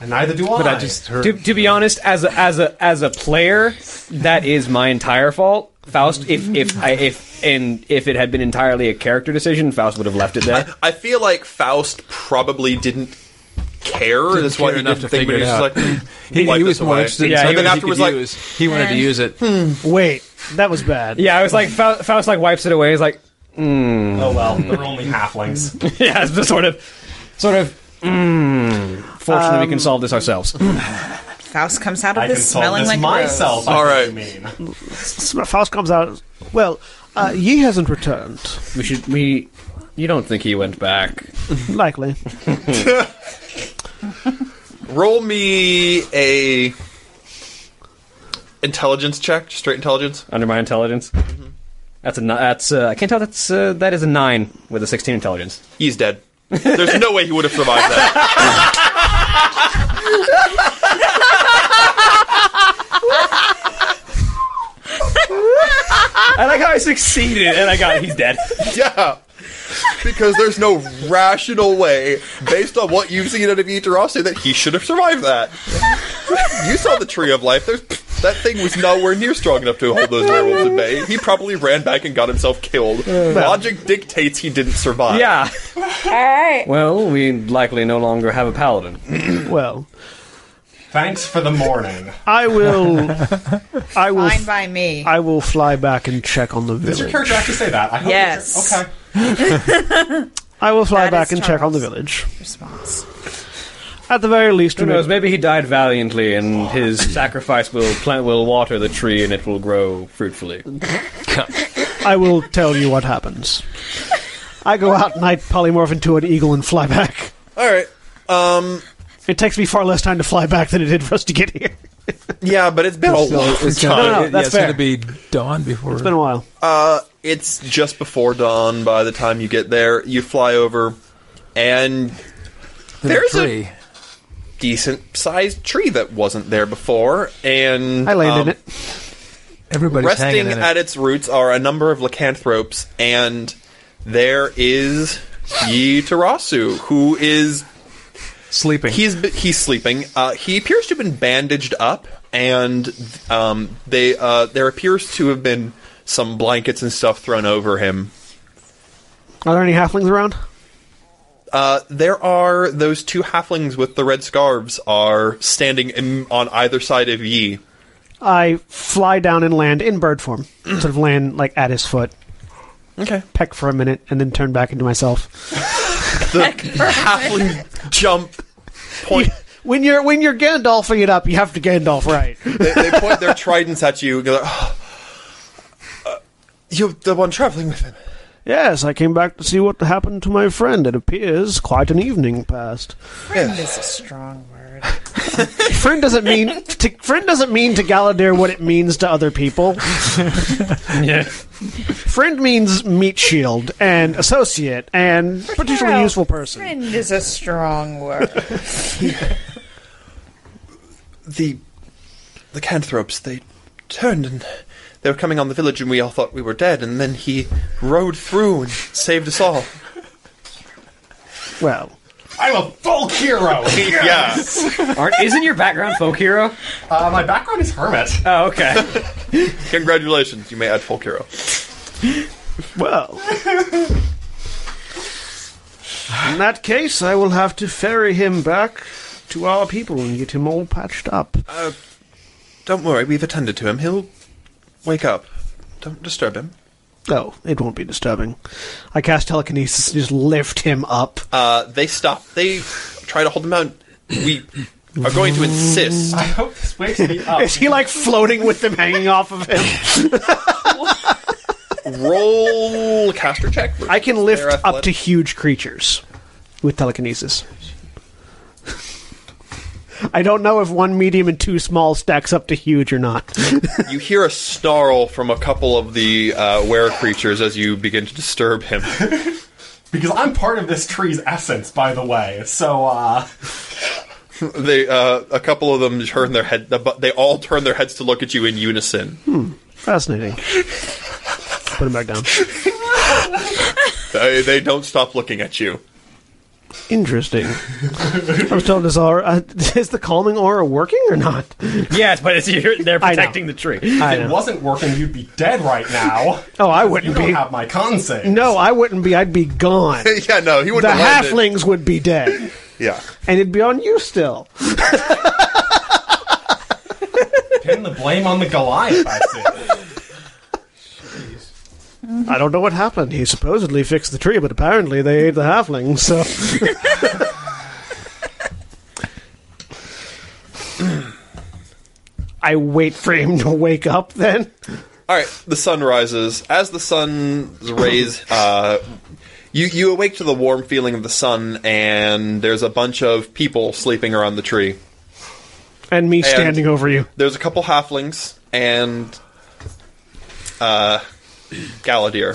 And neither do I. But I just heard. To, to be honest, as a, as a as a player, that is my entire fault. Faust, if if I if and if it had been entirely a character decision, Faust would have left it there. I feel like Faust probably didn't care. That's why care he enough didn't to think, but he figure was it just like, out. "Hmm, wipe this away." in Yeah, and something then afterwards, like, he wanted to use it. Wait, that was bad. Yeah, I was like Fau- Faust like wipes it away. He's like, oh well, they're only halflings. yeah, it's just sort of, sort of. Mm, fortunately, we can solve this ourselves. Faust comes out of I can this solve smelling this like myself. All All right. right. I mean, Faust comes out. Well, uh, Yi hasn't returned. We should. We. You don't think he went back? Likely. roll me a intelligence check, straight intelligence. Under my intelligence. That's a. ni- That's. Uh, I can't tell. That's. Uh, that is a nine with a sixteen intelligence. He's dead. There's no way he would have survived that. I like how I succeeded, and I got. He's dead. yeah. Because there's no rational way, based on what you've seen out of Iterase, that he should have survived that. you saw the Tree of Life. There's, that thing was nowhere near strong enough to hold those werewolves at bay. He probably ran back and got himself killed. Logic dictates he didn't survive. Yeah. All right. Well, we likely no longer have a paladin. Well, thanks for the morning. I will. I will. Fine by me. I will fly back and check on the Did your village. character actually say that? I hope Yes. Okay. I will fly That back is and check on the Charles. village. Response. At the very least, Mm-hmm. Who we may- knows? Maybe he died valiantly, and his sacrifice will plant will water the tree, and it will grow fruitfully. I will tell you what happens. I go out and I polymorph into an eagle and fly back. All right. It takes me far less time to fly back than it did for us to get here. Yeah, but it's been a So long Oh, it's time. gonna, No, no, it- that's yeah, it's going fair. to be dawn before. It's been a while. Uh, it's just before dawn. By the time you get there, you fly over, and the there's a- tree. decent sized tree that wasn't there before. And I landed um, it. Everybody's hanging Resting in it. at its roots are a number of lycanthropes, and there is Yitarasu, who is sleeping. he's b- he's sleeping. Uh, he appears to have been bandaged up, and um, they uh, there appears to have been some blankets and stuff thrown over him. Are there any halflings around? Uh, there are those two halflings with the red scarves are standing in, on either side of Yi. I fly down and land in bird form. sort of land like at his foot. Okay. Peck for a minute and then turn back into myself. The halfling jump point. When you're when you're Gandalfing it up, you have to Gandalf right. they, they point their tridents at you. And go, oh, uh, you're the one traveling with him. yes, I came back to see what happened to my friend. It appears quite an evening passed. That's a strong word. Friend doesn't mean to, friend doesn't mean to Galadir what it means to other people. Friend means meat shield and associate and particularly Well, useful person. Friend is a strong word. The the canthropes. They turned and they were coming on the village, and we all thought we were dead. And then he rode through and saved us all. Well, I'm a folk hero. Yes. Aren't, isn't your background folk hero? uh, my background is hermit. Oh, okay. Congratulations, you may add folk hero. well. In that case, I will have to ferry him back to our people and get him all patched up. Don't worry, we've attended to him. He'll wake up. Don't disturb him. Oh, it won't be disturbing. I cast telekinesis and just lift him up. Uh, they stop. They try to hold him out. We are going to insist. I hope this wakes me up. Is he like floating with them hanging off of him? Roll caster check. I can lift They're up to athletic. huge creatures with telekinesis. I don't know if one medium and two small stacks up to huge or not. You hear a snarl from a couple of the uh, were creatures as you begin to disturb him. because I'm part of this tree's essence, by the way. So, uh, they, uh, a couple of them turn their head. They all turn their heads to look at you in unison. Fascinating. Put him back down. Uh, They, they don't stop looking at you. Interesting. I was told this aura. Uh, is the calming aura working or not? Yes, but it's you're, they're I know. protecting the tree. I if it know. wasn't working, you'd be dead right now. Oh, I you wouldn't don't be. have my con save. No, I wouldn't be. I'd be gone. yeah, no, he The wouldn't. have landed. halflings would be dead, Yeah, and it'd be on you still. Pin the blame on the Goliath, I see. Mm-hmm. I don't know what happened. He supposedly fixed the tree, but apparently they ate the halflings, so. I wait for him to wake up then. All right, the sun rises. As the sun's rays, uh, you you awake to the warm feeling of the sun, and there's a bunch of people sleeping around the tree. And me standing over you. There's a couple halflings and uh, Galadir.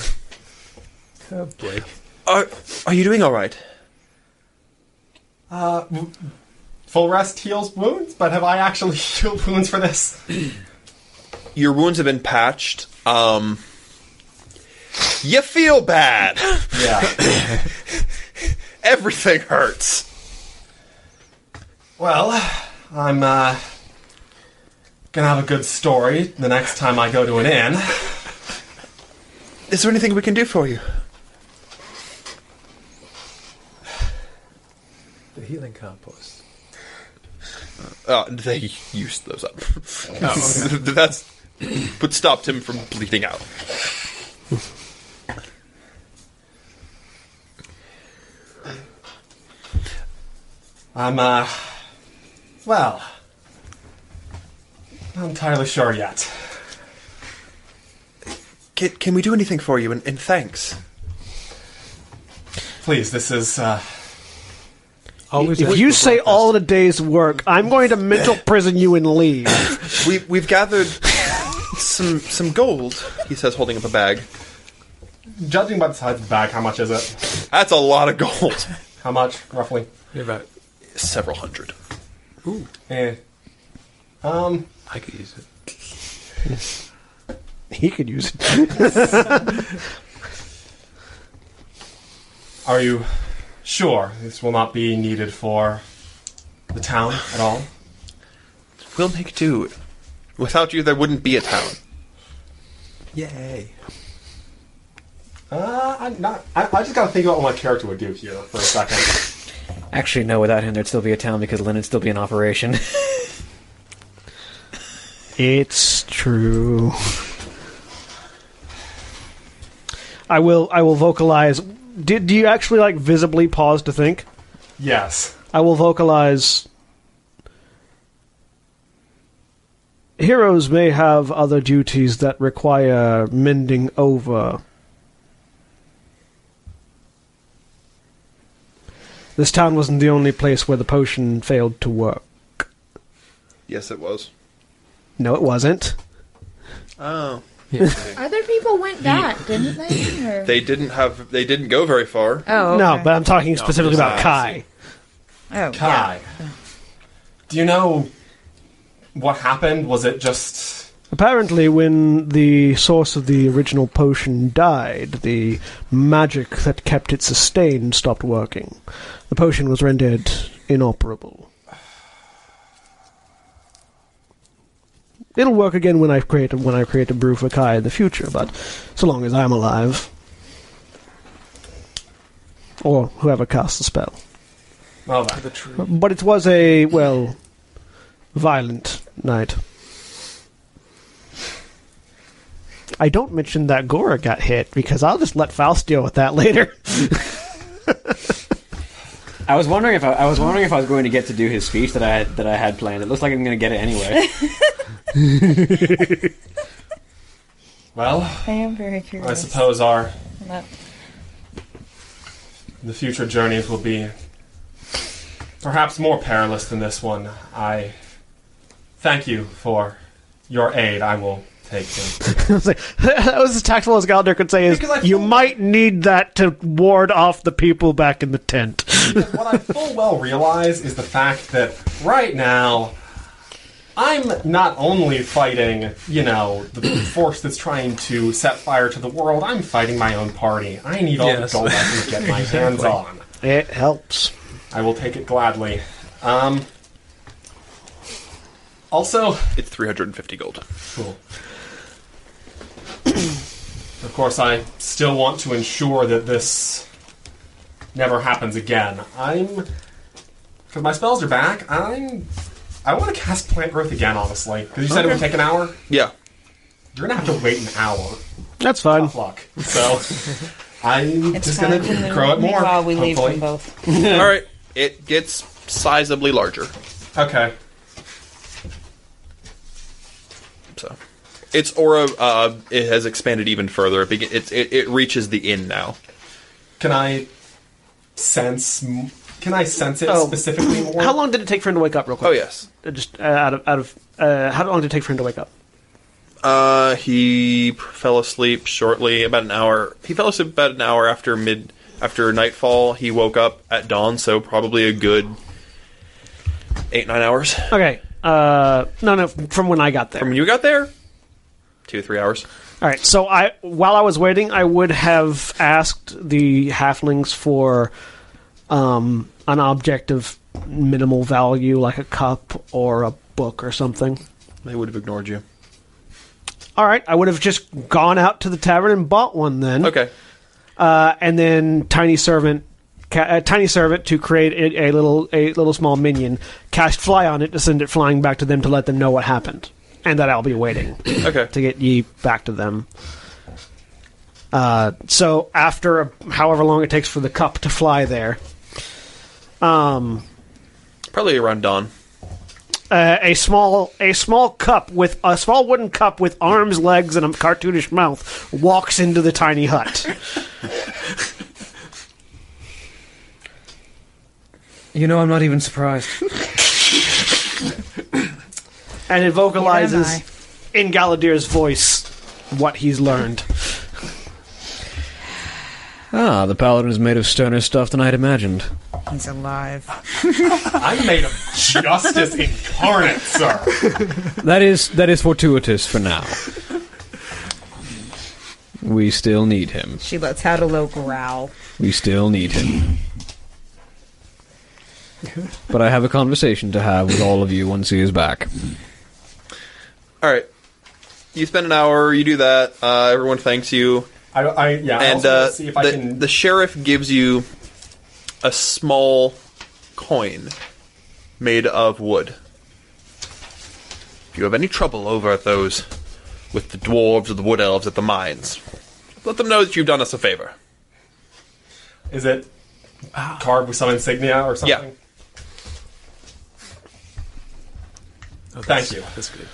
Are are you doing all right? Full rest heals wounds, but have I actually healed wounds for this? Your wounds have been patched. Um, you feel bad. Yeah. Everything hurts. well, I'm uh, gonna have a good story the next time I go to an inn. Is there anything we can do for you? the healing compost. Uh, they used those up. That's what stopped him from bleeding out. I'm uh, Well, not entirely sure yet. Can, can we do anything for you? And, and thanks. Please, this is. Uh, Always If ask you before say all in a day's work, I'm going to mental prison you and leave. We, we've gathered some some gold, he says, holding up a bag. judging by the size of the bag, how much is it? That's a lot of gold. How much, roughly? you're about. Several hundred. Eh. Um, I could use it. He could use it. are you sure this will not be needed for the town at all? We'll make do. Without you, there wouldn't be a town. Yay. Uh, I'm not. I, I just gotta think about what my character would do here for a second. Actually, no. Without him, there'd still be a town because Lynn would still be in operation. it's true. I will. I will vocalize. Do, do you actually like visibly pause to think? yes. I will vocalize. Heroes may have other duties that require mending over. This town wasn't the only place where the potion failed to work. Yes, it was. No, it wasn't. Oh. Other people went back, didn't they? Or- They didn't have. They didn't go very far. Oh, No, okay. but I'm talking specifically it's about not. Kai. oh, yeah. Kai. Do you know what happened? Was it just. Apparently, when the source of the original potion died, the magic that kept it sustained stopped working. The potion was rendered inoperable. It'll work again when I create a, when I create a brew for Kai in the future, but so long as I'm alive, or whoever casts the spell. Well, the truth. But it was a well, violent night. I don't mention that Gora got hit because I'll just let Faust deal with that later. I was wondering if I, I was wondering if I was going to get to do his speech that I had, that I had planned. It looks like I'm going to get it anyway. Well, I am very curious. I suppose our. Not- The future journeys will be perhaps more perilous than this one. I thank you for your aid. I will take them. I was like, that was as tactful as Galder could say is, Because I you thought- might need that to ward off the people back in the tent. what I full well realize is the fact that right now I'm not only fighting, you know, the force that's trying to set fire to the world, I'm fighting my own party. I need all Yes. the gold I can get my hands on. it helps. I will take it gladly. Um, also, It's 350 gold. Cool. of course, I still want to ensure that this never happens again. I'm because my spells are back. I'm I want to cast Plant Growth again, honestly. Because you said it would take an hour. Yeah. You're gonna have to wait an hour. That's fine. Tough luck. So I'm It's just fine. gonna grow it more. Meanwhile, we leave hopefully. them both. All right. It gets sizably larger. Okay. So, its aura uh, it has expanded even further. It, beg- it's it, it reaches the inn now. Can I sense? m- Can I sense it Oh. specifically more? How long did it take for him to wake up, real quick? Oh yes. Uh, Just uh, out of out of uh, how long did it take for him to wake up? Uh, he fell asleep shortly, about an hour. He fell asleep about an hour after mid after nightfall. He woke up at dawn, so probably a good eight nine hours Okay. Uh, no, no, from when I got there. from when you got there. Two three hours. All right. So I, while I was waiting, I would have asked the halflings for um, an object of minimal value, like a cup or a book or something. They would have ignored you. All right. I would have just gone out to the tavern and bought one then. Okay. Uh, and then tiny servant, ca- uh, tiny servant to create a, a little, a little small minion, cast fly on it to send it flying back to them to let them know what happened, and that I'll be waiting. Okay. to get ye back to them. Uh, so after however long it takes for the cup to fly there, Probably around dawn. uh, a small a small cup with a small wooden cup with arms, legs, and a cartoonish mouth walks into the tiny hut. You know, I'm not even surprised. and it vocalizes I. in Galadir's voice what he's learned. Ah, the paladin is made of sterner stuff than I'd imagined. He's alive. I'm made of justice incarnate, sir. That is that is fortuitous for now. We still need him. She lets out a low growl. We still need him. But I have a conversation to have with all of you once he is back. All right. You spend an hour. You do that. Uh, everyone thanks you. I, I yeah. I and also wanna uh, see if the, I can. the sheriff gives you a small coin made of wood. If you have any trouble over at those with the dwarves or the wood elves at the mines, let them know that you've done us a favor. is it carved with some insignia or something? Yeah. Oh, Thank that's- you. That's good.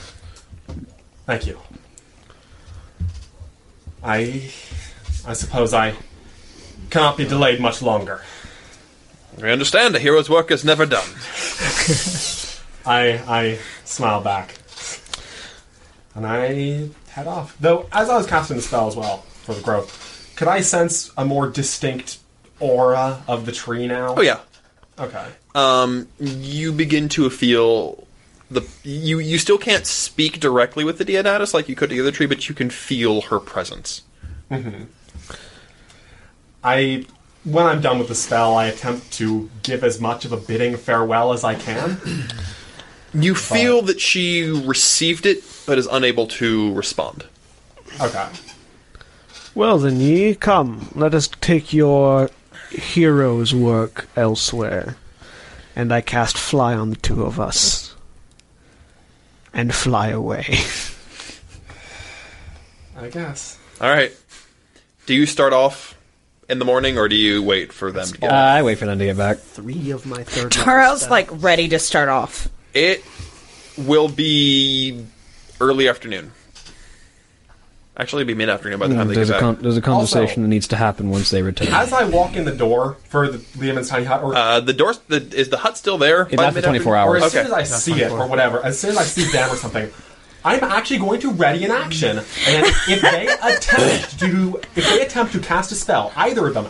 Thank you. I, I suppose I cannot be delayed much longer. We understand a hero's work is never done. I I smile back, and I head off. Though as I was casting the spell as well for the growth, could I sense a more distinct aura of the tree now? Oh yeah. Okay. um, you begin to feel the you you still can't speak directly with the Dianatus like you could the other tree, but you can feel her presence. I when I'm done with the spell, I attempt to give as much of a bidding farewell as I can. You feel that she received it, but is unable to respond. Okay. Well then, ye come. Let us take your hero's work elsewhere. And I cast fly on the two of us, and fly away. I guess. All right. Do you start off in the morning, or do you wait for them to get? Uh, Off? I wait for them to get back. Three of my third. Carl's like ready to start off. It will be early afternoon. Actually, it'll be mid afternoon by the time they get There's a back. con- there's a conversation Also- that needs to happen once they return. As I walk in the door for the Liam's tiny hut, or uh, the doors. The, is the hut still there? It lasts for 24 or hours. as Okay. soon as I see it or whatever, as soon as I see them or something, I'm actually going to ready an action. And if they attempt to do, if they attempt to cast a spell, either of them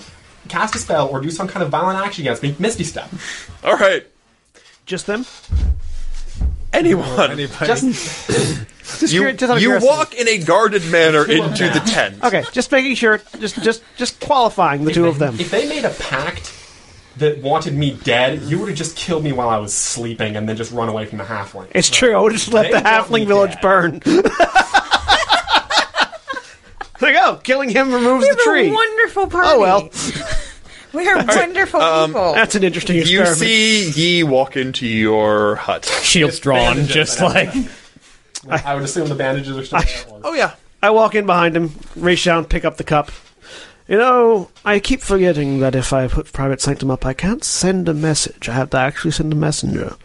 cast a spell or do some kind of violent action against me, Misty Step. All right. Just them. Anyone. Anybody? Just Just You, curi- Oh, just out of you curiosity. walk in a guarded manner into the tent. Okay, just making sure. Just just just qualifying the two of them. if they made a pact that wanted me dead, you would have just killed me while I was sleeping and then just run away from the halfling. It's true. I would just let They the want me halfling village dead. burn. there you go. Killing him removes the tree. We're a wonderful party. Oh well, We're wonderful Um, people. that's an interesting You experiment. see Ye walk into your hut. Shields drawn, bandages, just but like I would assume the bandages are still there. Oh yeah. I walk in behind him, reach down, pick up the cup. You know, I keep forgetting that if I put private sanctum up, I can't send a message. I have to actually send a messenger.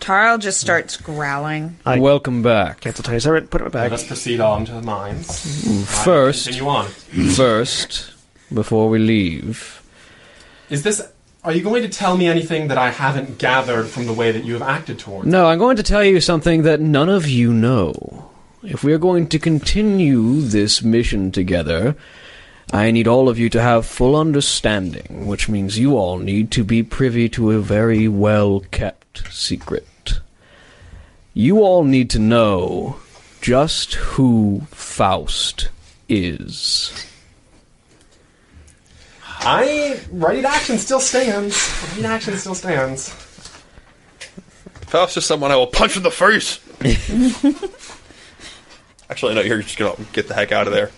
Tarl just starts growling. I- welcome back. Cancel tiny servant. Put it in my Let bag. us proceed on to the Mm, mines. I First, Continue on. first, before we leave, Is this? Are you going to tell me anything that I haven't gathered from the way that you have acted towards? No, I'm going to tell you something that none of you know. If we are going to continue this mission together, I need all of you to have full understanding, which means you all need to be privy to a very well kept secret. You all need to know just who Faust is. I ready to action still stands. Ready to action still stands. Faust is someone I will punch in the face. Actually, no. You're just gonna get the heck out of there.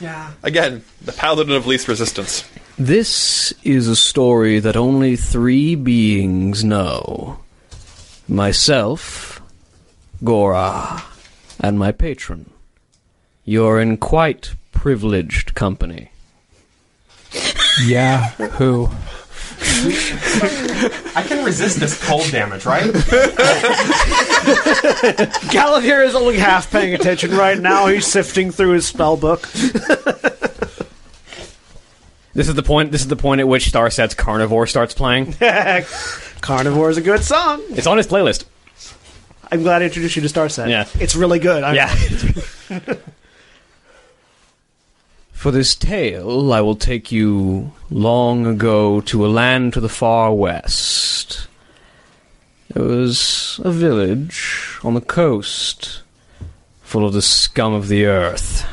Yeah. Again, the paladin of least resistance. This is a story that only three beings know myself, Gora, and my patron. You're in quite privileged company. Yeah. Who? I can resist this cold damage, right? Galavier is only half paying attention right now. He's sifting through his spell book. This is the point. This is the point at which Star Set's Carnivore starts playing. Carnivore is a good song. it's on his playlist. I'm glad I introduced you to Starset. Yeah. It's really good. I- Yeah. For this tale, I will take you long ago to a land to the far west. There was a village on the coast, full of the scum of the earth.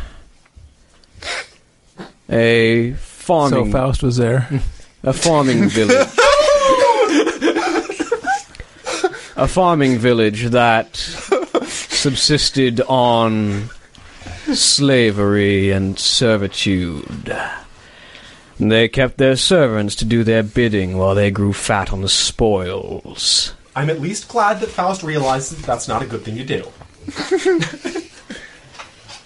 A So farming Faust was there. a farming village. a farming village that subsisted on slavery and servitude. And They kept their servants to do their bidding while they grew fat on the spoils. I'm at least glad that Faust realizes that that's not a good thing to do.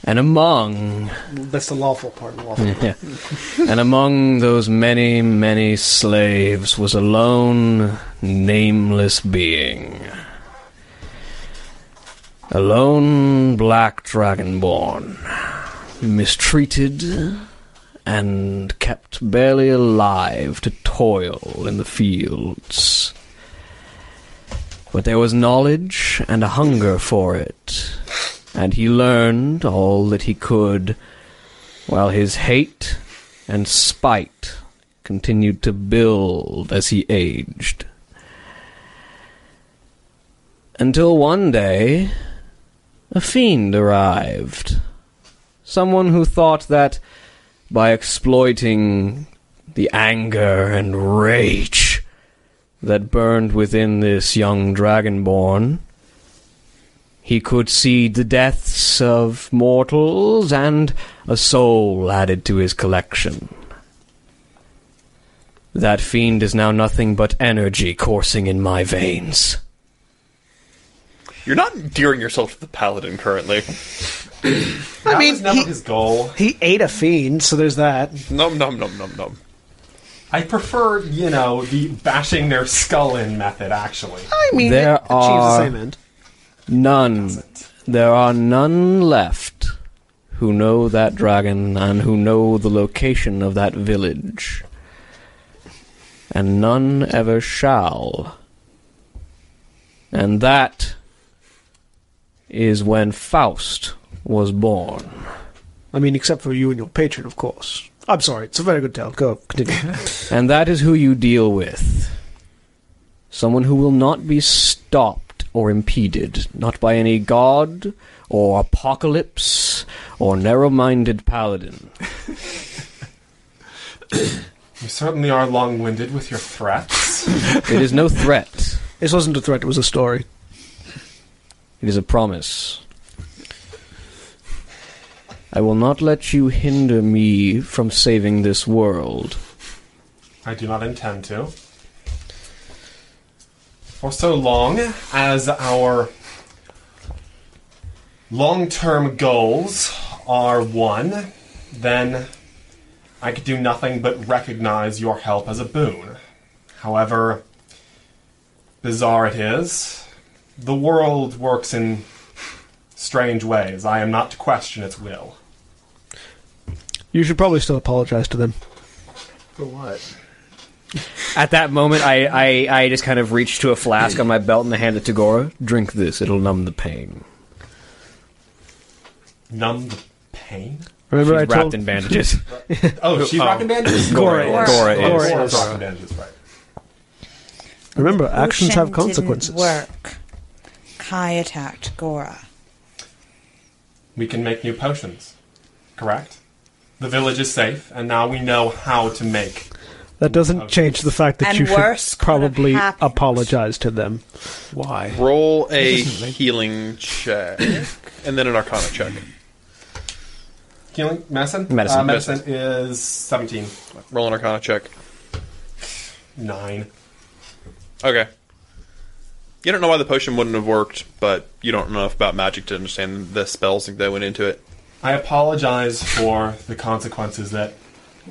And among That's the lawful part. the Lawful. Yeah. and among those many, many slaves was a lone, nameless being. A lone black dragonborn, mistreated and kept barely alive to toil in the fields. But there was knowledge and a hunger for it, and he learned all that he could while his hate and spite continued to build as he aged. Until one day, a fiend arrived. Someone who thought that by exploiting the anger and rage that burned within this young dragonborn, he could see the deaths of mortals and a soul added to his collection. That fiend is now nothing but energy coursing in my veins. You're not endearing yourself to the paladin currently. That I mean, was never he, his goal. he ate a fiend, so there's that. Nom nom nom nom nom. I prefer, you know, the bashing their skull in method, actually. I mean, There it achieves the are- same end. None. There are none left who know that dragon and who know the location of that village. And none ever shall. And that is when Faust was born. I mean, except for you and your patron, of course. I'm sorry. It's a very good tale. Go continue. And that is who you deal with. Someone who will not be stopped or impeded, not by any god or apocalypse or narrow minded paladin. You certainly are long winded with your threats. It is no threat, this wasn't a threat. It was a story. it is a promise. I will not let you hinder me from saving this world. I do not intend to. For so long as our long term goals are one, then I could do nothing but recognize your help as a boon. However bizarre it is, the world works in strange ways. I am not to question its will. You should probably still apologize to them. For what? At that moment, I, I, I just kind of reach to a flask on my belt and I hand it to Gora. Drink this, it'll numb the pain. Numb the pain? Remember, She's I wrapped told in bandages. Oh, she's rocking bandages? Gora is. Gora Gora is. Gora is rocking bandages, right. remember actions Potion have didn't consequences. work. Kai attacked Gora. We can make new potions, correct? The village is safe, and now we know how to make. That doesn't change the fact that And you worse should could have probably happened. apologize to them. Why? Roll a healing check and then an arcana check. Healing? Medicine? Medicine. Uh, medicine is 17. Roll an arcana check. 9. Okay. You don't know why the potion wouldn't have worked, but you don't know enough about magic to understand the spells that went into it. I apologize for the consequences that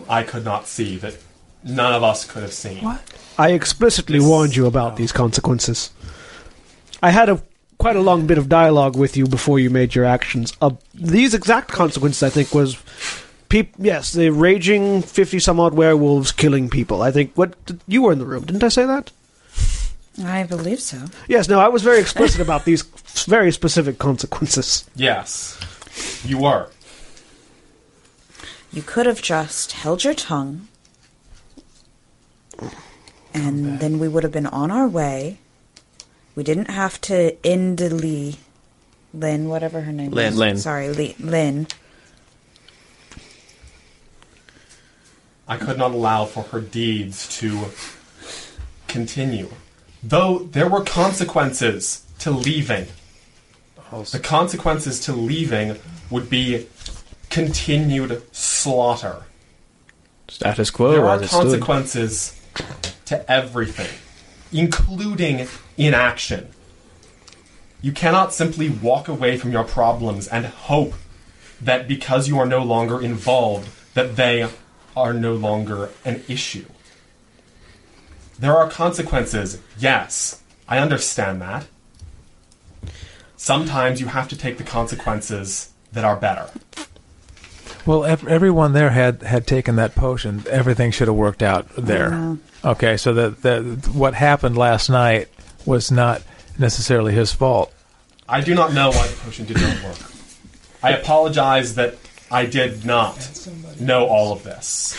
I could not see that none of us could have seen. I explicitly warned you about these consequences. I had a quite a long bit of dialogue with you before you made your actions. Uh, these exact consequences, I think, was peop- yes, the raging fifty some odd werewolves killing people. I think what you were in the room, didn't I say that? I believe so. Yes, no, I was very explicit about these very specific consequences. Yes, you were. You could have just held your tongue, and then we would have been on our way. We didn't have to end the Lee, Lynn, whatever her name Lynn, is. Lynn. Sorry, Lee, Lynn. I could not allow for her deeds to continue. Though there were consequences to leaving. The consequences to leaving would be continued slaughter. Status quo. There are as it stood. consequences to everything, including inaction. You cannot simply walk away from your problems and hope that because you are no longer involved, that they are no longer an issue. There are consequences, yes. I understand that. Sometimes you have to take the consequences that are better. Well, ev- everyone there had had taken that potion. Everything should have worked out there. Okay, so that that what happened last night was not necessarily his fault. I do not know why the potion did not work. I apologize that I did not know all of this.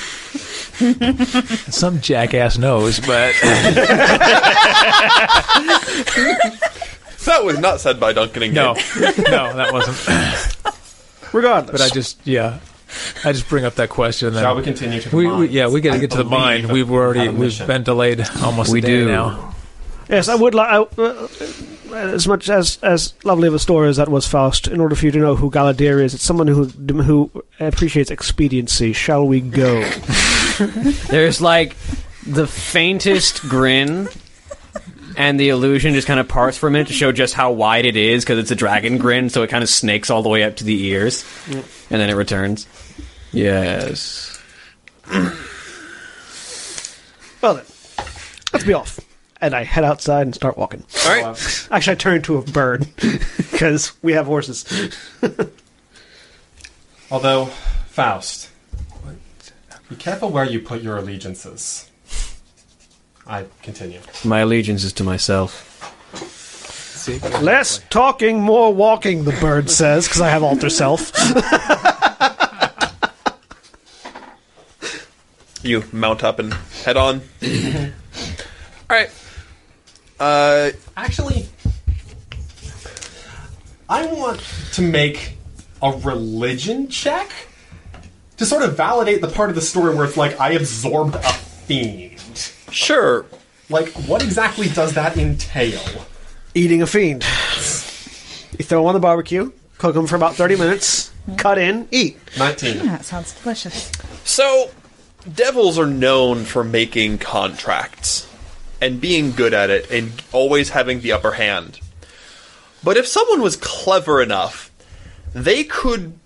Some jackass knows, but That was not said by Duncan and no, Gabe. no, that wasn't. Regardless, But I just yeah, I just bring up that question. and then- Shall we continue to the We, we mines? yeah, we got I to get to the believe mine. We've already have a we've mission. been delayed almost We a day do. now. Yes, I would like. I- Uh, as much as as lovely of a story as that was, Faust. In order for you to know who Galadir is, it's someone who who appreciates expediency. Shall we go? There's like the faintest grin, and the illusion just kind of parts for a minute to show just how wide it is because it's a dragon grin, so it kind of snakes all the way up to the ears, and then it returns. Yes. well then, let's be off. And I head outside and start walking. All right. Actually, I turn to a bird because we have horses. Although, Faust, be careful where you put your allegiances. I continue. My allegiance is to myself. Less talking, more walking. The bird says because I have alter self. You mount up and head on. All right. Uh, Actually, I want to make a religion check to sort of validate the part of the story where it's like I absorbed a fiend. sure. Like, what exactly does that entail? Eating a fiend. You throw 'em on the barbecue, cook them for about thirty minutes, cut in, eat. 19. That sounds delicious. So, devils are known for making contracts and being good at it and always having the upper hand. But if someone was clever enough, they could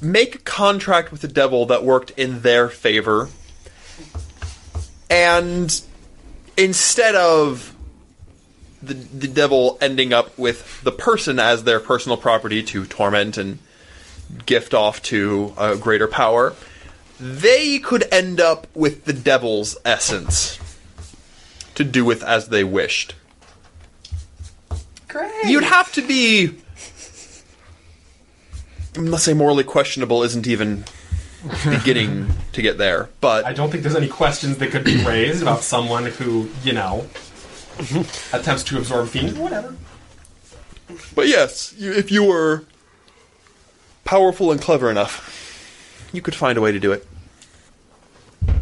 make a contract with the devil that worked in their favor. And instead of the, the devil ending up with the person as their personal property to torment and gift off to a greater power, they could end up with the devil's essence to do with as they wished. Great. You'd have to be. Let's say morally questionable isn't even beginning to get there, but I don't think there's any questions that could be raised about someone who, you know, attempts to absorb fiend. Whatever. But yes, you, if you were powerful and clever enough, you could find a way to do it.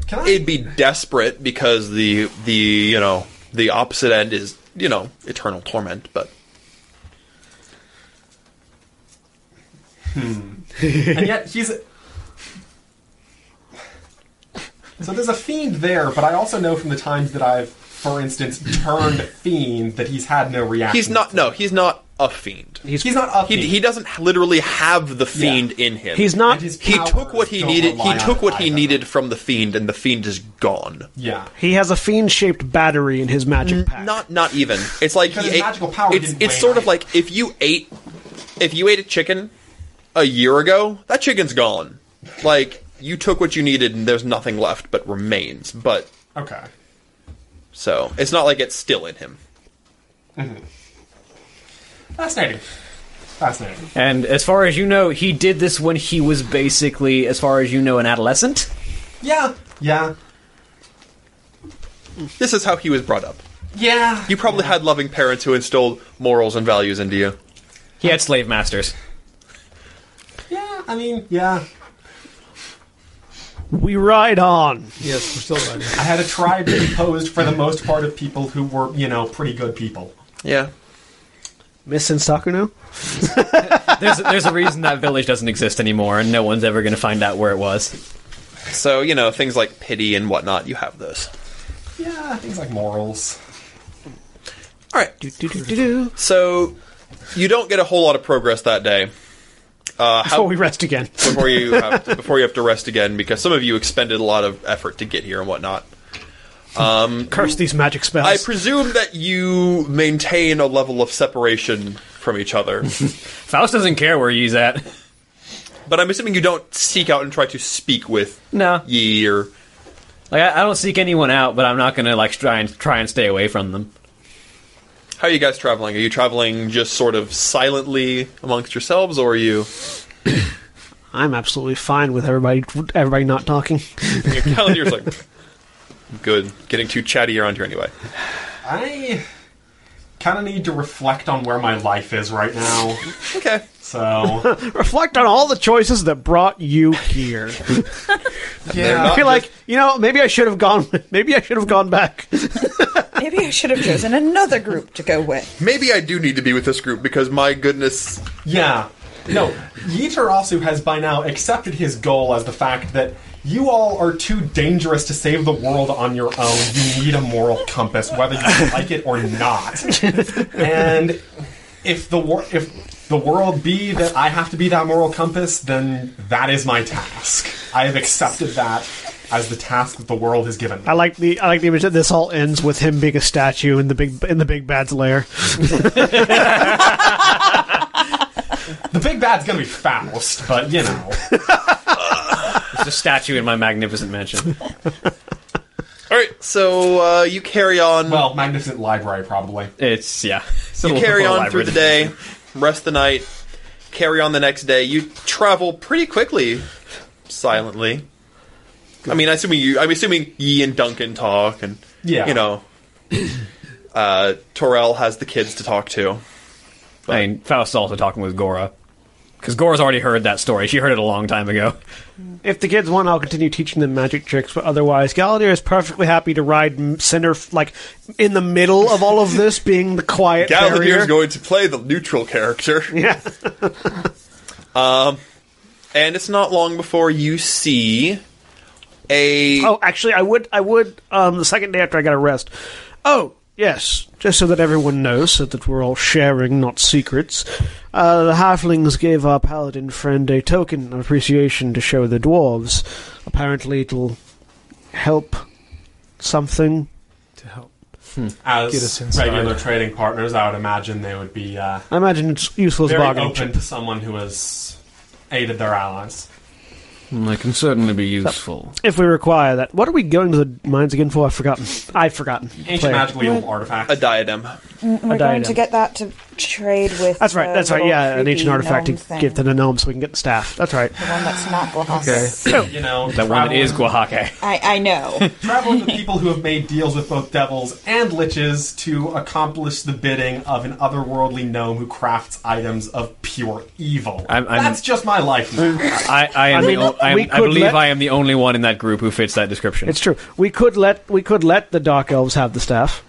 Can I? It'd be desperate because the the you know the opposite end is you know eternal torment. But and yet he's. So there's a fiend there, but I also know from the times that I've, for instance, turned fiend that he's had no reaction. he's not. No, he's not a fiend. He's, not a he, fiend. he doesn't literally have the fiend in him. He's not. And his He took what he powers don't needed. He rely on took what it he either. needed from the fiend, and the fiend is gone. Yeah. He has a fiend shaped battery in his Mm, magic pack. Not not even. It's like Because he his ate, magical power It's didn't it's wane sort of either. like if you ate if you ate a chicken a year ago, that chicken's gone. Like you took what you needed, and there's nothing left but remains. But Okay. so it's not like it's still in him. Fascinating. Fascinating. And as far as you know, he did this when he was basically, as far as you know, an adolescent. Yeah. Yeah. This is how he was brought up. Yeah. You probably had loving parents who instilled morals and values into you. He had slave masters. yeah. I mean, yeah. We ride on. Yes, we're still running. I had a tribe composed for the most part of people who were, you know, pretty good people. Yeah. Miss Sensakuno? There's, there's a reason that village doesn't exist anymore, and no one's ever going to find out where it was. So you know things like pity and whatnot. You have those. Yeah. Things like morals. All right. Do, do, do, do, do. So you don't get a whole lot of progress that day. Uh, how, Before we rest again. before you have to, before you have to rest again because some of you expended a lot of effort to get here and whatnot. Curse these magic spells. I presume that you maintain a level of separation from each other, Faust doesn't care where he's at. but I'm assuming you don't seek out and try to speak with No. ye or Like, I, I don't seek anyone out, but I'm not going to, like, try and, try and stay away from them. how are you guys traveling? Are you traveling just sort of silently amongst yourselves, or are you I'm absolutely fine with everybody everybody not talking. your calendar's like good, getting too chatty around here anyway? I kind of need to reflect on where my life is right now. Okay, So Reflect on all the choices that brought you here. They're I not feel just- like you know maybe I should have gone. Maybe I should have gone back. Maybe I should have chosen another group to go with. maybe I do need to be with this group because my goodness, yeah, no. Yeter also has by now accepted his goal as the fact that you all are too dangerous to save the world on your own. You need a moral compass, whether you like it or not. And if the wor- if the world be that I have to be that moral compass, then that is my task. I have accepted that as the task that the world has given me. I like the I like the image that this all ends with him being a statue in the big in the big bad's lair. The big bad's gonna be Faust, but you know. It's a statue in my magnificent mansion. all right. So uh, you carry on. Well, magnificent library probably. It's, yeah. It's a you little- carry little on through library. the day, rest the night, carry on the next day. You travel pretty quickly, silently. I mean, assuming you, I'm assuming Yi and Duncan talk, and Yeah. you know, uh, Torel has the kids to talk to. I mean, Faust's also talking with Gora. Because Gora's already heard that story. She heard it a long time ago. If the kids want, I'll continue teaching them magic tricks. But otherwise, Galadir is perfectly happy to ride m- center f- like in the middle of all of this, being the quiet barrier. Galadir's going to play the neutral character, Um, yeah, and it's not long before you see a Oh, actually, I would. I would. Um, the second day after I got a rest. Oh, yes. Just so that everyone knows, so that we're all sharing, not secrets. Uh, the halflings gave our paladin friend a token of appreciation to show the dwarves. Apparently, it'll help something. to help. Get us As inside. regular trading partners, I would imagine they would be uh, I imagine it's useful as very bargaining open chip. to someone who has aided their allies. I can certainly be useful. if we require that. What are we going to the mines again for? I've forgotten. I've forgotten. Ancient Player. magically old artifact. a diadem. We're going to diadem. get that to trade with. That's right. the That's right. little Yeah, an creepy ancient artifact gnome to thing. give to the gnome so we can get the staff. That's right. The one that's not Blahas. you know, That one that traveling- is Guahake. I, I know. traveling with people who have made deals with both devils and liches to accomplish the bidding of an otherworldly gnome who crafts items of pure evil. I'm- I'm- That's just my life now. I, I, am I the mean, o- I, am- we I could believe let- I am the only one in that group who fits that description. It's true. We could let we could let the dark elves have the staff.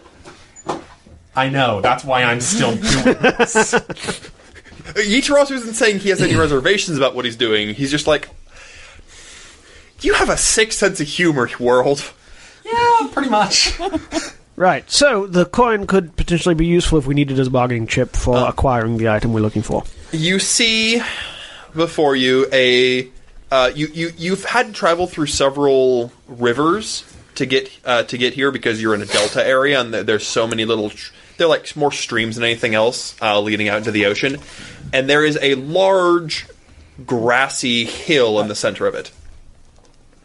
I know. That's why I'm still doing this. Yitarasu isn't saying he has any reservations about what he's doing. He's just like, you have a sick sense of humor, world. yeah, pretty much. Right. So the coin could potentially be useful if we needed as a bargaining chip for acquiring the item we're looking for. You see before you a uh, you you you've had to travel through several rivers to get uh, to get here because you're in a delta area and there, there's so many little tr- they're like more streams than anything else uh, leading out into the ocean, and there is a large grassy hill in the center of it.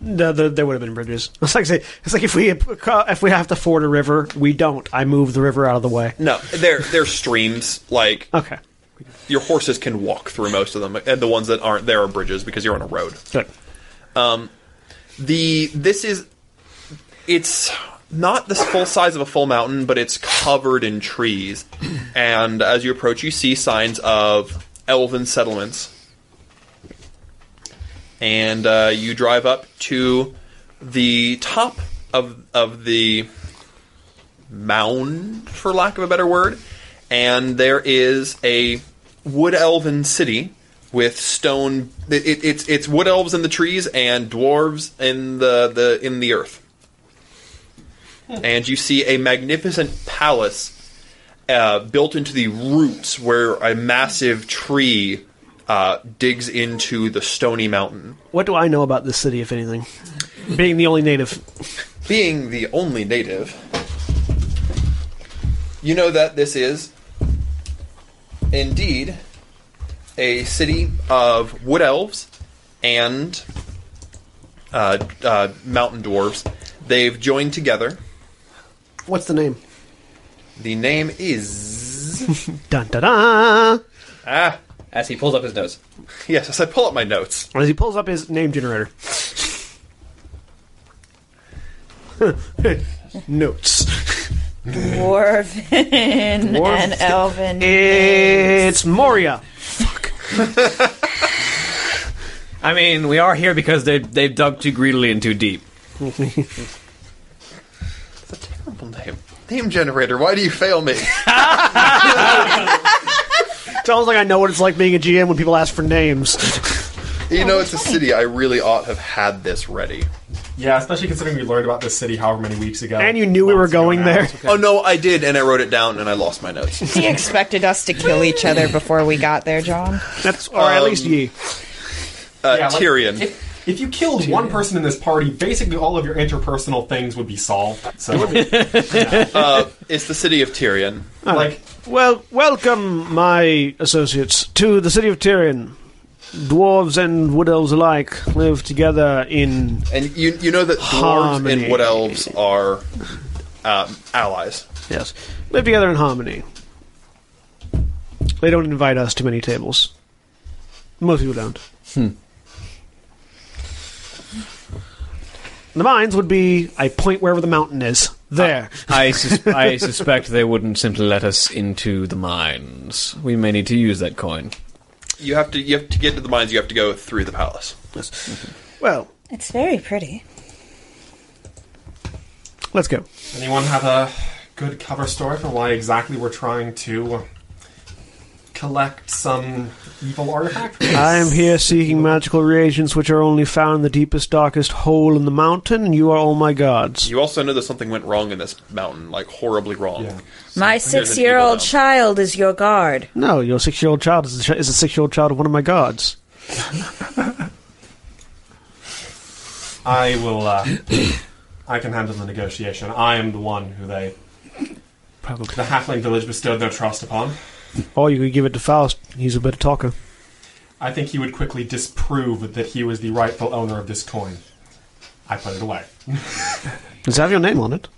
No, there, there would have been bridges. It's like say, it's like if we if we have to ford a river, we don't. I move the river out of the way. No, there there's streams like Okay. your horses can walk through most of them, and the ones that aren't there are bridges because you're on a road. Good. the this is it's not the full size of a full mountain but it's covered in trees and as you approach you see signs of elven settlements and uh, you drive up to the top of of the mound for lack of a better word and there is a wood elven city with stone it, it, it's it's wood elves in the trees and dwarves in the, the in the earth and you see a magnificent palace uh, built into the roots where a massive tree uh, digs into the stony mountain. What do I know about this city, if anything? Being the only native. Being the only native, you know that this is indeed a city of wood elves and uh, uh, mountain dwarves. They've joined together. What's the name? The name is. Dun da da. Ah, As he pulls up his nose. yes, as I pull up my notes. As he pulls up his name generator. Notes. Dwarven Dwarf- and Elven. It's Moria. I mean, we are here because they they've dug too greedily and too deep. It's a terrible name. Name generator, why do you fail me? It's almost like I know what it's like being a GM when people ask for names. you know, it's a city. I really ought have had this ready. Yeah, especially considering we learned about this city however many weeks ago. And you knew we were Months ago going now. there. It's okay. Oh no, I did, and I wrote it down, and I lost my notes. He expected us to kill each other before we got there, John. That's or at least ye. Uh, Yeah, like, Tyrion. If, if you killed one person in this party, basically all of your interpersonal things would be solved. So, uh, it's the city of Tyrion. like, Well, welcome, my associates, to the city of Tyrion. Dwarves and wood elves alike live together in. And you you know that dwarves Harmony. and wood elves are um, allies. Yes, live together in harmony. They don't invite us to many tables. Most people don't. Hmm. The mines would be. I point wherever the mountain is. There. I, sus- I suspect they wouldn't simply let us into the mines. We may need to use that coin. You have to you have to get to the mines. You have to go through the palace. well, It's very pretty. let's go. anyone have a good cover story for why exactly we're trying to collect some evil artifact? I am here seeking magical reagents which are only found in the deepest, darkest hole in the mountain, and you are all my gods. You also know that something went wrong in this mountain, like horribly wrong. Yeah. My evil six year old elf. child is your guard. No, your six year old child is a, ch- is a six year old child of one of my gods. I will. Uh, I can handle the negotiation. I am the one who they. Probably. The halfling village bestowed their trust upon. Or you could give it to Faust. He's a better talker. I think he would quickly disprove that he was the rightful owner of this coin. I put it away. Does it have your name on it?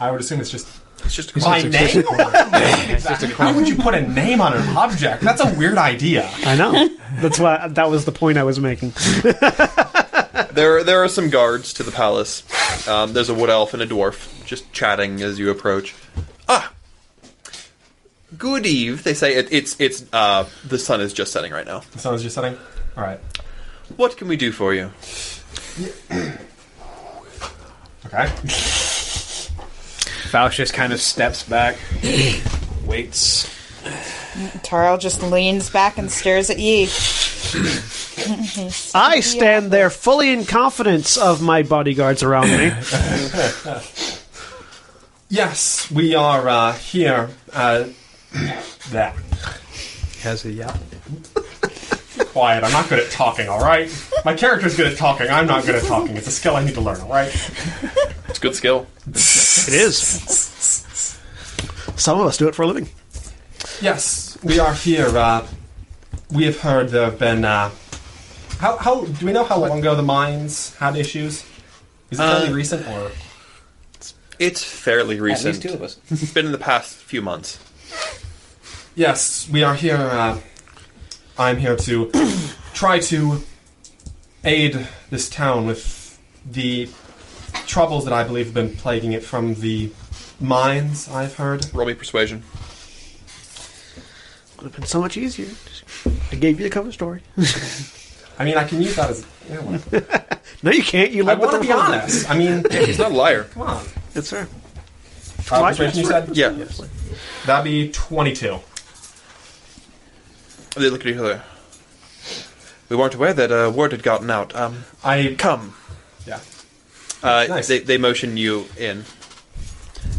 I would assume it's just It's just my name. How would you put a name on an object? That's a weird idea. I know. That's why that was the point I was making. there there are some guards to the palace. Um, there's a wood elf and a dwarf just chatting as you approach. Ah, good eve. They say it, it's it's uh, the sun is just setting right now. The sun is just setting. All right. What can we do for you? Okay. Faust just kind of steps back, waits. Tarl just leans back and stares at ye. I stand there fully in confidence of my bodyguards around me. Yes, we are uh, here. Uh, that Has a yeah. quiet. I'm not good at talking. All right, my character's good at talking. I'm not good at talking. It's a skill I need to learn. All right. It's a good skill. It is. Some of us do it for a living. Yes, we are here. Uh, we have heard there have been. Uh, how, how do we know how long ago the mines had issues? Is it fairly recent or? It's fairly At recent. least two of us. It's been in the past few months. Yes, we are here. Uh, I'm here to try to aid this town with the troubles that I believe have been plaguing it from the mines. I've heard. Roll me persuasion. It would have been so much easier. I gave you the cover story. I mean, I can use that as. Yeah, well, No, you can't. You I live with want to the be honest. I mean, He's not a liar. come on. That's fair. Uh, persuasion, you said? Yeah. That'd be 22. They look at each other. We weren't aware that uh, word had gotten out. Um, I come. Yeah. Uh, Nice. they, they motion you in.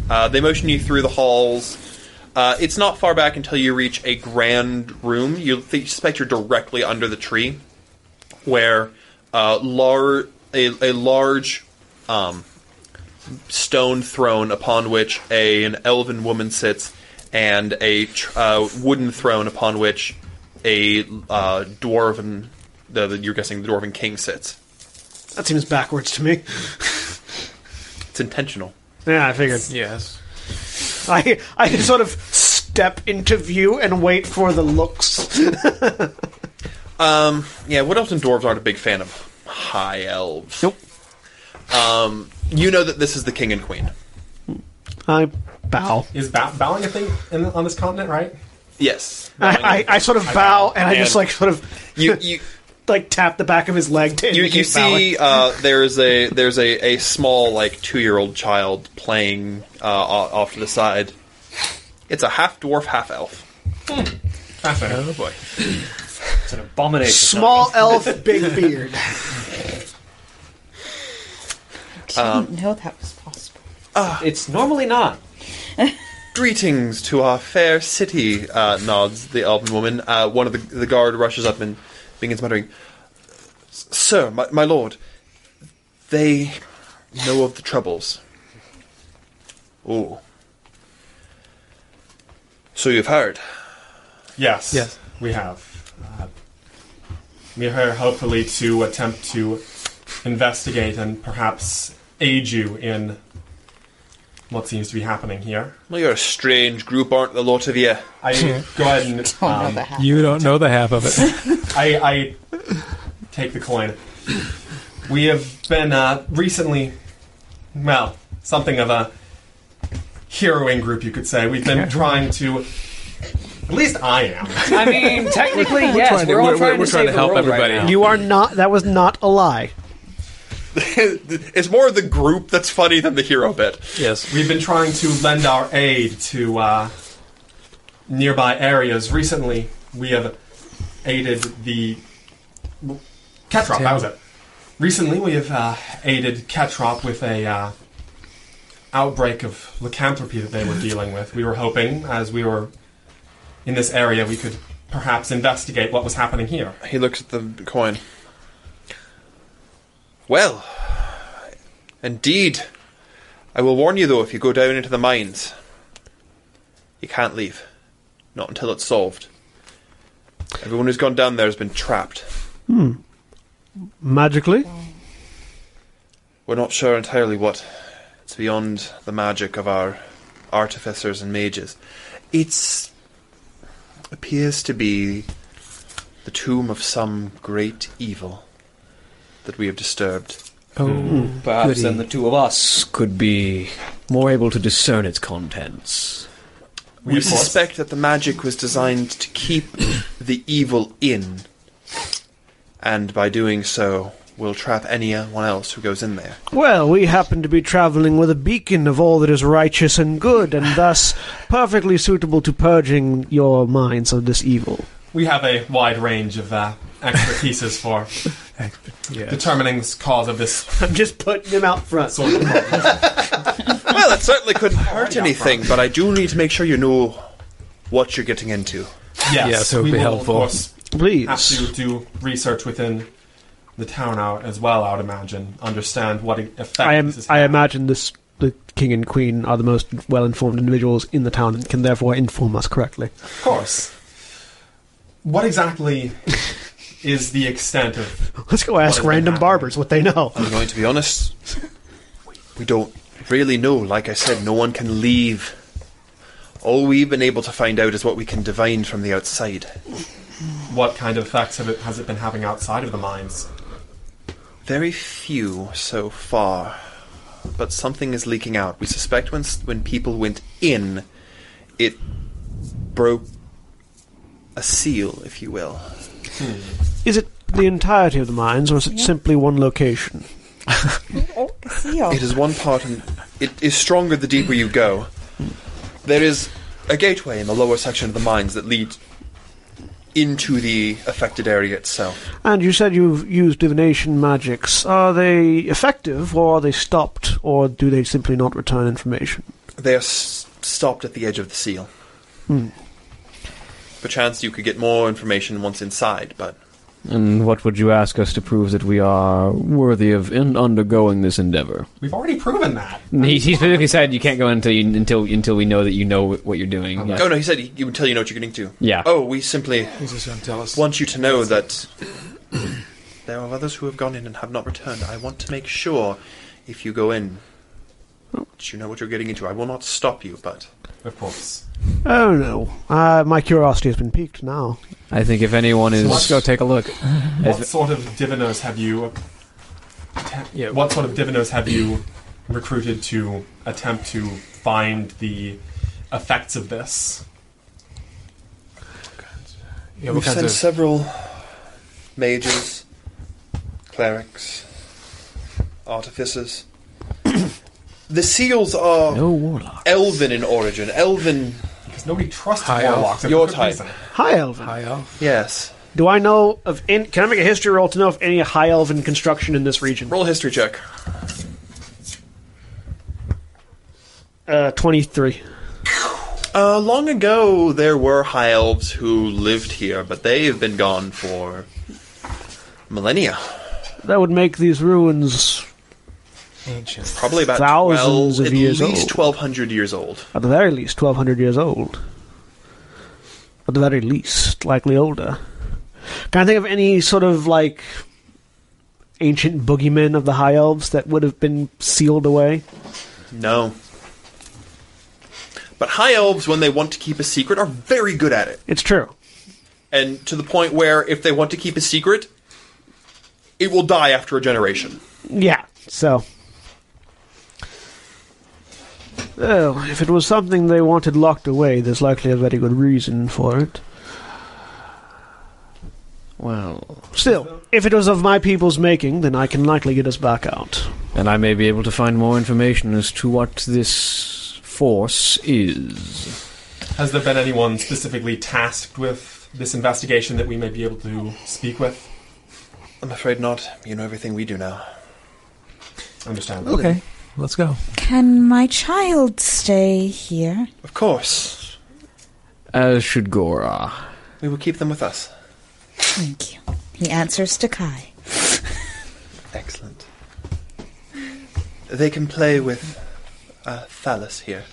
Uh, they motion you through the halls. Uh, it's not far back until you reach a grand room. You th- suspect you're directly under the tree, where uh, lar- a, a large um, stone throne upon which a, an elven woman sits, and a tr- uh, wooden throne upon which a uh, dwarven, the, the, you're guessing the dwarven king sits. That seems backwards to me. It's intentional. Yeah, I figured. Yes. I I just sort of step into view and wait for the looks. Yeah, wood elves and dwarves aren't a big fan of high elves. Um, Nope. You know that this is the king and queen. I bow. Is bow- bowing a thing in, on this continent, right? Yes. I, I, I sort of bow, and I just And- like sort of you you like tap the back of his leg to you, indicate you see bowing. uh, there's a there's a, a small like two year old child playing uh, o- off to the side. It's a half dwarf, half elf. Fascinating. Oh boy. It's an abomination. small elf, big beard. didn't know that was possible. It's normally not. Greetings to our fair city, uh, nods the elven woman. Uh, one of the, the guard rushes up and begins muttering, Sir, my, my lord, they know of the troubles. Oh. So you've heard. Yes. Yes. We have. Uh, we are here hopefully to attempt to investigate and perhaps aid you in what seems to be happening here. Well, you're a strange group, aren't the lot of you? I go ahead and Oh, um, You don't know the half of it. I, I take the coin. We have been uh, recently, well, something of a heroing group, you could say. We've been trying to, at least I am. I mean, technically, yes. We're, trying to- all we're- trying we're to trying save to the help world right everybody. now. You are not. That was not a lie. it's more the group that's funny than the hero bit. yes. We've been trying to lend our aid to uh, nearby areas. Recently, we have aided the Ketrop. That was it. Recently, we have uh, aided Ketrop with a uh, outbreak of lycanthropy that they were dealing with. We were hoping, as we were in this area, we could perhaps investigate what was happening here. He looks at the coin. Well, indeed. I will warn you, though, if you go down into the mines, you can't leave. Not until it's solved. Everyone who's gone down there has been trapped. Magically, We're not sure entirely what. It's beyond the magic of our artificers and mages. It's. appears to be the tomb of some great evil that we have disturbed. Oh. Perhaps Goody. then the two of us Could be more able to discern its contents. We of course- suspect that the magic was designed to keep the evil in, and by doing so, will trap anyone else who goes in there. well, we happen to be traveling with a beacon of all that is righteous and good, and thus perfectly suitable to purging your minds of this evil. We have a wide range of uh, expertises for Yes. determining the cause of this I'm just putting him out front. sort of problem. Well, that's That certainly couldn't hurt anything, but I do need to make sure you know what you're getting into. Yes, Yes, it would we be will, helpful. Of course, Please. have to do research within the town out as well. I would imagine understand what e-, effect I am. this is I imagine this. The king and queen are the most well-informed individuals in the town and can therefore inform us correctly. Of course. What exactly is the extent of? Let's go ask has been random happening? barbers what they know. I'm going to be honest. We don't really know. Like I said, no one can leave. All we've been able to find out is what we can divine from the outside. What kind of effects have it, has it been having outside of the mines? Very few so far, but something is leaking out. We suspect when s- when people went in, it broke a seal, if you will. Is it the entirety of the mines, or is it simply one location? Oh, It is one part, and it is stronger the deeper you go. There is a gateway in the lower section of the mines that leads into the affected area itself. And you said you've used divination magics. Are they effective, or are they stopped, or do they simply not return information? They are s- stopped at the edge of the seal. Perchance you could get more information once inside, but And what would you ask us to prove that we are worthy of in undergoing this endeavor? We've already proven that. He, he specifically said you can't go until you, until until we know that you know what you're doing. Yeah. Oh no, he said he would tell you know what you're getting to. Yeah. Oh, we simply He's just going to tell us. want you to know that there are others who have gone in and have not returned. I want to make sure if you go in that you know what you're getting into. I will not stop you, but Of course. Oh no, uh, my curiosity has been piqued now. I think if anyone is Let's go take a look. What sort of diviners have you? atten- Yeah. What sort of diviners have you recruited to attempt to find the effects of this? Yeah, we've what sent kinds of, several mages, clerics, artificers. the seals are no warlock. elven in origin. Elven, Because nobody trusts High elf. warlocks. and for Your good type. reason. High elven. high elf. yes. Do I know of? Any, can I make a history roll to know of any high elven construction in this region? Roll a history check. Uh, Twenty-three. Uh, long ago, there were high elves who lived here, but they have been gone for millennia. That would make these ruins, Ancient. Probably about Thousands 12, of at years least old. 1,200 years old. at the very least, twelve hundred years old. At the very least, likely older. Can I think of any sort of like ancient boogeymen of the high elves that would have been sealed away? No. But high elves, when they want to keep a secret, are very good at it. It's true. And to the point where if they want to keep a secret, it will die after a generation. Yeah. So. Well, if it was something they wanted locked away, there's likely a very good reason for it. Well, Still, if it was of my people's making, then I can likely get us back out. and I may be able to find more information as to what this force is. Has there been anyone specifically tasked with this investigation that we may be able to speak with? I'm afraid not. You know everything we do now. Understand. Okay, let's go. Can my child stay here? Of course. As should Gora. We will keep them with us. Thank you. He answers to Kai. Excellent. They can play with uh, Thallus here.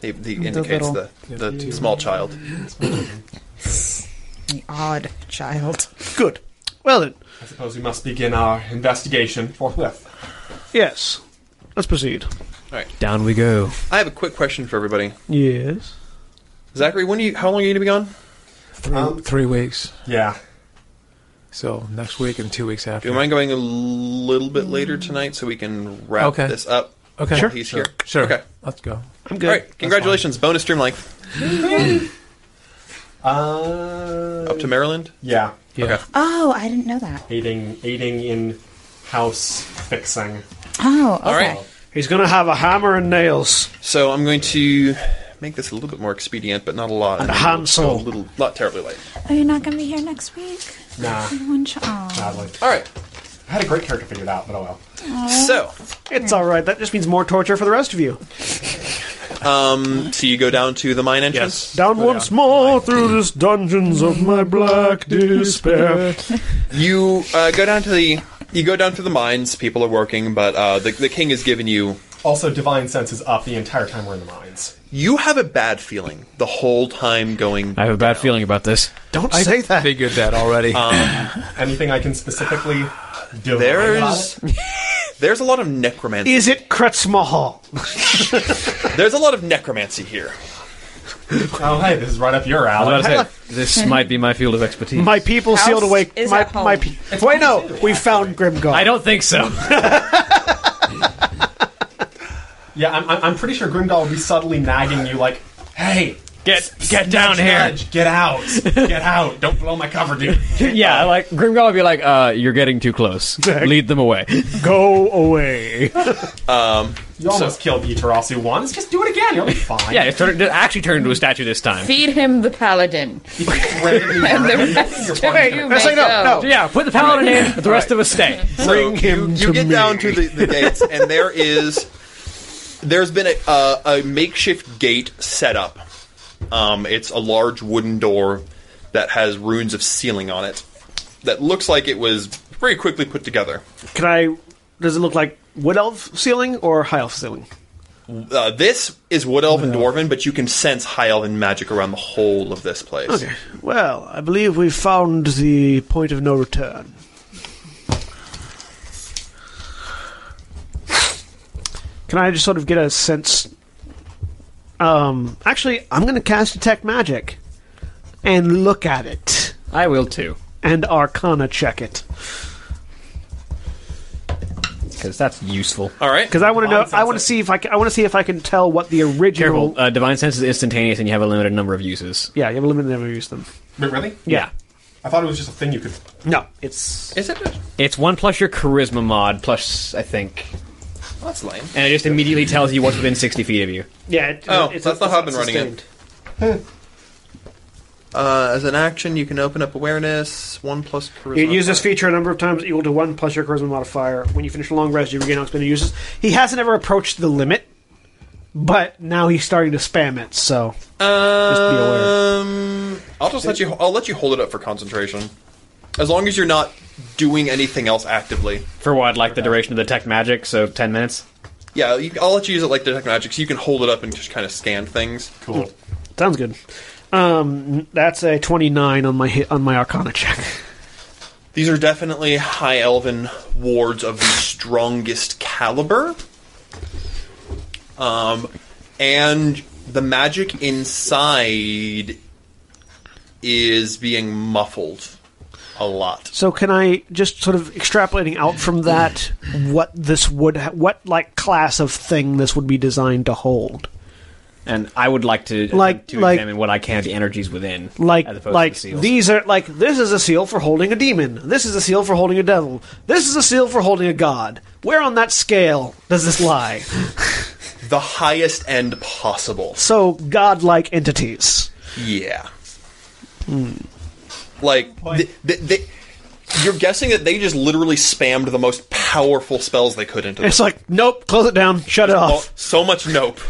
The, the indicates little- the, the, small child. The odd child. Good. Well then, I suppose we must begin our investigation forthwith. yes. Let's proceed. Down we go. I have a quick question for everybody. Yes. Zachary, when are you? How long are you going to be gone? Three, Um, three weeks. Yeah. So next week and two weeks Do after. you mind going a little bit later tonight so we can wrap Okay. this up? Okay. while Sure. He's here. Sure. Okay. Let's go. I'm All right. Congratulations. Bonus stream length Uh, up to Maryland. yeah. Yeah. Okay. Oh, I didn't know that. Aiding, aiding in house fixing. Oh, okay. All right. He's gonna have a hammer and nails. So I'm going to make this a little bit more expedient, but not a lot. And a then we'll handsaw. go A little, Oh, not terribly late. Are you not going to be here next week? Nah, One ch- oh. sadly. All right. had a great character figured out, but oh well. So, It's all right. That just means more torture for the rest of you. so you go down to the mine entrance. Down once more through this dungeons of my black despair. You uh, go down to the you go down to the mines. People are working, but uh, the the king has given you. Also, divine sense is up the entire time we're in the mines. You have a bad feeling the whole time going. I have a bad feeling about this. Don't say that. Figured that already. Anything I can specifically divine about There's it? there's a lot of necromancy. Is it Kretz Mahal? There's a lot of necromancy here. Oh hey, this is right up your alley. this might be my field of expertise. My people House sealed away. is my, at home. my pe- Wait, no. We found Grimgar. I don't think so. Yeah, I'm, I'm I'm pretty sure Grimdall will be subtly nagging you, like, "Hey, Get get down here. nudge, get out, get out! Don't blow my cover, dude." Yeah, like Grimgar would be like, uh, "You're getting too close. Lead them away." Go away. You almost killed Itarasu once. Just do it again. You'll be fine. Yeah, it, turned, it actually turned into a statue this time. Feed him the paladin. He's ready to And the burn. Your friend's rest of gonna- you That's may like, no, go. no. Yeah, put the paladin in. The rest of us stay. Bring him you, you to get me. down to the, the gates and there is there's been a, uh, a, a makeshift gate set up um, it's a large wooden door that has runes of sealing on it that looks like it was very quickly put together Can I? Does it look like wood elf ceiling or high elf ceiling? uh, this is wood elf and dwarven but you can sense high elven magic around the whole of this place Okay. Well, I believe we found the point of no return. Can I just sort of get a sense? Um, actually, I'm going to cast detect magic and look at it I will too, and Arcana check it because that's useful. all right because I want to know. Divine I want to sense. see if I can, I want to see if I can tell what the original. Careful, uh, divine sense is instantaneous, and you have a limited number of uses. Yeah, you have a limit. Never use them. Wait, really? Yeah. I thought it was just a thing you could. No, it's is it Oh, well, It's one plus your charisma mod plus I think, that's lame and it just immediately tells you what's within sixty feet of you. yeah. It, Oh, it's, it's that's not how I've been running it. sustained. uh, as an action you can open up awareness one plus charisma You can use this feature a number of times equal to one plus your charisma modifier. When you finish a long rest, you regain all expended uses. He hasn't ever approached the limit, but now he's starting to spam it. So just be aware. Um, I'll just let you. I'll let you hold it up for concentration, as long as you're not doing anything else actively. For what, like the duration of the tech magic, so ten minutes. Yeah, you, I'll let you use it like detect magic, so you can hold it up and just kind of scan things. Cool. Sounds good. Um, that's a twenty-nine on my hit, on my Arcana check. These are definitely high elven wards of the strongest caliber. Um, and the magic inside is being muffled a lot. So can I just sort of extrapolating out from that what this would ha- what like class of thing this would be designed to hold? And I would like to Like- to like- examine what I can of the energies within, like as opposed to like the seals. these are like this is a seal for holding a demon. This is a seal for holding a devil. This is a seal for holding a god. Where on that scale does this lie? The highest end possible. So godlike entities. Yeah. Like, th th they, you're guessing that they just literally spammed the most powerful spells they could into this. It's like nope, close it down, shut it Oh, off. so much nope.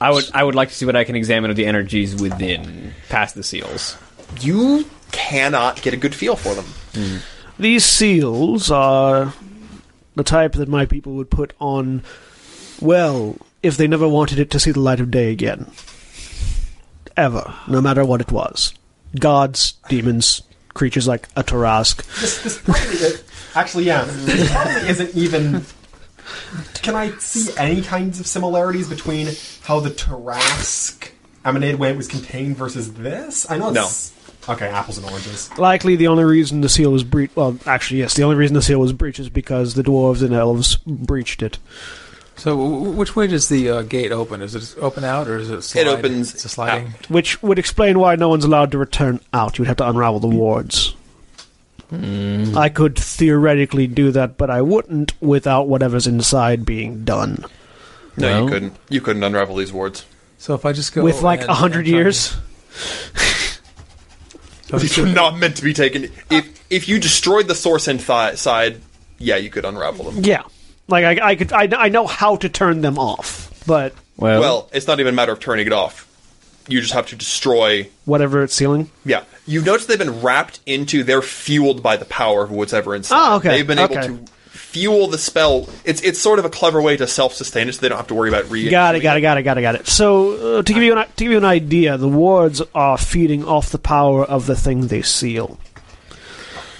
I would I would like to see what I can examine of the energies within, past the seals. You cannot get a good feel for them. These seals are the type that my people would put on well, if they never wanted it to see the light of day again. Ever, no matter what it was. Gods, demons, creatures like a Tarask. This, this probably is, actually, yeah, this probably isn't even. Can I see any kinds of similarities between how the Tarask emanated when it was contained versus this? I know it's okay, apples and oranges. Likely, the only reason the seal was breached. Well, actually, yes, the only reason the seal was breached is because the dwarves and elves breached it. so, w- w- which way does the uh, gate open? Is it open out or is it? Slide? opens It's a sliding. Which would explain why no one's allowed to return out. You'd have to unravel the wards. I could theoretically do that, but I wouldn't without whatever's inside being done. No, Well- you couldn't. You couldn't unravel these wards. Oh, So if I just go With like and- a hundred and try to- years? These are not meant to be taken. If if you destroyed the source and th- side, yeah, you could unravel them. Yeah, like I, I could, I, I know how to turn them off, but Well, Well, it's not even a matter of turning it off. You just have to destroy. whatever it's sealing. Yeah, you've noticed they've been wrapped into. They're fueled by the power of what's ever inside. Oh, okay, They've been able okay. to fuel the spell. It's it's sort of a clever way to self sustain it, so they don't have to worry about re. Got it, got it, got it, got it, got it. So uh, to give you an, to give you an idea, the wards are feeding off the power of the thing they seal.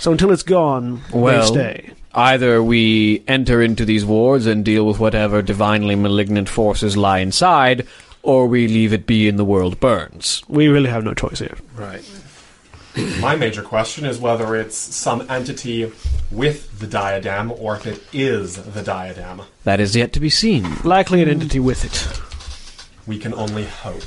So until it's gone, Well, they stay. Either we enter into these wards and deal with whatever divinely malignant forces lie inside, or we leave it be and the world burns. We really have no choice here. My major question is whether it's some entity with the diadem or if it is the diadem. That is yet to be seen. Likely an entity with it. We can only hope.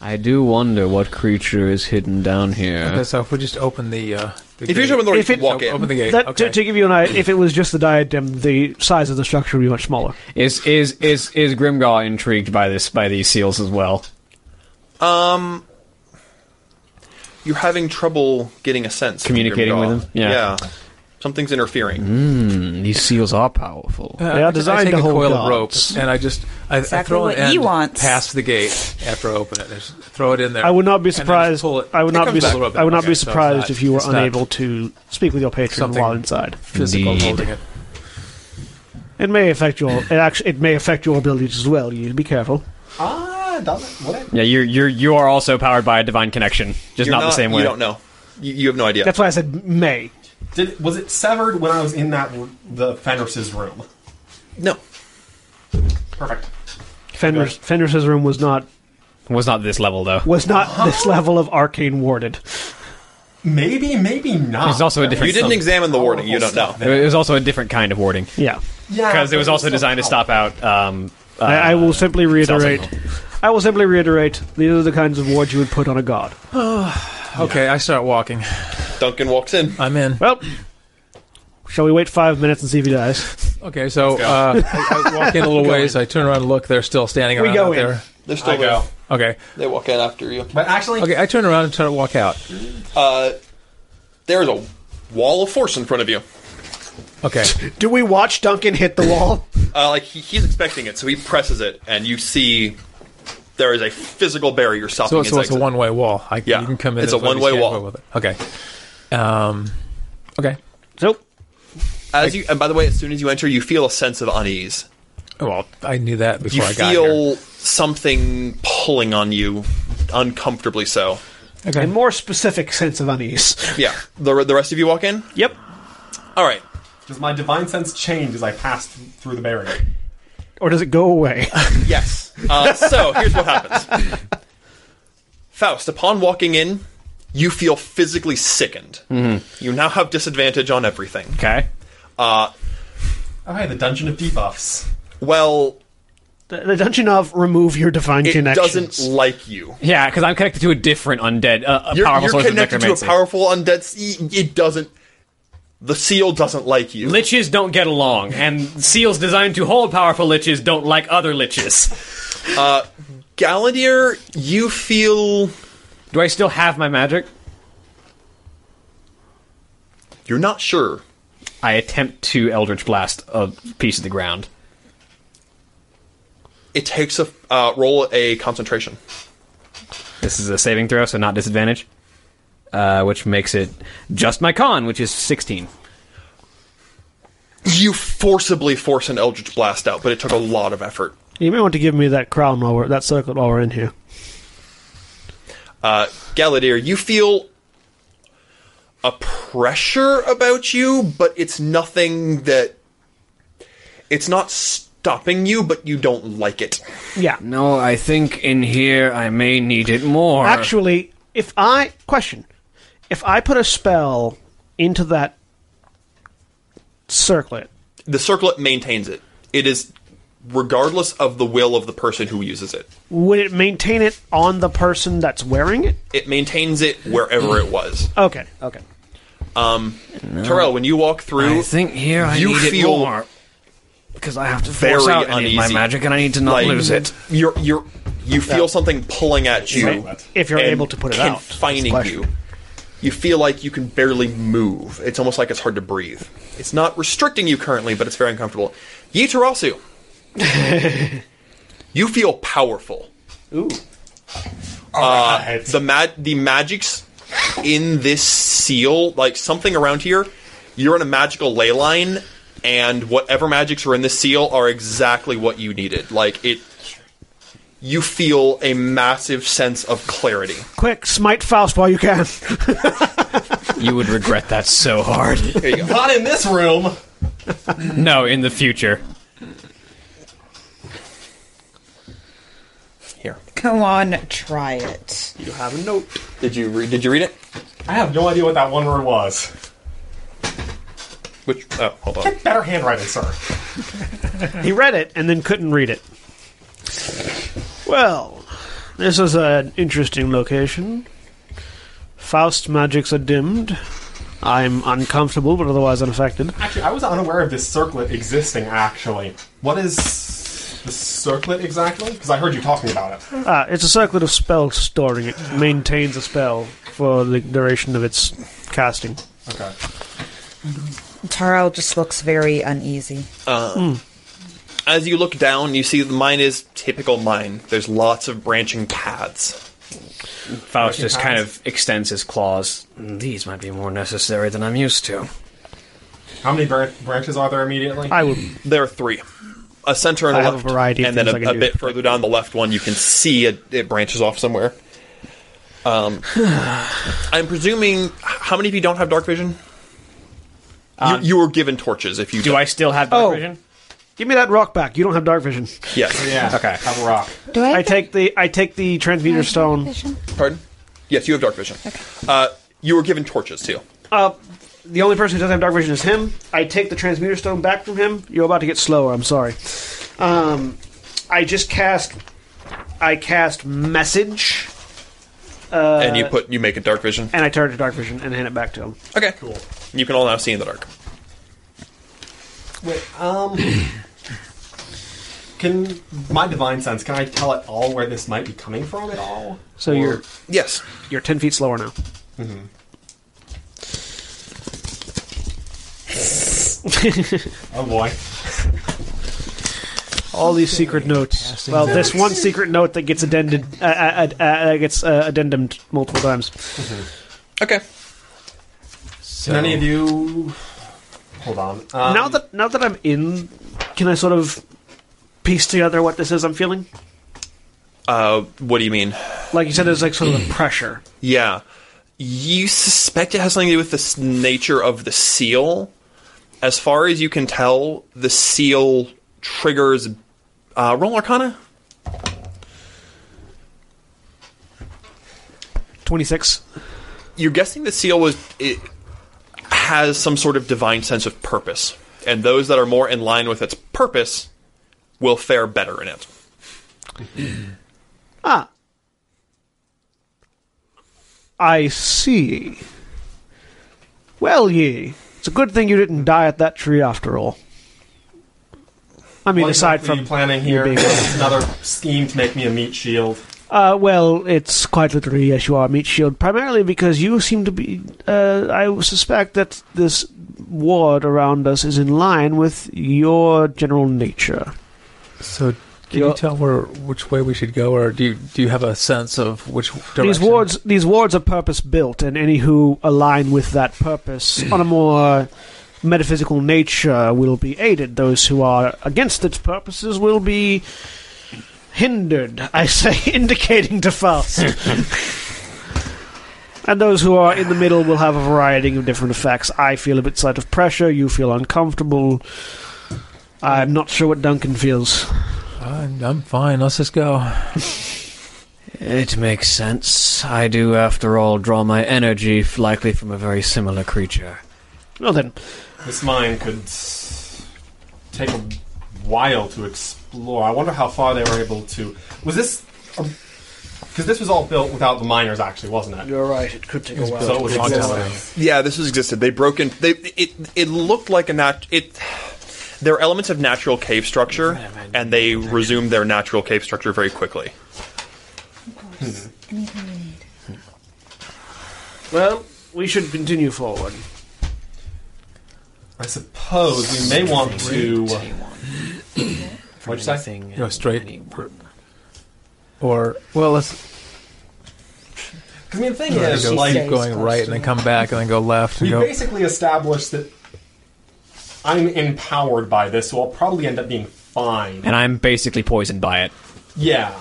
I do wonder what creature is hidden down here. Okay, so if we just open the, uh, the If gate, you show them the door, you If it- can walk in. open the gate, That, okay. to, to give you an idea, if it was just the diadem, the size of the structure would be much smaller. Is is is is Grimgaw intrigued by this by these seals as well? You're having trouble getting a sense. of Communicating Grimdaw. with him? Yeah. Mm-hmm. Something's interfering. These seals are powerful. Uh, They are I- I designed take to a hold coil gods. of rope, and I just I, I Exactly throw what an end he wants. past the gate after I open it. I just throw it in there. I would not be and then just surprised. pull it. I would It not comes be. back. su- I would not Okay, be so it's surprised not- if you were it's not unable to speak with your patron Something- while inside. physical Indeed. holding it. It may affect your. It actually. It may affect your abilities as well. You need to be careful. Ah, does it? Would it? Yeah, you're you're you are also powered by a divine connection, just You're not, the same way. You don't know. You, you have no idea. That's why I said may. Did, was it severed when I was in that r- the Fenris's room? no. Perfect. Fenris, Fenris's room was not Was not this level though. was not this level of arcane warded. Maybe, maybe not. There's also a different. You didn't examine the warning. You don't Powerful know. stuff It there. was also a different kind of warding Yeah, Yeah, because it was but also still designed to stop powerful. out. Um, uh, I, I will simply sounds like reiterate. I will simply reiterate. These are the kinds of wards you would put on a god. Okay, I start walking. Duncan walks in. I'm in. Well, shall we wait five minutes and see if he dies? Okay, so uh, I, I walk in a little ways. I turn around and look. They're still standing We around go out in. there. They're still I there. go. Okay, They walk in after you. But actually, okay. I turn around and try to walk out. There's a wall of force in front of you. Okay, Do we watch Duncan hit the wall? Uh, like he, he's expecting it, so he presses it, and you see there is a physical barrier stopping so, his so it's a exit. one-way wall. I, Yeah, you can come in. it's as a well as you one-way can wall. go With it. Okay, um, okay. nope. As you, and by the way, as soon as you enter, you feel a sense of unease. Oh, Well, I knew that You before I got here. feel something pulling on you, uncomfortably so. Okay. A more specific sense of unease. Yeah. The the rest of you walk in. Yep. All right. does my divine sense change as I pass th- through the barrier? Or does it go away? Yes. Uh, so here's what happens. Faust, upon walking in, you feel physically sickened. You now have disadvantage on everything. Uh, okay. Oh, hey, the dungeon of debuffs. Well, the, the dungeon of remove your divine it connections. doesn't like you. Yeah, because I'm connected to a different undead, uh, a You're, powerful you're source connected of to a necromancy. powerful undead. s- y- It doesn't. The seal doesn't like you. liches don't get along, and seals designed to hold powerful liches don't like other liches. Galadier, you feel Do I still have my magic? you're not sure. I attempt to Eldritch Blast a piece of the ground. It takes a uh, roll a concentration. This is a saving throw, so not disadvantage, uh, which makes it just my con, which is 16. You forcibly force an eldritch blast out, but it took a lot of effort. You may want to give me that crown while we're that circlet while we're in here. Uh, Galadier, you feel a pressure about you, but it's nothing that. It's not stopping you, but you don't like it. Yeah. No, I think in here I may need it more. Actually, if I question, if I put a spell into that circlet, The circlet maintains it. It is regardless of the will of the person who uses it. would it maintain it on the person that's wearing it? It maintains it wherever it was. Okay. Okay. Terrell, when you walk through, I think here I you need it feel more. because I have to Very force out any of my uneasy. magic, and I need to not Like, lose it. You're you're you feel something pulling at you If you're and able to put it out. confining That's the you. You feel like you can barely move. It's almost like it's hard to breathe. It's not restricting you currently, but it's very uncomfortable. Yitarasu, you feel powerful. Uh, Alright. the mag the magics in this seal, like something around here, you're in a magical ley line, and whatever magics are in this seal are exactly what you needed. Like it, you feel a massive sense of clarity. Quick, smite Faust while you can. You would regret that so hard. Here you go. Not in this room. no, in the future. Here, Go on, try it. you have a note. Did you read? Did you read it? I have no idea what that one word was. Which? Oh, hold on. Better handwriting, sir. He read it and then couldn't read it. Well, this is an interesting location. Faust magics are dimmed. I'm uncomfortable, but otherwise unaffected. Actually, I was unaware of this circlet existing, actually. What is the circlet exactly? Because I heard you talking about it. Ah, it's a circlet of spell storing. It maintains a spell for the duration of its casting. Okay. Tarl just looks very uneasy. As you look down, you see the mine is typical mine. There's lots of branching paths. Faust just kind of extends his claws. These might be more necessary than I'm used to. How many bran- branches are there immediately? I would. There are three. A center and I a have left, a variety of and then things a, I can a do. bit further down the left one, you can see it, it branches off somewhere. Um, I'm presuming how many of you don't have dark vision? Um, you, you were given torches. If you Do I still have Oh. dark vision? Give me that rock back. You don't have dark vision. Yes. yeah. Okay. Have a rock. Do I? I take the I take the transmuter stone. Vision? Pardon? Yes, you have dark vision. Uh, you were given torches too. Uh, the only person who doesn't have dark vision is him. I take the transmuter stone back from him. You're about to get slower. I'm sorry. Um, I just cast. I cast message, and you put you make it dark vision. and I turn it to dark vision and hand it back to him. Okay. Cool. You can all now see in the dark. Wait. Um. Can my divine sense? Can I tell at all where this might be coming from at all? So you're Yes. you're ten feet slower now. Oh boy. All these secret notes. Well, this one secret note that gets addended, uh, uh, uh, uh, gets uh, addendumed multiple times. Okay. Can any of you? Hold on. Um, now that now that I'm in, can I sort of piece together what this is? I'm feeling Uh, what do you mean? like you said, there's like sort Mm. of a pressure. Yeah. You suspect it has something to do with the s- nature of the seal. As far as you can tell, the seal triggers. Uh, roll Arcana? Twenty six. You're guessing the seal was. It has some sort of divine sense of purpose. And those that are more in line with its purpose will fare better in it. I see. Well, ye, it's a good thing you didn't die at that tree after all. I mean, what aside exactly are from you planning here, being- another scheme to make me a meat shield. Uh, well, it's quite literally yes, you are meat shield. Primarily because you seem to be. Uh, I suspect that this ward around us is in line with your general nature. So, can you tell where which way we should go, or do you do you have a sense of which direction? These wards, these wards are purpose built, and any who align with that purpose on a more uh, metaphysical nature will be aided. Those who are against its purposes will be hindered. I say, indicating to fast. And those who are in the middle will have a variety of different effects. I feel a bit slight of pressure. You feel uncomfortable. I'm not sure what Duncan feels. I'm, I'm fine. Let's just go. It makes sense. I do, after all, draw my energy f- likely from a very similar creature. Well then, This mine could s- take a while to explore. I wonder how far they were able to. Was this? Because this was all built without the miners, actually, wasn't it? you're right. It could take a while. So it was existing. Yeah, this was existed. They broke in. They it it looked like a nat. It There are elements of natural cave structure, and they resume their natural cave structure very quickly. Anything you need. Well, we should continue forward. I suppose we may want to. uh, What'd you say? uh, Go straight. Or well, let's Because I mean, the thing go is, like, keep going right and then come back and then go left and we go. basically established that I'm empowered by this, so I'll probably end up being fine. and I'm basically poisoned by it. Yeah.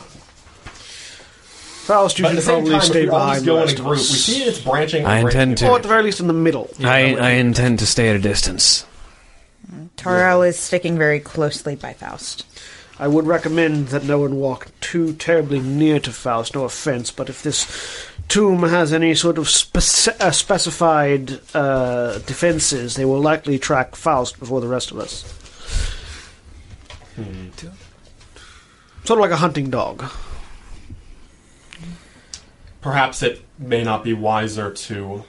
Faust, you But at should the same probably time, stay if we all behind the just go in a rest of group, we us. see it's branching. I and branching intend to. Or at the very least in the middle. I, I intend to stay at a distance. Taro is sticking very closely by Faust. I would recommend that no one walk too terribly near to Faust, no offense, but if this tomb has any sort of spec- uh, specified uh, defenses, they will likely track Faust before the rest of us. Sort of like a hunting dog. Perhaps it may not be wiser to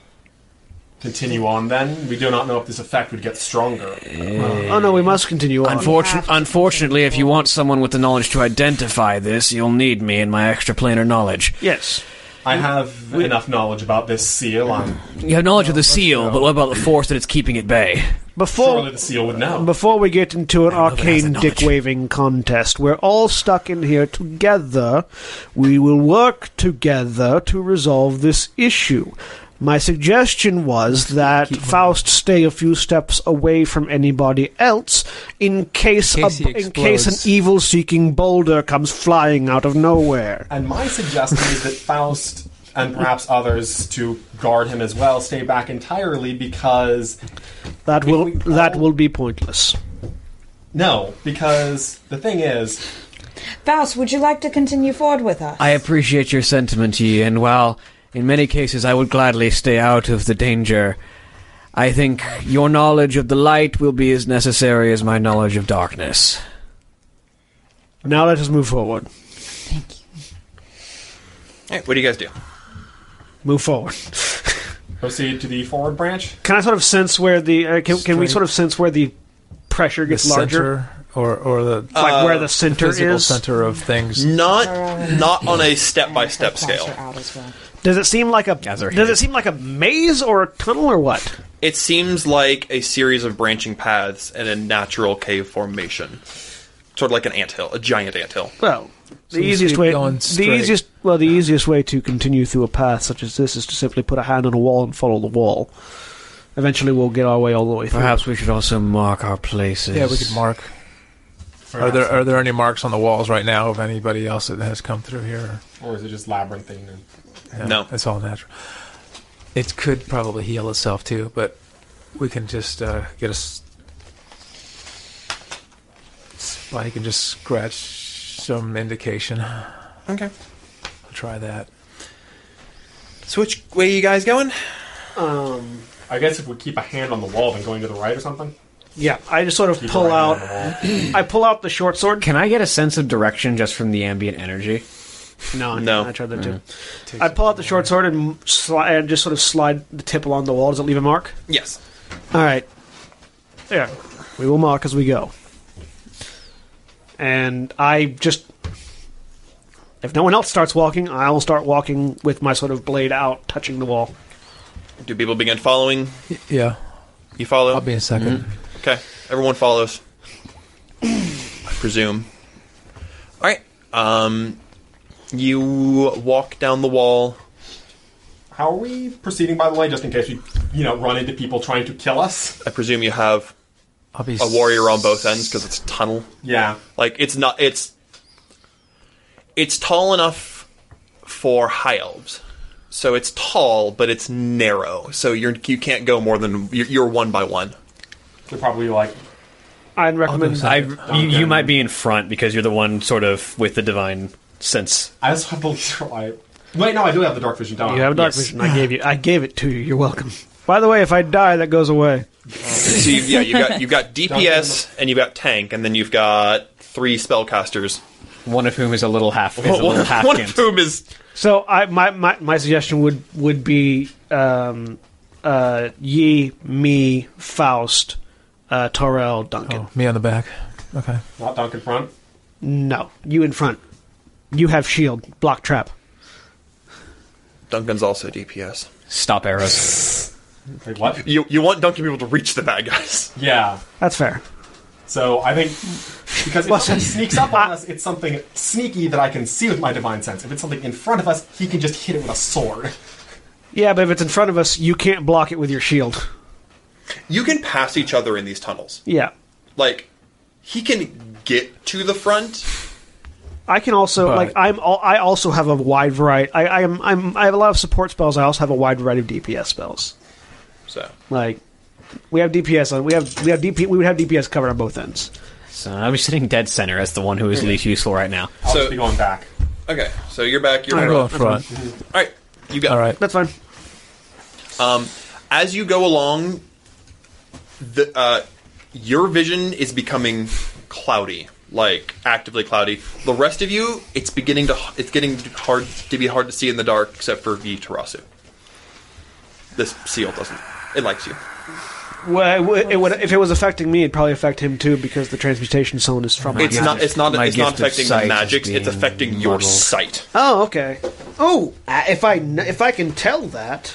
continue on then. We do not know if this effect would get stronger. Oh no, we must continue on. have Unfortunately, to unfortunately, if you want someone with the knowledge to identify this, you'll need me and my extraplanar knowledge. yes. I have enough knowledge about this seal. I'm You have knowledge of the seal, but what about the force that it's keeping at bay? Before surely the seal would know. Before we get into an love it as a arcane dick knowledge. waving contest, we're all stuck in here together. We will work together to resolve this issue. My suggestion was that Faust stay a few steps away from anybody else in case In case a, he in case explodes. an evil seeking boulder comes flying out of nowhere. And my suggestion is that Faust and perhaps others to guard him as well stay back entirely because That If will we that all- will be pointless. no, because the thing is, Faust, would you like to continue forward with us? I appreciate your sentiment, Yi, and while in many cases I would gladly stay out of the danger, I think your knowledge of the light will be as necessary as my knowledge of darkness. Now let us move forward. Thank you. All right, what do you guys do? Move forward. proceed to the forward branch. Can I sort of sense where the uh, can, can we Strength. sort of sense where the pressure The gets larger? center or or the like where the center physical is. center of things. Not not on a step by step scale. Does it seem like a does are it seem like a maze or a tunnel or what? It seems like a series of branching paths in a natural cave formation. Sort of like an anthill, a giant anthill. Well, the we just easiest keep way going the straight. easiest well the easiest way to continue through a path such as this is to simply put a hand on a wall and follow the wall. Eventually, we'll get our way all the way through. Perhaps we should also mark our places. Yeah, we could mark. Are there are there any marks on the walls right now of anybody else that has come through here? Or is it just labyrinthine? And No. It's all natural. It could probably heal itself too, but we can just uh, get a s- spike and just scratch some indication. I'll Okay. try that. So which way you guys going? Um, I guess if we keep a hand on the wall, then going to the right or something. yeah, I just sort of Keep a pull right out. hand on the wall. I pull out the short sword. Can I get a sense of direction just from the ambient energy? No, No. I tried that too. I pull out the short sword and slide, and just sort of slide the tip along the wall. Does it leave a mark? Yes. All right. There. We will mark as we go. And I just. If no one else starts walking, I'll start walking with my sort of blade out, touching the wall. Do people begin following? Yeah, You follow? I'll be in 2nd Okay, everyone follows. I presume. All right. Um, you walk down the wall. How are we proceeding, by the way, just in case we, you know, run into people trying to kill us? I presume you have I'll be a warrior on both ends because it's a tunnel. Yeah. Like it's not. It's it's tall enough for high elves. So it's tall, but it's narrow. So you're you can't go more than you're, you're one by one. They're probably like, I'd I'll do recommend. second. I, you, you might be in front because you're the one sort of with the divine sense. I also have the laser eye. Wait, no, I do have the dark vision, don't I? You have dark vision. I gave you. I gave it to you. You're welcome. By the way, if I die, that goes away. So you, yeah, you got you got DPS and you got tank, and then you've got three spellcasters. One of whom is a little half. Is a One, little half one of whom is So I my, my, my suggestion would would be um, uh, ye me Faust uh, Torrell Duncan. Oh, me on the back. Okay. Not dunk in front. No, you in front. You have shield, block trap. Duncan's also DPS. Stop arrows. Wait, what? You you want Duncan to be able to reach the bad guys. Yeah. That's fair. So I think because if something sneaks up on us, it's something sneaky that I can see with my divine sense. If it's something in front of us, he can just hit it with a sword. Yeah, but if it's in front of us, you can't block it with your shield. You can pass each other in these tunnels. Yeah. Like he can get to the front. I can also But- like I'm al- I also have a wide variety. I I am I'm I have a lot of support spells. I also have a wide variety of DPS spells. So Like we have DPS on we have we have DP we would have DPS covered on both ends. so I'm sitting dead center as the one who is least useful right now. I'll So- just be going back. okay, so you're back. You're I back. go All in front. right, you got. All right. That's fine. As you go along, the uh, your vision is becoming cloudy, like actively cloudy. The rest of you, it's beginning to it's getting hard to be hard to see in the dark, except for V Tarasu. This seal doesn't. It likes you. Well, it would- it would, if it was affecting me, it'd probably affect him too because the transmutation zone is from. It's my not. It's not. my It's not gift of affecting sight the is magic. It's being affecting your muddled. sight. Oh, okay. Oh, I- if I kn- if I can tell that.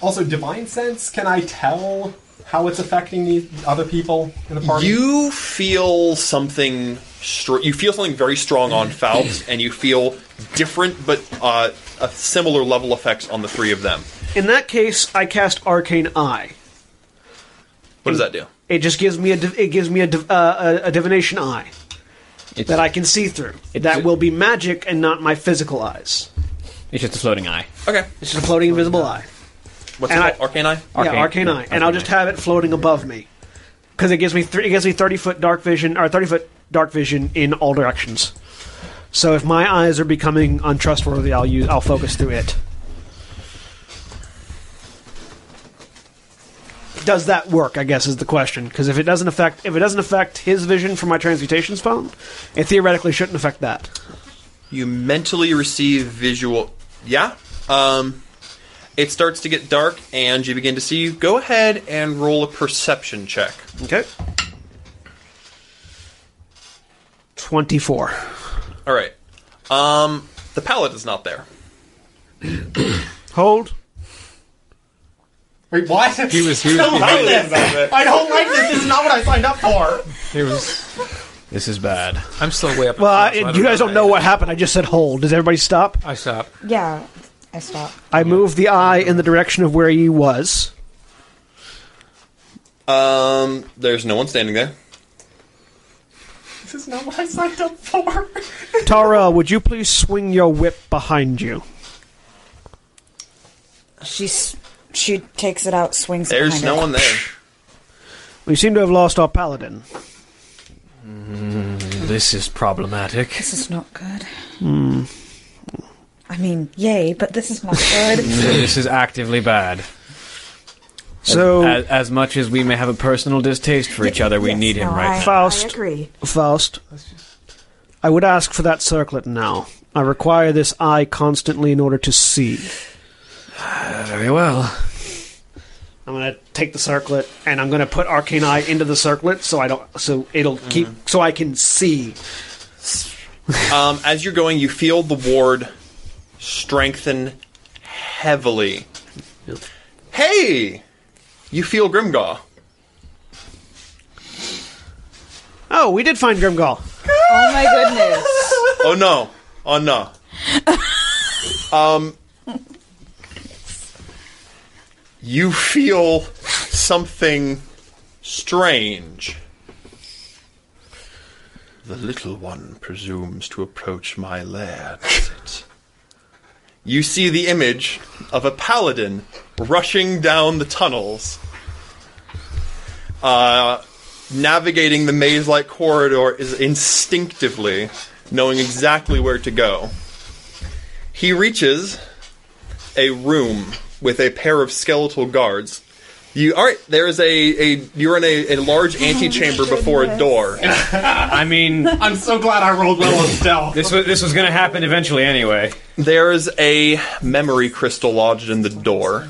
Also, divine sense. Can I tell how it's affecting the other people in the party? You feel something. Str- you feel something very strong on Faust, and you feel different but uh, a similar level effects on the three of them. In that case, I cast Arcane Eye. What does that do? It just gives me a div- it gives me a div- uh, a, a divination eye It's, that I can see through. That will be magic and not my physical eyes. it's just a floating eye. Okay. It's just a floating invisible eye. What's it And called? I- Arcane Eye. yeah, arcane eye, and I'll just have it floating above me because it gives me three, it gives me thirty foot dark vision or thirty foot dark vision in all directions. So if my eyes are becoming untrustworthy, I'll use I'll focus through it. Does that work? I guess is the question because if it doesn't affect if it doesn't affect his vision from my transmutation phone, it theoretically shouldn't affect that. You mentally receive visual. Yeah. Um, it starts to get dark, and you begin to see. Go ahead and roll a perception check. Okay. Twenty four. All right. Um, the palette is not there. Hold. Wait, what? He was- he was I don't like this. I don't like this. This is not what I signed up for. He was. This is bad. I'm still way up. Well, I, you guys don't know what happened. I just said hold. Does everybody stop? I stopped. Yeah, I stopped. I moved the eye in the direction of where he was. Um, there's no one standing there. This is not what I signed up for. Tara, would you please swing your whip behind you? She's she takes it out, swings. it There's behind no her. one there. We seem to have lost our paladin. This is problematic. This is not good. Hmm. I mean, yay, but this is not good. this is actively bad. So, As, as much as we may have a personal distaste for each other, we Yes, need him no, I, right now. Faust. I agree. Faust, I would ask for that circlet now. I require this eye constantly in order to see. Very well. I'm gonna take the circlet and I'm gonna put arcane eye into the circlet so I don't so it'll keep so I can see. Um, as you're going, you feel the ward strengthen heavily. Hey, you feel Grimgaw. Oh, we did find Grimgall. Oh my goodness. Oh no! Oh no! Um, you feel something strange. The little one presumes to approach my lair. does it? You see the image of a paladin rushing down the tunnels, uh, navigating the maze-like corridor is instinctively knowing exactly where to go. He reaches a room with a pair of skeletal guards. You all right? There is a, a you're in a, a large antechamber before a door. I mean, I'm so glad I rolled well on stealth. this was this was going to happen eventually anyway. There's a memory crystal lodged in the door.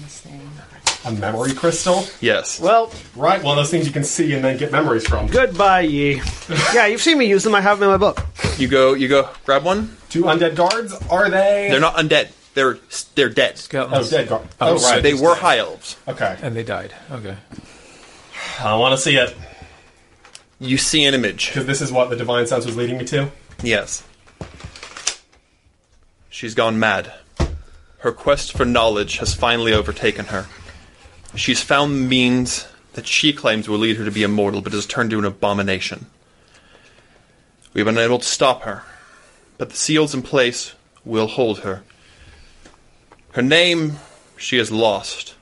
A memory crystal? Yes. Well, Right, one of those things you can see and then get memories from. goodbye, ye. yeah, you've seen me use them. I have them in my book. you go. You go. Grab one. Two undead guards? Are they? They're not undead. They're they're dead. Oh, dead guard. Oh, So right. They were high elves. Okay. and they died. Okay. I want to see it. You see an image. Because this is what the divine sense was leading me to. Yes. She's gone mad. Her quest for knowledge has finally overtaken her. She's found the means that she claims will lead her to be immortal, but has turned to an abomination. We've been able to stop her, but the seals in place will hold her. Her name she has lost.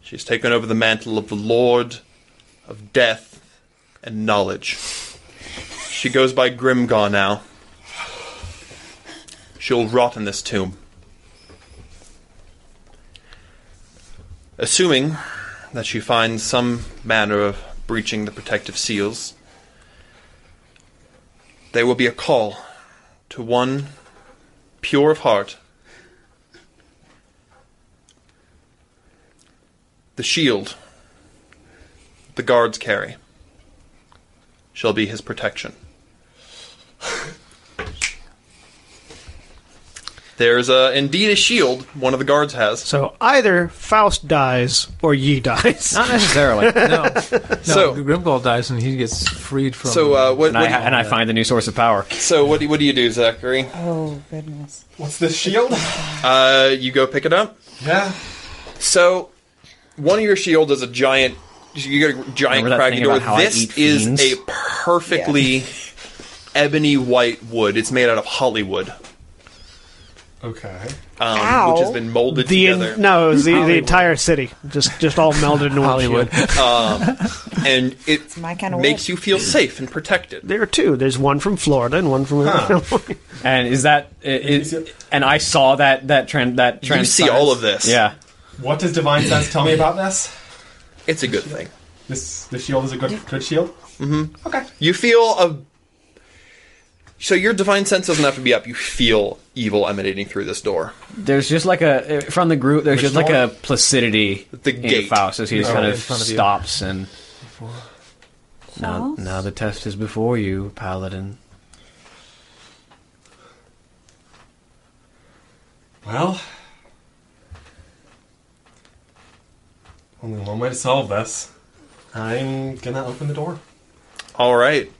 She's taken over the mantle of the Lord of Death and Knowledge. She goes by Grimgar now. She'll rot in this tomb. Assuming that she finds some manner of breaching the protective seals, there will be a call to one pure of heart. The shield the guards carry shall be his protection. There's uh, indeed a shield one of the guards has. So either Faust dies or ye dies. Not necessarily. No, no So- Grimgall dies and he gets freed from. So uh, what? and, I, what and I find the new source of power. so what do, what do you do, Zachary? Oh goodness. What's this shield? Uh, you go pick it up. yeah. So one of your shield is a giant. You got a giant Remember that craggy thing door. about how I This eat is fiends? a perfectly ebony white wood. It's made out of Hollywood, Okay. um, Ow. which has been molded the together. en- no, it was the, the entire city just just all melded into one Hollywood. shield. and it my kinda makes wood. you feel safe and protected. There are two. There's one from Florida and one from Illinois. And is that? i- Is, and I saw that that trend that trend. You see all of this. Yeah. What does divine sense tell me about this? It's a good thing. This this shield is a good good shield. Mm-hmm. Okay. You feel a. So your divine sense doesn't have to be up. You feel evil emanating through this door. There's just like a eh, from the group. There's just like door? a placidity The in gate. Faust as he just Oh, kind in of front of you. stops and. Now, now the test is before you, Paladin. Well, only one way to solve this. I'm gonna open the door. All right.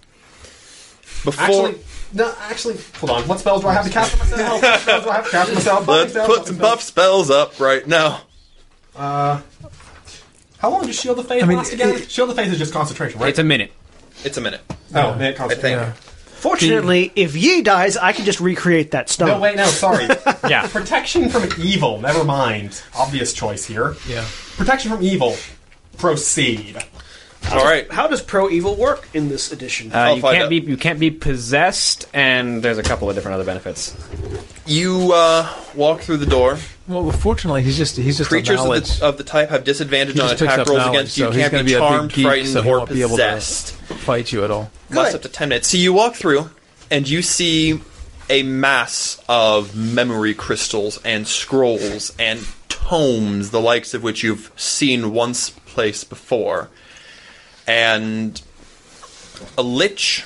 Before Actually, no. Actually, hold on. What spells do I have to cast for myself? What spells do I have to cast for myself? let's put some buff spells up right now. How long does Shield of Faith I mean, last again? it- Shield of Faith is just concentration, right? It's a minute. It's a minute. oh, man, I think. concentration. Fortunately, if ye dies, I can just recreate that stone. No, wait, no, sorry. Yeah. Protection from evil. Never mind. Obvious choice here. yeah. Protection from evil. Proceed. All right. How does pro evil work in this edition? Uh, I'll you find can't out. be you can't be possessed, and there's a couple of different other benefits. You uh, walk through the door. Well, fortunately, he's just he's just a Creatures of knowledge. the, of the type have disadvantage he on just picks attack up rolls knowledge, against you. so You he's can't gonna be be a big charmed, geek, frightened, so he or won't be able to- possessed. fight you at all. Lasts up to 10 minutes. So you walk through, and you see a mass of memory crystals and scrolls and tomes, the likes of which you've seen once place before. And a lich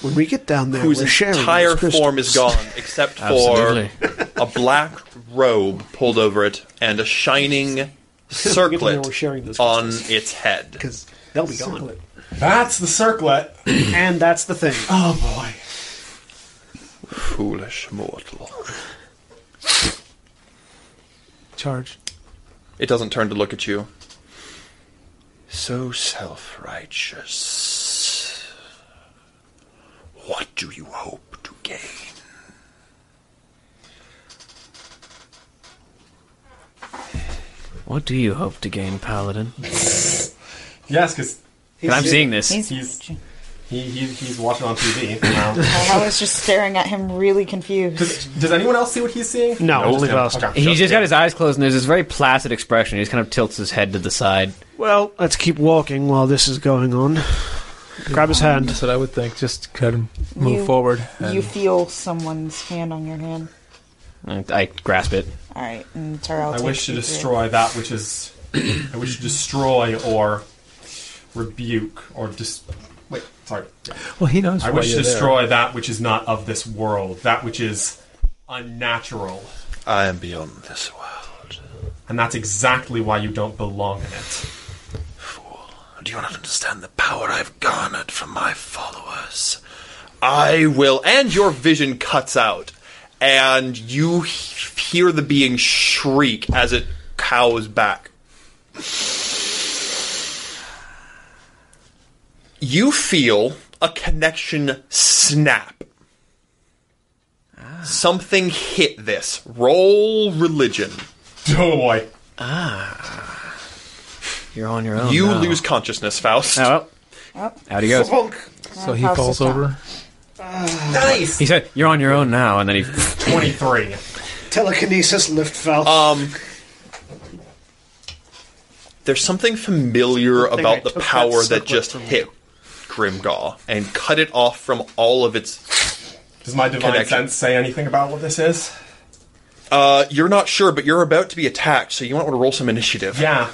when we get down there, whose we're sharing entire those crystals. form is gone, except for Absolutely. a black robe pulled over it and a shining circlet we're sharing those on its head. because they'll be gone. That's the circlet. And that's the thing. Oh boy. Foolish mortal. Charge. It doesn't turn to look at you. So self righteous. What do you hope to gain? What do you hope to gain, Paladin? Yes, because And I'm seeing this. He's, he's he, he, he's watching on TV. now. I was just staring at him really confused. does, does anyone else see what he's seeing? No, only just Faust. him. Okay. He's just got his eyes closed, and there's this very placid expression. He just kind of tilts his head to the side. Well, let's keep walking while this is going on. Grab his hand. That's what I would think. Just cut him, move You- forward. And You feel someone's hand on your hand. I, I grasp it. All right, and Tarell. I takes wish to you through. destroy that which is. I wish to destroy or rebuke or dis. Wait, sorry. Well, he knows. I why wish to you're there. destroy that which is not of this world, that which is unnatural. I am beyond this world. And that's exactly why you don't belong in it. Do you not understand the power I've garnered from my followers? I will. And your vision cuts out, and you he- hear the being shriek as it cows back. You feel a connection snap. Something hit this. Roll religion. Oh boy. You're on your own. you now. lose consciousness, Faust. Oh, well. Out he goes. So he falls over. Nice! He said, "You're on your own now," and then he 23. Telekinesis lift valve. Um, there's something familiar thing I about the took that power that, circlet just from hit Grimgaw and cut it off from all of its. Does my divine Connection. sense say anything about what this is? Uh, you're not sure, but you're about to be attacked, so you might want to roll some initiative. Yeah.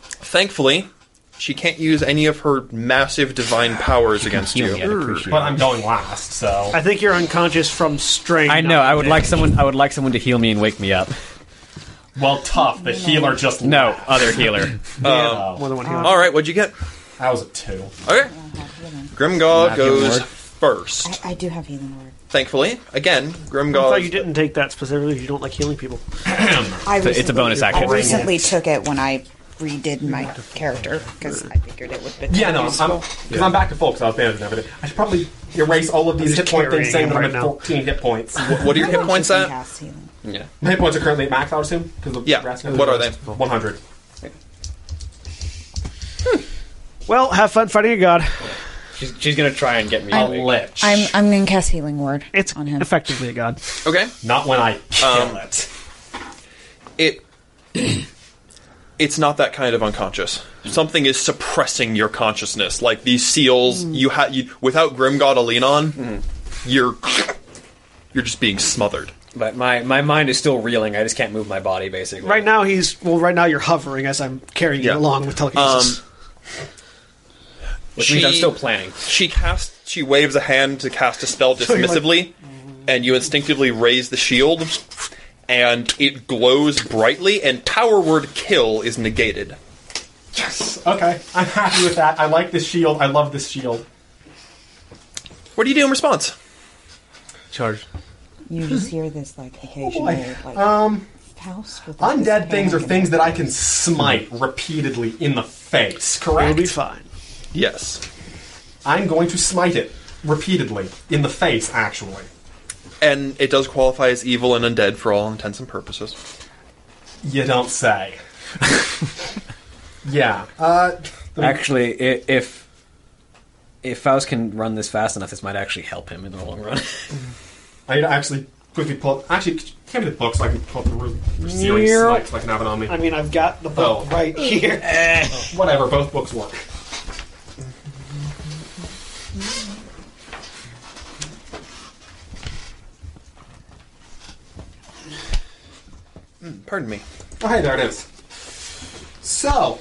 Thankfully, she can't use any of her massive divine powers against you. But I'm going last, so. I think you're unconscious from strain. I know. I would like someone. I would like someone to heal me and wake me up. Well, tough. The healer just. No, other healer. more than one healing. All right, what'd you get? That was a two. Okay, Grimgaw goes first. I do have healing word. Thankfully, again, I Grimgaw. thought you didn't take that specifically because you don't like healing people. I a- it's a bonus action. I recently took it when I redid my character because I figured it would. Be Yeah, no, I'm because I'm back to full because I was bandaged and everything. I should probably erase all of these just hit point carrying things, saying him that I'm right at now. 14 hit points. What are your hit points at? My hit points are currently at max, I would assume. 'cause the Yeah, rest- what are they? 100. Well, have fun fighting a god. She's, she's gonna try and get me. I'm- awake. Lich. I'm I'm gonna cast healing word. It's on him. effectively a god. Okay. Not when I kill Um, it. it it's not that kind of unconscious. Something is suppressing your consciousness. Like these seals, you have you, without Grimgod to lean on, you're you're just being smothered. But my, my mind is still reeling. I just can't move my body, basically. Right now, he's well. Right now, you're hovering as I'm carrying Yeah. you along with telekinesis. Um, which means I'm she- still planning. She casts she waves a hand to cast a spell dismissively, and you instinctively raise the shield, and it glows brightly, and power word kill is negated. Okay, I'm happy with that. I like this shield. I love this shield. What do you do in response? Charge. You just hear this like occasional Oh, boy. like um Faust with like, this Undead things are panic things that I can smite repeatedly in the face, It'll correct? be fine. Yes. I'm going to smite it repeatedly in the face, actually. And it does qualify as evil and undead for all intents and purposes. You don't say. yeah. Uh, Actually, i- if if Faust can run this fast enough, this might actually help him in the long run. I need to actually quickly pull up. Actually, could you hand me the book so I can pull up the re- re- series slide so I can have it on me. I mean, I've got the book Oh. right here. Whatever, both books work. Pardon me. Oh, hey, there it is. So,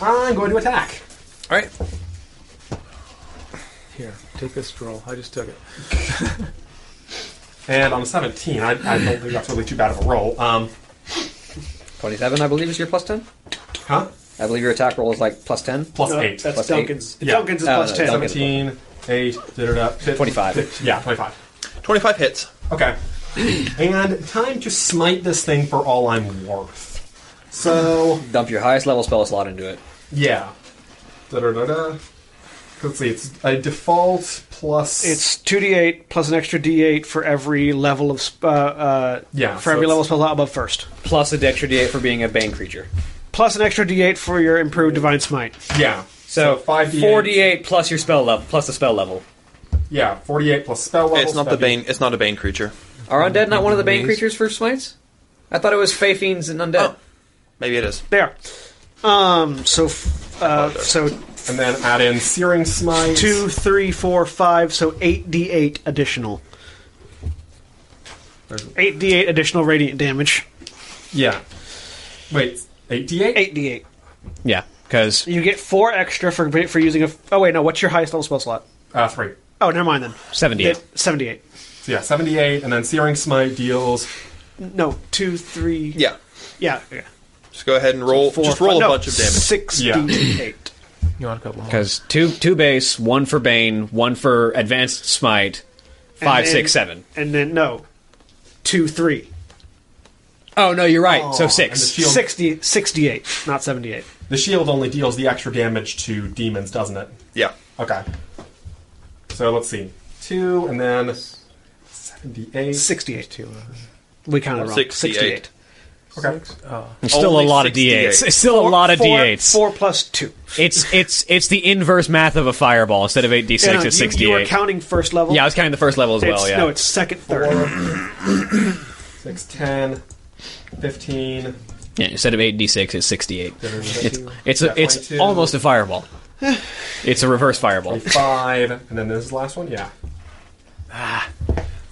I'm going to attack. All right. Here, take this scroll. I just took it. And on a 17, I, I don't think that's really too bad of a roll. Um, 27, I believe, is your plus 10? huh? I believe your attack roll is like plus 10. Plus No, 8. that's Plus eight. Duncan's. Yeah. Duncan's is Uh, plus ten. Duncan. 17, 8, da, da, da, fif- 25. fif- yeah, 25. 25 hits. Okay. and time to smite this thing for all I'm worth. So, Dump your highest level spell slot into it. yeah. Da, da, da, da. Let's see, it's a default plus. It's two d eight plus an extra d eight for every level of sp- uh, uh, Yeah, for so every it's- level spell slot above first, Plus a extra d8 for being a Bane creature. plus an extra d eight for your improved divine smite. Yeah. So, 5d8. 4d8 plus your spell level, plus the spell level. Yeah, 48 plus spell level. it's not the that'd be- bane. It's not a bane creature. Are undead not one of the Bane creatures for smites? I thought it was Fey Fiends and Undead. Oh, maybe it is. There. Um. So. f- Uh, so And then add in Searing Smite. two, three, four, five. So eight d eight additional. Eight d eight additional radiant damage. Yeah. Wait, 88? Eight d eight. Yeah, because You get four extra for for using a. Oh wait, no. What's your highest level spell slot? Uh, 3. Oh, never mind then. 78. Seventy eight. So yeah, 78, and then Searing Smite deals. No, two, three. Yeah. yeah. yeah. Just go ahead and roll. Four, just roll five- a no, bunch of damage. Six Yeah. d eight. You want a couple more? because two two base, one for Bane, one for Advanced Smite, five, And- six, seven. And then no, two, three. Oh no, you're right. so And the six. shield, 60, 68, not seventy eight. the shield only deals the extra damage to demons, doesn't it? Yeah. Okay. So let's see. 2, and then 78. 68 too. We counted wrong. 68. Okay. It's still a Only lot of 68. d8s. It's still a lot of Four- d8s. Four plus two. It's it's it's the inverse math of a fireball. Instead of eight d No, no, six, it's you- six You d were eight. counting first level. Yeah, I was counting the first level as well. It's- Yeah. No, it's second, third. 6, 10, 15. Yeah, instead of eight d six, it's sixty eight. It's it's Yeah, a, it's 22. almost a fireball. It's a reverse fireball. five, and then this is the last one. Yeah. Ah.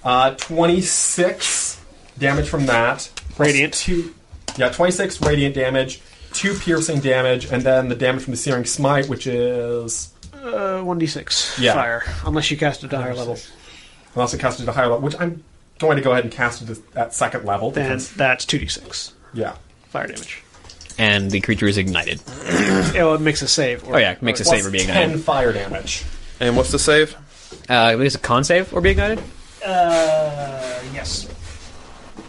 Uh, twenty-six damage from that. plus Radiant. Two, yeah, twenty-six radiant damage, two piercing damage, and then the damage from the searing smite, which is Uh, 1d6 Yeah. fire. Unless you cast it at a higher level. unless it casted at a higher level, which I'm going to go ahead and cast it at second level. Then because- that's 2d6 yeah. fire damage. and the creature is ignited. Oh, it makes a save. Or, Oh yeah, makes a Plus save or be ten ignited. fire damage. And what's the save? Uh, is it con save or be ignited? Uh, yes.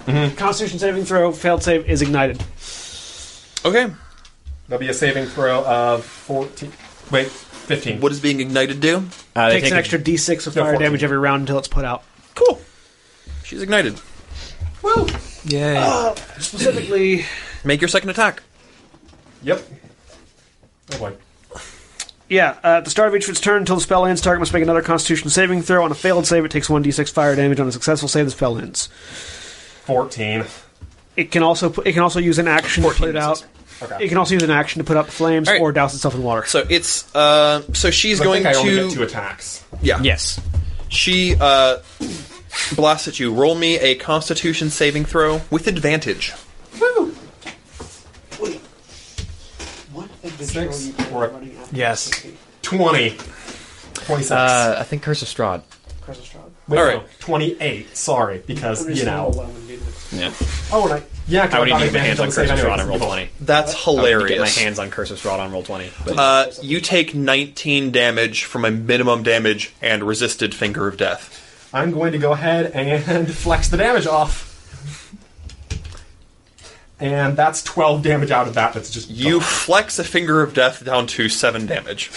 Mm-hmm. Constitution saving throw, failed save is ignited. Okay. There'll be a saving throw of fourteen. Wait, fifteen. What is being ignited do? Uh, Takes an extra d6 of No, fire 14. damage every round until it's put out. Cool. She's ignited. Yay. Specifically, Make your second attack. Yep. Oh boy. yeah, uh, at the start of each of its turn until the spell ends, target must make another Constitution saving throw. On a failed save, it takes 1d6 fire damage. On a successful save, the spell ends. Fourteen. It can also pu- it can also use an action to put it out. Okay. It can also use an action to put out the flames All right. or douse itself in water. So it's uh, so she's I going think I only to get two attacks. yeah Yes. She uh, blasts at you. Roll me a Constitution saving throw with advantage. Six or a yes. 20. 26. Uh, I think Curse of Strahd. Wait, all no, right. 28. Sorry, because, you know. Yeah. Oh, and I. Yeah, 'cause I would got even get my advantage hands on on the save Curse of Strahd anyway. on roll twenty. That's Get my hilarious. hands on Curse of Strahd on roll twenty. But Uh, you take 19 damage from a minimum damage and resisted finger of death. I'm going to go ahead and flex the damage off. And that's 12 damage out of that. That's just. You gone. flex a finger of death down to seven damage.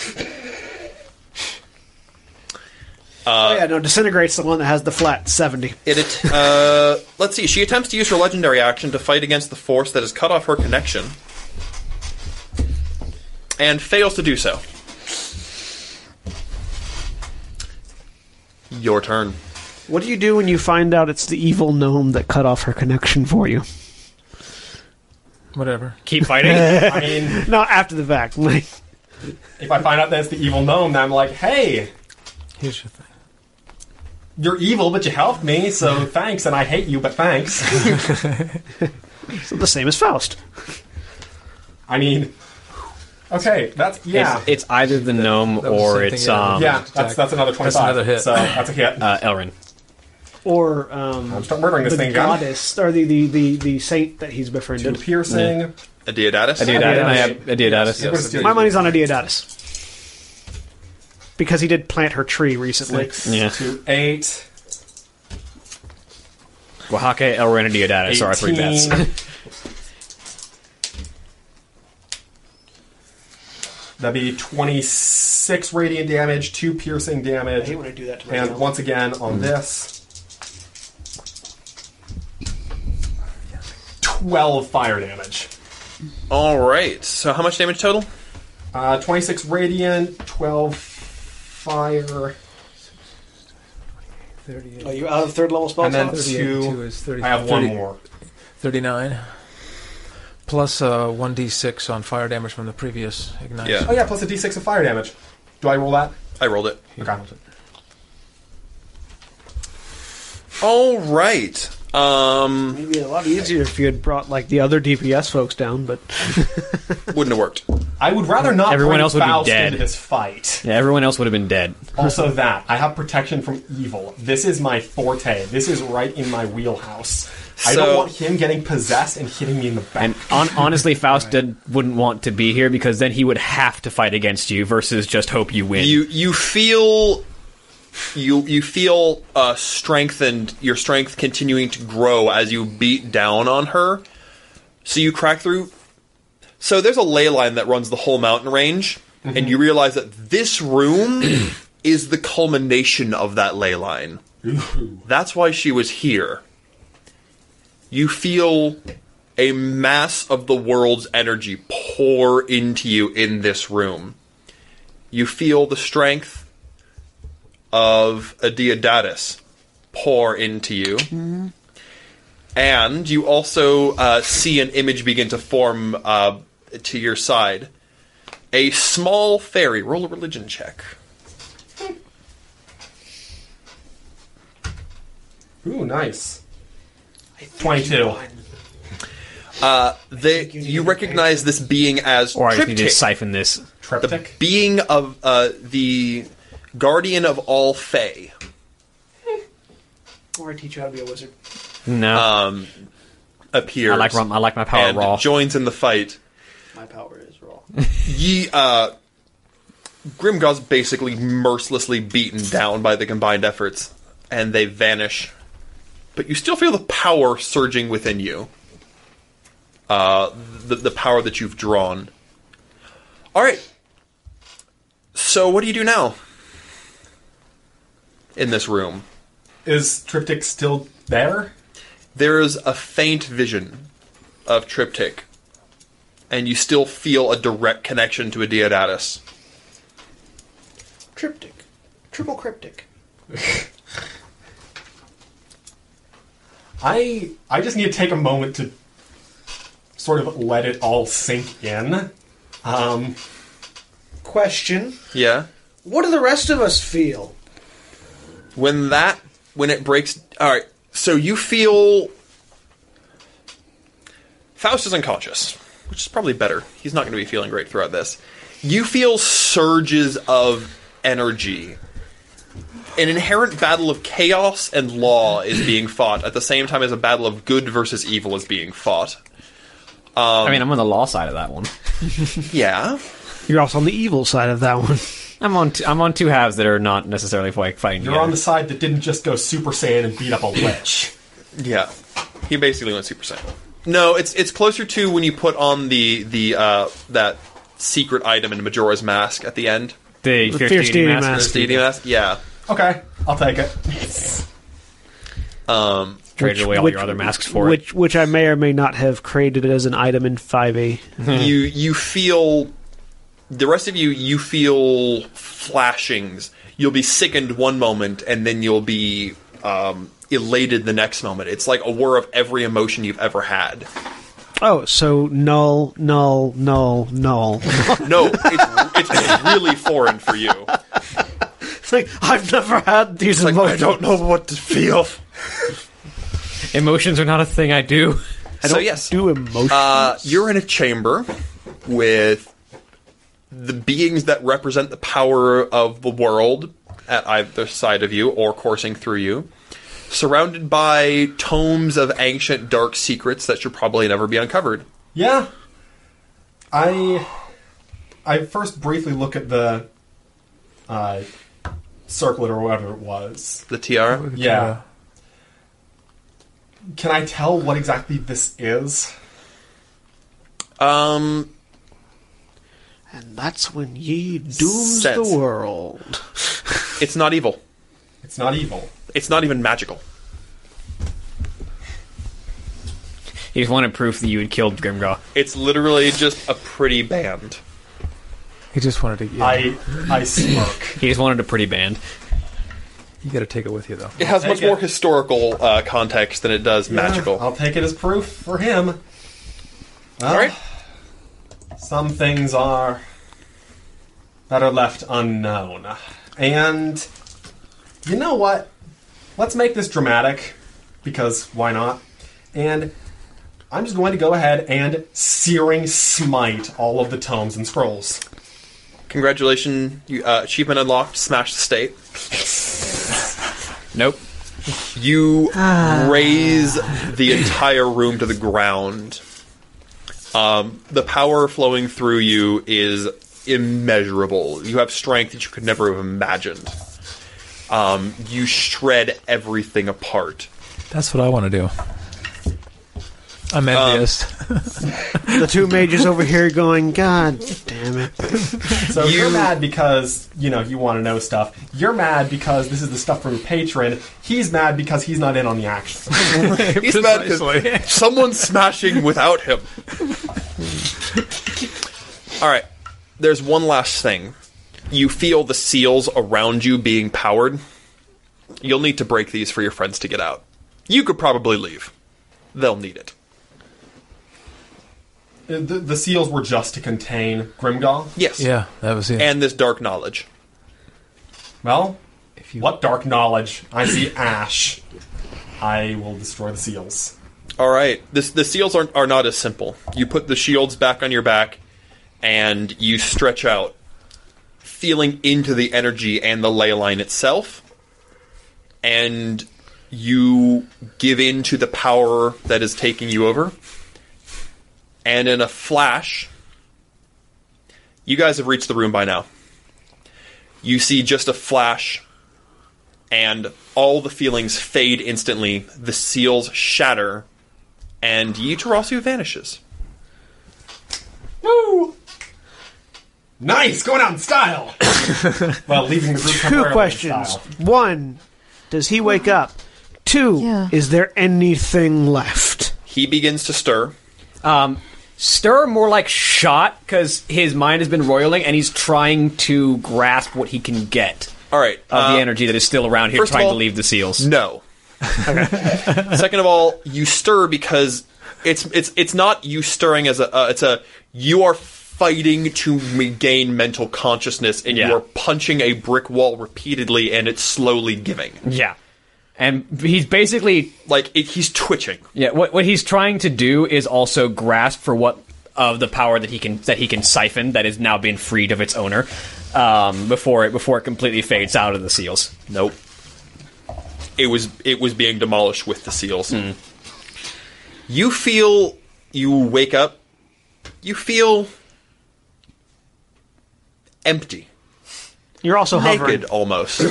oh yeah, no, disintegrates the one that has the flat 70. It, att- uh, let's see. She attempts to use her legendary action to fight against the force that has cut off her connection, and fails to do so. Your turn. What do you do when you find out it's the evil gnome that cut off her connection for you? Whatever. keep fighting. I mean, No, after the fact. Like, if I find out that's the evil gnome, then I'm like, hey, Here's your thing. you're evil, but you helped me, so thanks, and I hate you, but thanks. so the same as Faust. I mean. Okay, that's. Yeah. it's, it's either the gnome was the or same it's thing, yeah. um, yeah, that's, that's another 25. That's another hit. So that's a hit. uh, Elrin. Or um, I'm start murdering this the thing again. goddess, or the, the, the, the saint that he's Two befriended. piercing. Adiodatus. Adiodatus. I have Adiodatus. What is it? My money's on Adiodatus. Because he did plant her tree recently. Six Yeah. to eight. Oaxaca, Elrin, and Diodatus are our three bets. 18. That'd be 26 radiant damage, 2 piercing damage. hate when I do that to and myself. once again on Hmm. this 12 fire damage. All right. So how much damage total? Uh, 26 radiant, 12 fire. Are you out of third level spell And then slots? two. Two is 30, I have one 30 more. 39. Plus uh, 1d6 on fire damage from the previous ignition. Yeah. Oh, yeah, plus a d6 of fire damage. Do I roll that? I rolled it. Okay. All right. Um, It'd be a lot easier if you had brought like the other DPS folks down, but wouldn't have worked. I would rather not Everyone bring else would be Faust dead. into this fight. Yeah, everyone else would have been dead. Also, that I have protection from evil. This is my forte. This is right in my wheelhouse. I So- don't want him getting possessed and hitting me in the back. And on, honestly, Faust did, wouldn't want to be here because then he would have to fight against you versus just hope you win. You you feel you you feel uh, strengthened. Your strength continuing to grow as you beat down on her. So you crack through. So there's a ley line that runs the whole mountain range, and you realize that this room is the culmination of that ley line. That's why she was here. You feel a mass of the world's energy pour into you in this room. You feel the strength of a Deodatus pour into you. And you also uh, see an image begin to form uh, to your side. A small fairy. Roll a religion check. Ooh, nice. Twenty-two. They, you, recognize this being as or I just need to Triptych. siphon this. the Triptych. being of uh, the guardian of all fae. or I teach you how to be a wizard. No, Um, appears. I like rum- I like my power and raw. Joins in the fight. My power is raw. Ye uh, Grimgaw's basically mercilessly beaten down by the combined efforts, and they vanish. But you still feel the power surging within you. Uh, the the power that you've drawn. All right. So what do you do now? In this room, Is Triptych still there? there is a faint vision of Triptych, and you still feel a direct connection to a Deodatus. Triptych, triple cryptic. I I just need to take a moment to sort of let it all sink in. Um, Question: Yeah. What do the rest of us feel? when that when it breaks all right so you feel faust is unconscious which is probably better he's not going to be feeling great throughout this you feel surges of energy an inherent battle of chaos and law is being fought at the same time as a battle of good versus evil is being fought I mean, I'm on the law side of that one. yeah You're also on the evil side of that one. I'm on t- I'm on two halves that are not necessarily like fighting. you're together. on the side that didn't just go Super Saiyan and beat up a lich. Yeah, he basically went Super Saiyan. No, it's it's closer to when you put on the the uh, that secret item in Majora's Mask at the end. the, The Fierce Fierce Deity Deity Mask. The Mask. stadium mask. Yeah. Okay, I'll take it. Um, Traded away all your other masks for it. which, which I may or may not have created as an item in 5e. you you feel the rest of you you feel flashings. You'll be sickened one moment, and then you'll be um, elated the next moment. It's like a whir of every emotion you've ever had. Oh, so null, null, null, null. No, it's, it's really foreign for you. it's like, I've never had these Like I emotions. don't know what to feel. Emotions are not a thing I do. so yes, do emotions. Uh, you're in a chamber with the beings that represent the power of the world at either side of you or coursing through you, surrounded by tomes of ancient dark secrets that should probably never be uncovered. Yeah. I I first briefly look at the uh, circlet or whatever it was. The tiara? Yeah. Can I tell what exactly this is? Um, and that's when ye dooms Sense. the world. it's not evil. It's not evil. It's not even magical. He just wanted proof that you had killed Grimgaw. It's literally just a pretty band. He just wanted to. Yeah, I I smirk. He just wanted a pretty band. you got to take it with you though. It has much Take it. more historical uh, context than it does Yeah, I'll magical. take it as proof for him. Well, All right. Some things are better left unknown. And you know what? Let's make this dramatic. because why not? And I'm just going to go ahead and searing smite all of the tomes and scrolls. Congratulations, you, uh, achievement unlocked. Smash the state. Nope. You raise the entire room to the ground. Um, the power flowing through you is immeasurable. You have strength that you could never have imagined. Um, you shred everything apart. That's what I want to do. Um, I'm envious. The two mages over here going, God damn it. So you... are You- mad because you know you want to know stuff. You're mad because this is the stuff from your patron. He's mad because he's not in on the action. He's mad 'cause someone's smashing without him. All right. There's one last thing. You feel the seals around you being powered. You'll need to break these for your friends to get out. You could probably leave. They'll need it. Uh, the, the seals were just to contain Grimgall. Yes. yeah, that was it. And this dark knowledge. Well, If you- what dark knowledge? I see ash. I will destroy the seals. All right. This the seals aren't are not as simple. You put the shields back on your back, and you stretch out, feeling into the energy and the ley line itself, and you give in to the power that is taking you over. And in a flash, you guys have reached the room by now. You see just a flash and all the feelings fade instantly. The seals shatter, and Yitarasu vanishes. Woo! Nice, going out in style. well, leaving the group. Two temporarily in questions. style. One, does he wake up? Two, Yeah. is there anything left? He begins to stir. Um, stir more like shot because his mind has been roiling and he's trying to grasp what he can get All right. of uh, the energy that is still around here, first of trying all- to leave the seals. No. Second of all, you stir because it's it's it's not you stirring as a uh, it's a you are fighting to regain mental consciousness and Yeah. you are punching a brick wall repeatedly and it's slowly giving. Yeah, and he's basically Like it, he's twitching. yeah. What what he's trying to do is also grasp for what of the power that he can that he can siphon that is now being freed of its owner um, before it before it completely fades out of the seals. Nope. It was it was being demolished with the seals. You feel you wake up. You feel empty, You're also hovering. naked almost.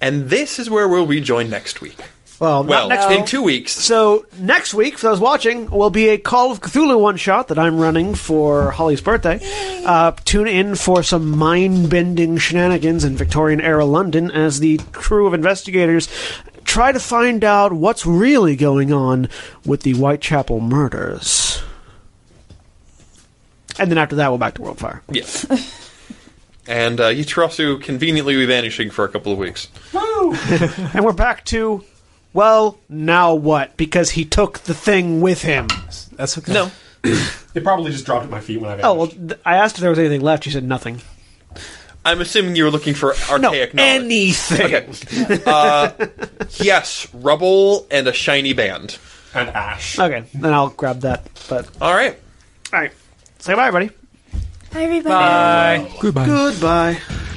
and this is where we'll rejoin next week. Well, not Well, next in two weeks. So next week, for those watching, will be a Call of Cthulhu one shot that I'm running for Holly's birthday. Uh, tune in for some mind bending shenanigans in Victorian era London as the crew of investigators try to find out what's really going on with the Whitechapel murders. And then after that, we're back to Worldfire. Yes. and uh, Yitarasu conveniently be vanishing for a couple of weeks. And we're back to, well, now what? Because he took the thing with him. That's okay. No. It probably just dropped at my feet when I. Oh, well, th- I asked if there was anything left. She said nothing. I'm assuming you were looking for No, archaic knowledge. anything. Okay. Uh, yes, rubble and a shiny band. and ash. Okay, then I'll grab that. But All right. all right, say bye, everybody. Hi, everybody. Goodbye.